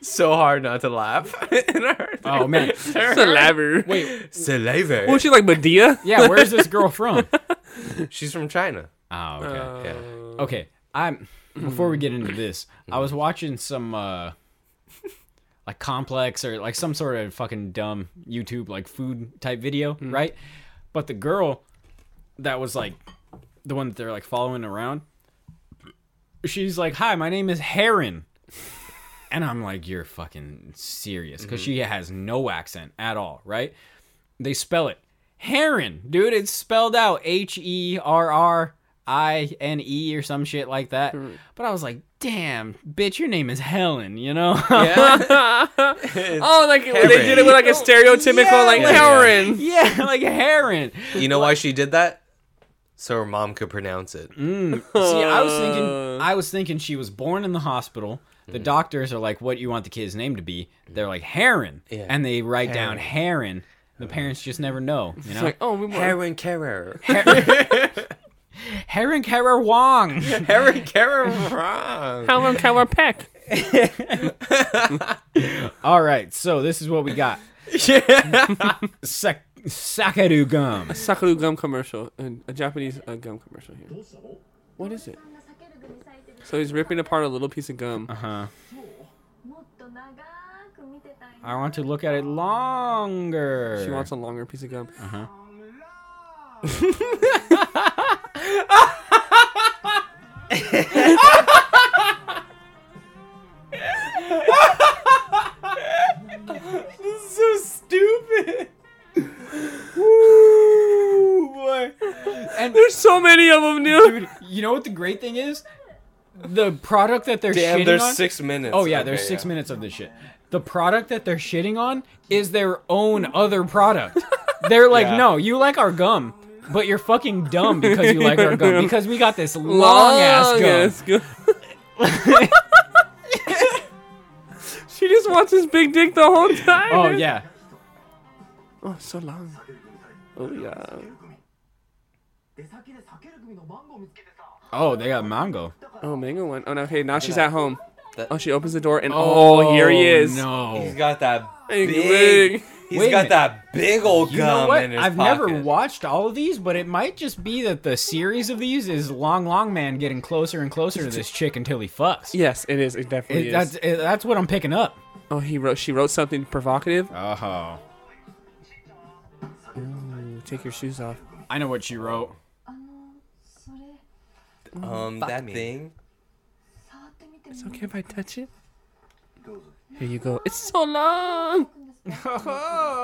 S2: so hard not to laugh. [laughs] and I heard
S1: Oh
S3: [laughs]
S1: man. [laughs]
S3: Saliva.
S1: Wait.
S2: saliva.
S3: What's she like, Medea?
S1: Yeah, where's this girl
S3: [laughs]
S1: from?
S2: She's from China.
S1: Oh, okay.
S2: Yeah.
S3: Uh,
S1: Okay, I'm before we get into this, I was watching some uh like complex or like some sort of fucking dumb YouTube like food type video, right? But the girl that was like the one that they're like following around, she's like, "Hi, my name is Heron." And I'm like, "You're fucking serious because she has no accent at all, right? They spell it Heron, dude. It's spelled out H E R R I N E or some shit like that. But I was like, damn, bitch, your name is Helen, you know?
S3: Oh, like when they did it with like a stereotypical
S1: Yeah,
S3: like
S1: yeah,
S2: yeah.
S3: Karen.
S1: yeah, [laughs] like Heron.
S2: You know why she did that? So her mom could pronounce it.
S1: Mm. See, I was thinking, I was thinking she was born in the hospital. The doctors are like, "What do you want the kid's name to be?" They're like Heron,
S2: Yeah.
S1: and they write down Heron. The parents just never know, you know.
S3: Like, oh, we want.
S2: Heron Kerrer.
S1: Heron Kara Wong.
S2: Heron Kerrer wrong.
S3: How long can we peck?
S1: All right, so this is what we got. [laughs] Sak- Sakaru gum.
S3: Sakaru gum commercial, a, a Japanese uh, gum commercial here. What is it? So he's ripping apart a little piece of gum.
S1: Huh. I want to look at it longer.
S3: She wants a longer piece of gum.
S1: Uh-huh.
S3: [laughs]
S1: so stupid. Woo, boy. And
S3: There's so many of them, dude.
S1: dude, you know what the great thing is? The product that they're
S2: Damn,
S1: shitting
S2: there's
S1: on.
S2: six minutes.
S1: oh yeah,
S2: Okay,
S1: there's six
S2: yeah.
S1: minutes of this shit. The product that they're shitting on is their own other product. they're like,
S2: Yeah.
S1: no, you like our gum, but you're fucking dumb because you like our gum because we got this long ass gum.
S3: Long-ass gum. [laughs] she just wants his big dick the whole time.
S1: Oh
S3: dude.
S1: yeah.
S3: Oh, so long. Oh yeah.
S1: Oh, they got mango.
S3: Oh, mango one. Oh no. Hey, now she's at home.
S2: That-
S3: Oh, she opens the door and oh, here he is.
S2: He's
S1: No.
S2: got that
S3: Big
S2: big.
S3: ring.
S2: He's
S1: Wait a
S2: got
S1: minute.
S2: that big old gum
S1: You know what?
S2: in his
S1: I've
S2: pocket.
S1: never watched all of these, but it might just be that the series of these is Long Long Man getting closer and closer to this chick until he fucks.
S3: Yes, it is. It
S1: It-
S3: definitely is.
S1: that's it, that's what I'm picking up.
S3: Oh, he wrote. She wrote something provocative. Oh,
S1: Uh huh.
S3: Ooh, take your shoes off.
S1: I know what she wrote.
S2: um that thing.
S3: It's okay if I touch it. Here you go. It's so long.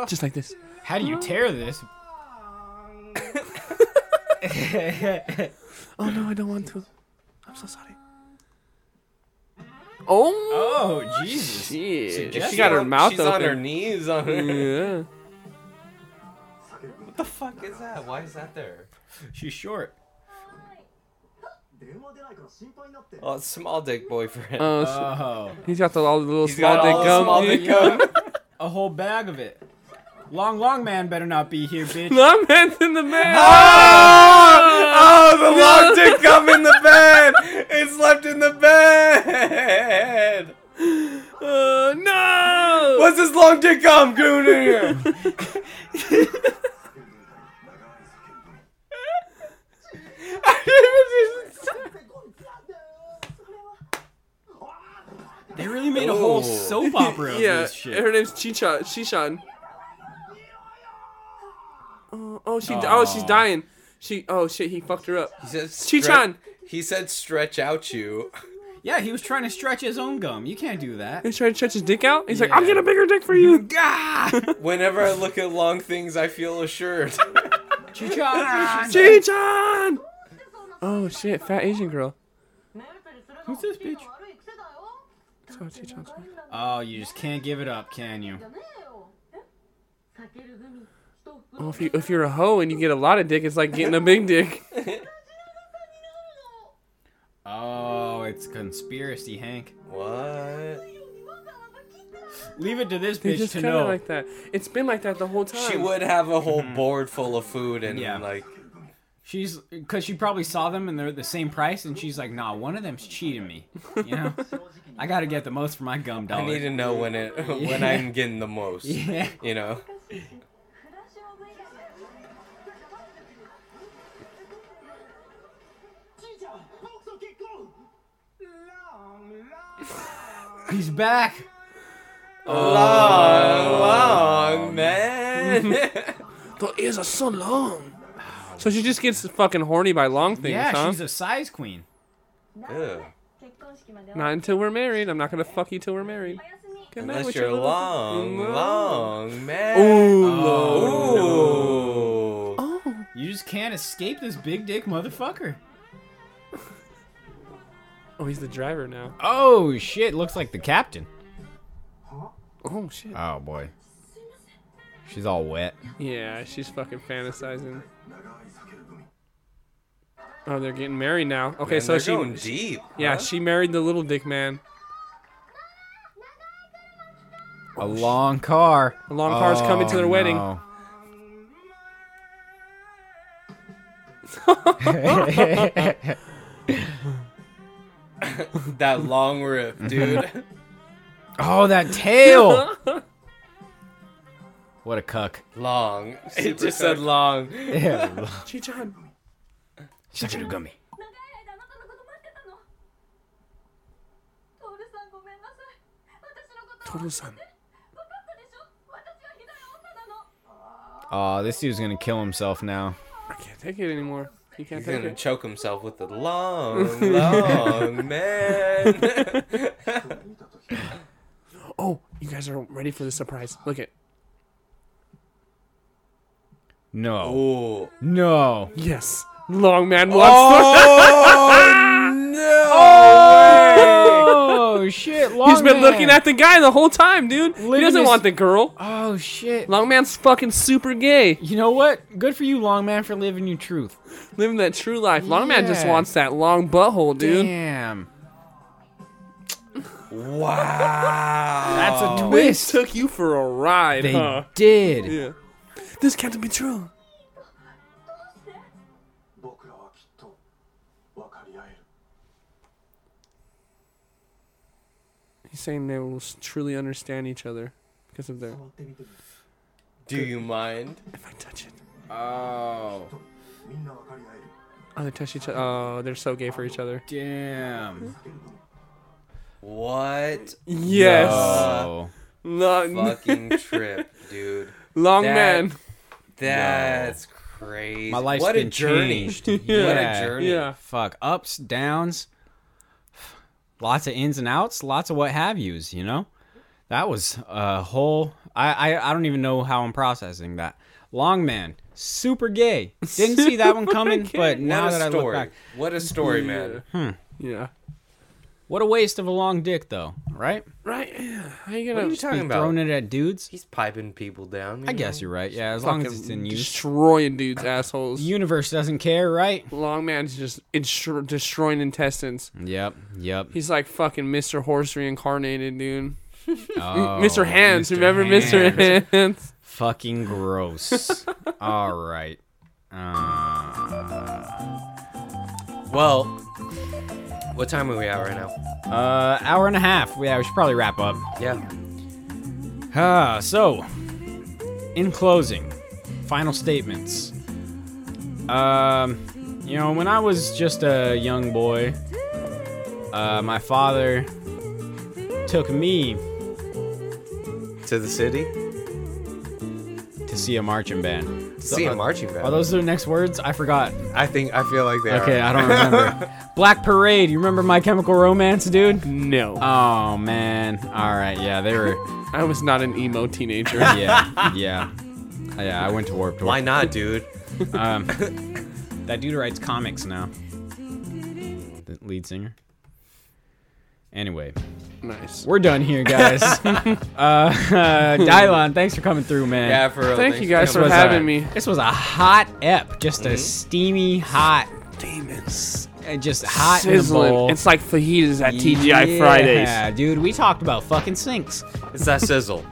S3: Just like this.
S1: How do you tear this?
S3: Oh no, I don't want to. I'm so sorry. Oh
S1: Oh Jesus!
S3: shit!
S1: Suggestive.
S3: She got her mouth
S2: She's
S3: open.
S2: on her knees. On her.
S3: [laughs] Yeah.
S2: What the fuck is that? Why is that there?
S1: She's short.
S2: Oh, it's small dick boyfriend.
S3: Oh, so-
S1: Oh,
S3: he's got the, all the little
S2: He's
S3: small
S2: got
S3: dick
S2: all the
S3: gum.
S2: small
S3: dude.
S2: dick gum.
S1: a whole bag of it. Long Long Man better not be here, bitch.
S3: [laughs] No, I'm in the man. [laughs]
S2: Oh, the long dick gum in the bed. It's left in the bed.
S3: Uh, no. [laughs]
S2: What's this long dick gum doing in here?
S1: They really made a whole
S2: Oh.
S1: soap opera of
S3: [laughs] Yeah,
S1: this shit.
S3: her name's Chicha. Shishan. Oh, oh, she. Oh, she's
S1: Aw.
S3: dying. She. Oh shit, he fucked her up.
S2: He said,
S3: Chichan.
S2: He said, "Stretch out you."
S1: Yeah, he was trying to stretch his own gum. You can't do
S3: [laughs]
S1: that.
S3: He's trying to stretch his dick out. He's like, I'm
S1: Yeah.
S3: getting a bigger dick for you.
S2: Whenever I look at long things, I feel assured. [laughs]
S1: Chicha.
S3: Chichan. Oh shit, fat Asian girl.
S1: Who's this bitch?
S3: Sorry, Chichan's wife.
S1: Oh, you just can't give it up, can you?
S3: Oh, if you if you're a hoe and you get a lot of dick, it's like getting
S2: [laughs]
S3: a big dick.
S1: Oh, it's conspiracy, Hank.
S2: what?
S1: Leave it to this
S3: They
S1: bitch
S3: just
S1: to
S3: kinda
S1: know.
S3: like that. It's been like that the whole time.
S2: She would have a whole board full of food and
S1: Mm-hmm. Yeah.
S2: like
S1: She's because she probably saw them and they're the same price, and she's like, "Nah, one of them's cheating me. You
S3: [laughs]
S1: know, I got to get the most for my gum dollar."
S2: I need to know when it [laughs] when
S1: Yeah.
S2: I'm getting the
S1: [laughs]
S2: most.
S1: Yeah.
S2: You know.
S1: He's back.
S2: Long,
S1: Oh,
S2: long
S1: [laughs]
S2: man. [laughs]
S3: The ears are so long. So she just gets fucking horny by long things,
S1: yeah,
S3: huh?
S1: she's a size queen.
S2: Ew.
S3: Not until we're married. I'm not gonna fuck you till we're married. Get mad
S2: Unless
S3: with
S2: you're
S3: your little-
S2: long,
S3: Mm,
S2: long man.
S1: Oh,
S2: Ooh.
S1: You just can't escape this big dick motherfucker.
S3: Oh, he's the driver now.
S1: Oh shit! Looks like the captain.
S3: Oh shit.
S1: Oh boy. She's all wet.
S3: Yeah, she's fucking fantasizing. Oh, they're getting married now. Okay,
S2: And
S3: so
S2: they're
S3: she
S2: going deep.
S3: Yeah,
S2: huh?
S3: she married the little dick man.
S1: A long car. Oh,
S3: A long Oh, car's coming to their wedding.
S1: no.
S2: that long rip,
S3: [laughs]
S2: dude.
S1: Oh, that tail! what a cuck.
S3: [laughs]
S2: long. It just said long.
S1: Yeah.
S3: Chichan.
S1: gummy.
S3: Toru-san.
S1: Oh, this dude's gonna kill himself now.
S3: I can't take it anymore. He can't
S2: He's
S3: take
S2: gonna
S3: it.
S2: choke himself with
S1: [laughs]
S2: the long, long man.
S3: Oh, you guys are ready for the surprise. Look at. Oh.
S1: No.
S2: Ooh.
S1: No.
S3: [laughs] Yes. Long man wants
S2: Oh
S1: Oh shit! Long
S3: [laughs] He's been
S1: man.
S3: looking at the guy the whole time, dude. he
S1: Living
S3: doesn't
S1: his-
S3: want the girl.
S1: Oh shit!
S3: Long man's fucking super gay.
S1: You know what? Good for you, long man, for living your truth.
S3: Living that true life. Long man just
S1: Yeah.
S3: wants that long butthole, dude.
S1: Damn.
S2: no! Wow.
S1: That's a
S3: They
S1: twist.
S3: took you for a ride,
S1: They
S3: huh?
S1: did.
S3: Yeah. This can't be true. He's saying they will s- truly understand each other because of their.
S2: Do you mind?
S3: If I touch it.
S1: Oh.
S3: Oh, they touch each other. Oh, they're so gay for each other.
S1: Damn. [laughs]
S2: What?
S3: Yes.
S1: Oh.
S3: Long,
S2: Fucking trip,
S1: [laughs]
S2: dude.
S3: [laughs] long
S2: that- [laughs]
S3: man.
S2: That's crazy.
S1: My life's
S2: what
S1: been
S2: a journey.
S1: changed.
S2: What
S1: Yeah.
S2: a journey.
S3: Yeah.
S1: Fuck. Ups, downs, lots of ins and outs, lots of what have yous, you know? That was a whole. I, I, I don't even know how I'm processing that. Long man, super gay. Didn't see that one coming, but
S2: What
S1: now
S2: a
S1: that I look
S2: story.
S1: back.
S2: What a story, man.
S3: Yeah.
S1: What a waste of a long dick, though, right?
S3: Right. Yeah. How you
S2: What
S3: gonna
S2: are you talking
S1: Be
S2: about?
S1: Throwing it at dudes?
S2: He's piping people down. you
S1: I
S2: know?
S1: guess you're right. Yeah, as long as it's
S3: fucking
S1: in use.
S3: destroying dudes' assholes?
S1: The universe doesn't care, right?
S3: Long man's just instru- destroying intestines.
S2: Mm.
S1: Yep, yep.
S3: He's like fucking Mr. Horse reincarnated, dude.
S1: Oh,
S3: Mr. Hands, remember Mr. Hands? [laughs]
S1: Fucking gross. All right. Uh,
S2: Well, what time are we at right now?
S1: Uh, hour and a half. Yeah, we should probably wrap up.
S2: Yeah.
S1: Ah, so, in closing, final statements. Um, you know, when I was just a young boy, uh, my father took me
S2: To the city?
S1: to see a marching band.
S2: see a marching band.
S1: Are those the next words? I forgot.
S2: I think I feel like they
S1: Okay,
S2: are.
S1: I don't remember. [laughs] Black Parade. You remember My Chemical Romance, dude?
S3: No.
S2: Uh,
S1: Oh man. All right. Yeah, they were.
S3: I was not an emo teenager.
S2: [laughs]
S1: Yeah, yeah, yeah. I went to Warped Tour.
S2: Why not, dude?
S1: That dude writes comics now. The lead singer. Anyway,
S3: nice.
S1: we're done here,
S3: [laughs]
S1: guys. [laughs] uh, [laughs] uh Dylon, thanks for coming through, man.
S2: Yeah, for real.
S3: Thank you guys
S1: This
S3: for
S1: was a-
S3: having me. Mm-hmm.
S1: This was a hot ep, just a steamy hot.
S3: Demons.
S1: and just hot in
S3: Sizzling.
S1: the bowl.
S3: It's like fajitas at TGI Fridays.
S1: Yeah, dude, we talked about fucking sinks.
S2: It's that sizzle.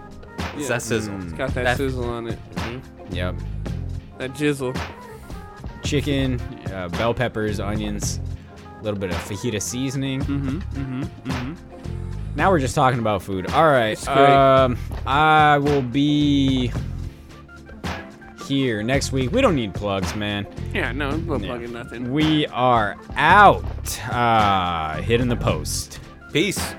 S2: It's that sizzle.
S1: Mm.
S3: It's got that,
S2: That-
S3: sizzle on it.
S1: Yep.
S3: That jizzle.
S1: Chicken, uh, bell peppers, onions, a little bit of fajita seasoning.
S3: Mm-hmm. Mm-hmm. Mm-hmm.
S1: Now we're just talking about food. All right.
S3: It's great.
S1: Um, I will be here next week. We don't need plugs, man.
S3: Yeah, no, no
S1: Yeah.
S3: fucking nothing.
S1: We are out. Uh, hitting the post.
S2: Peace.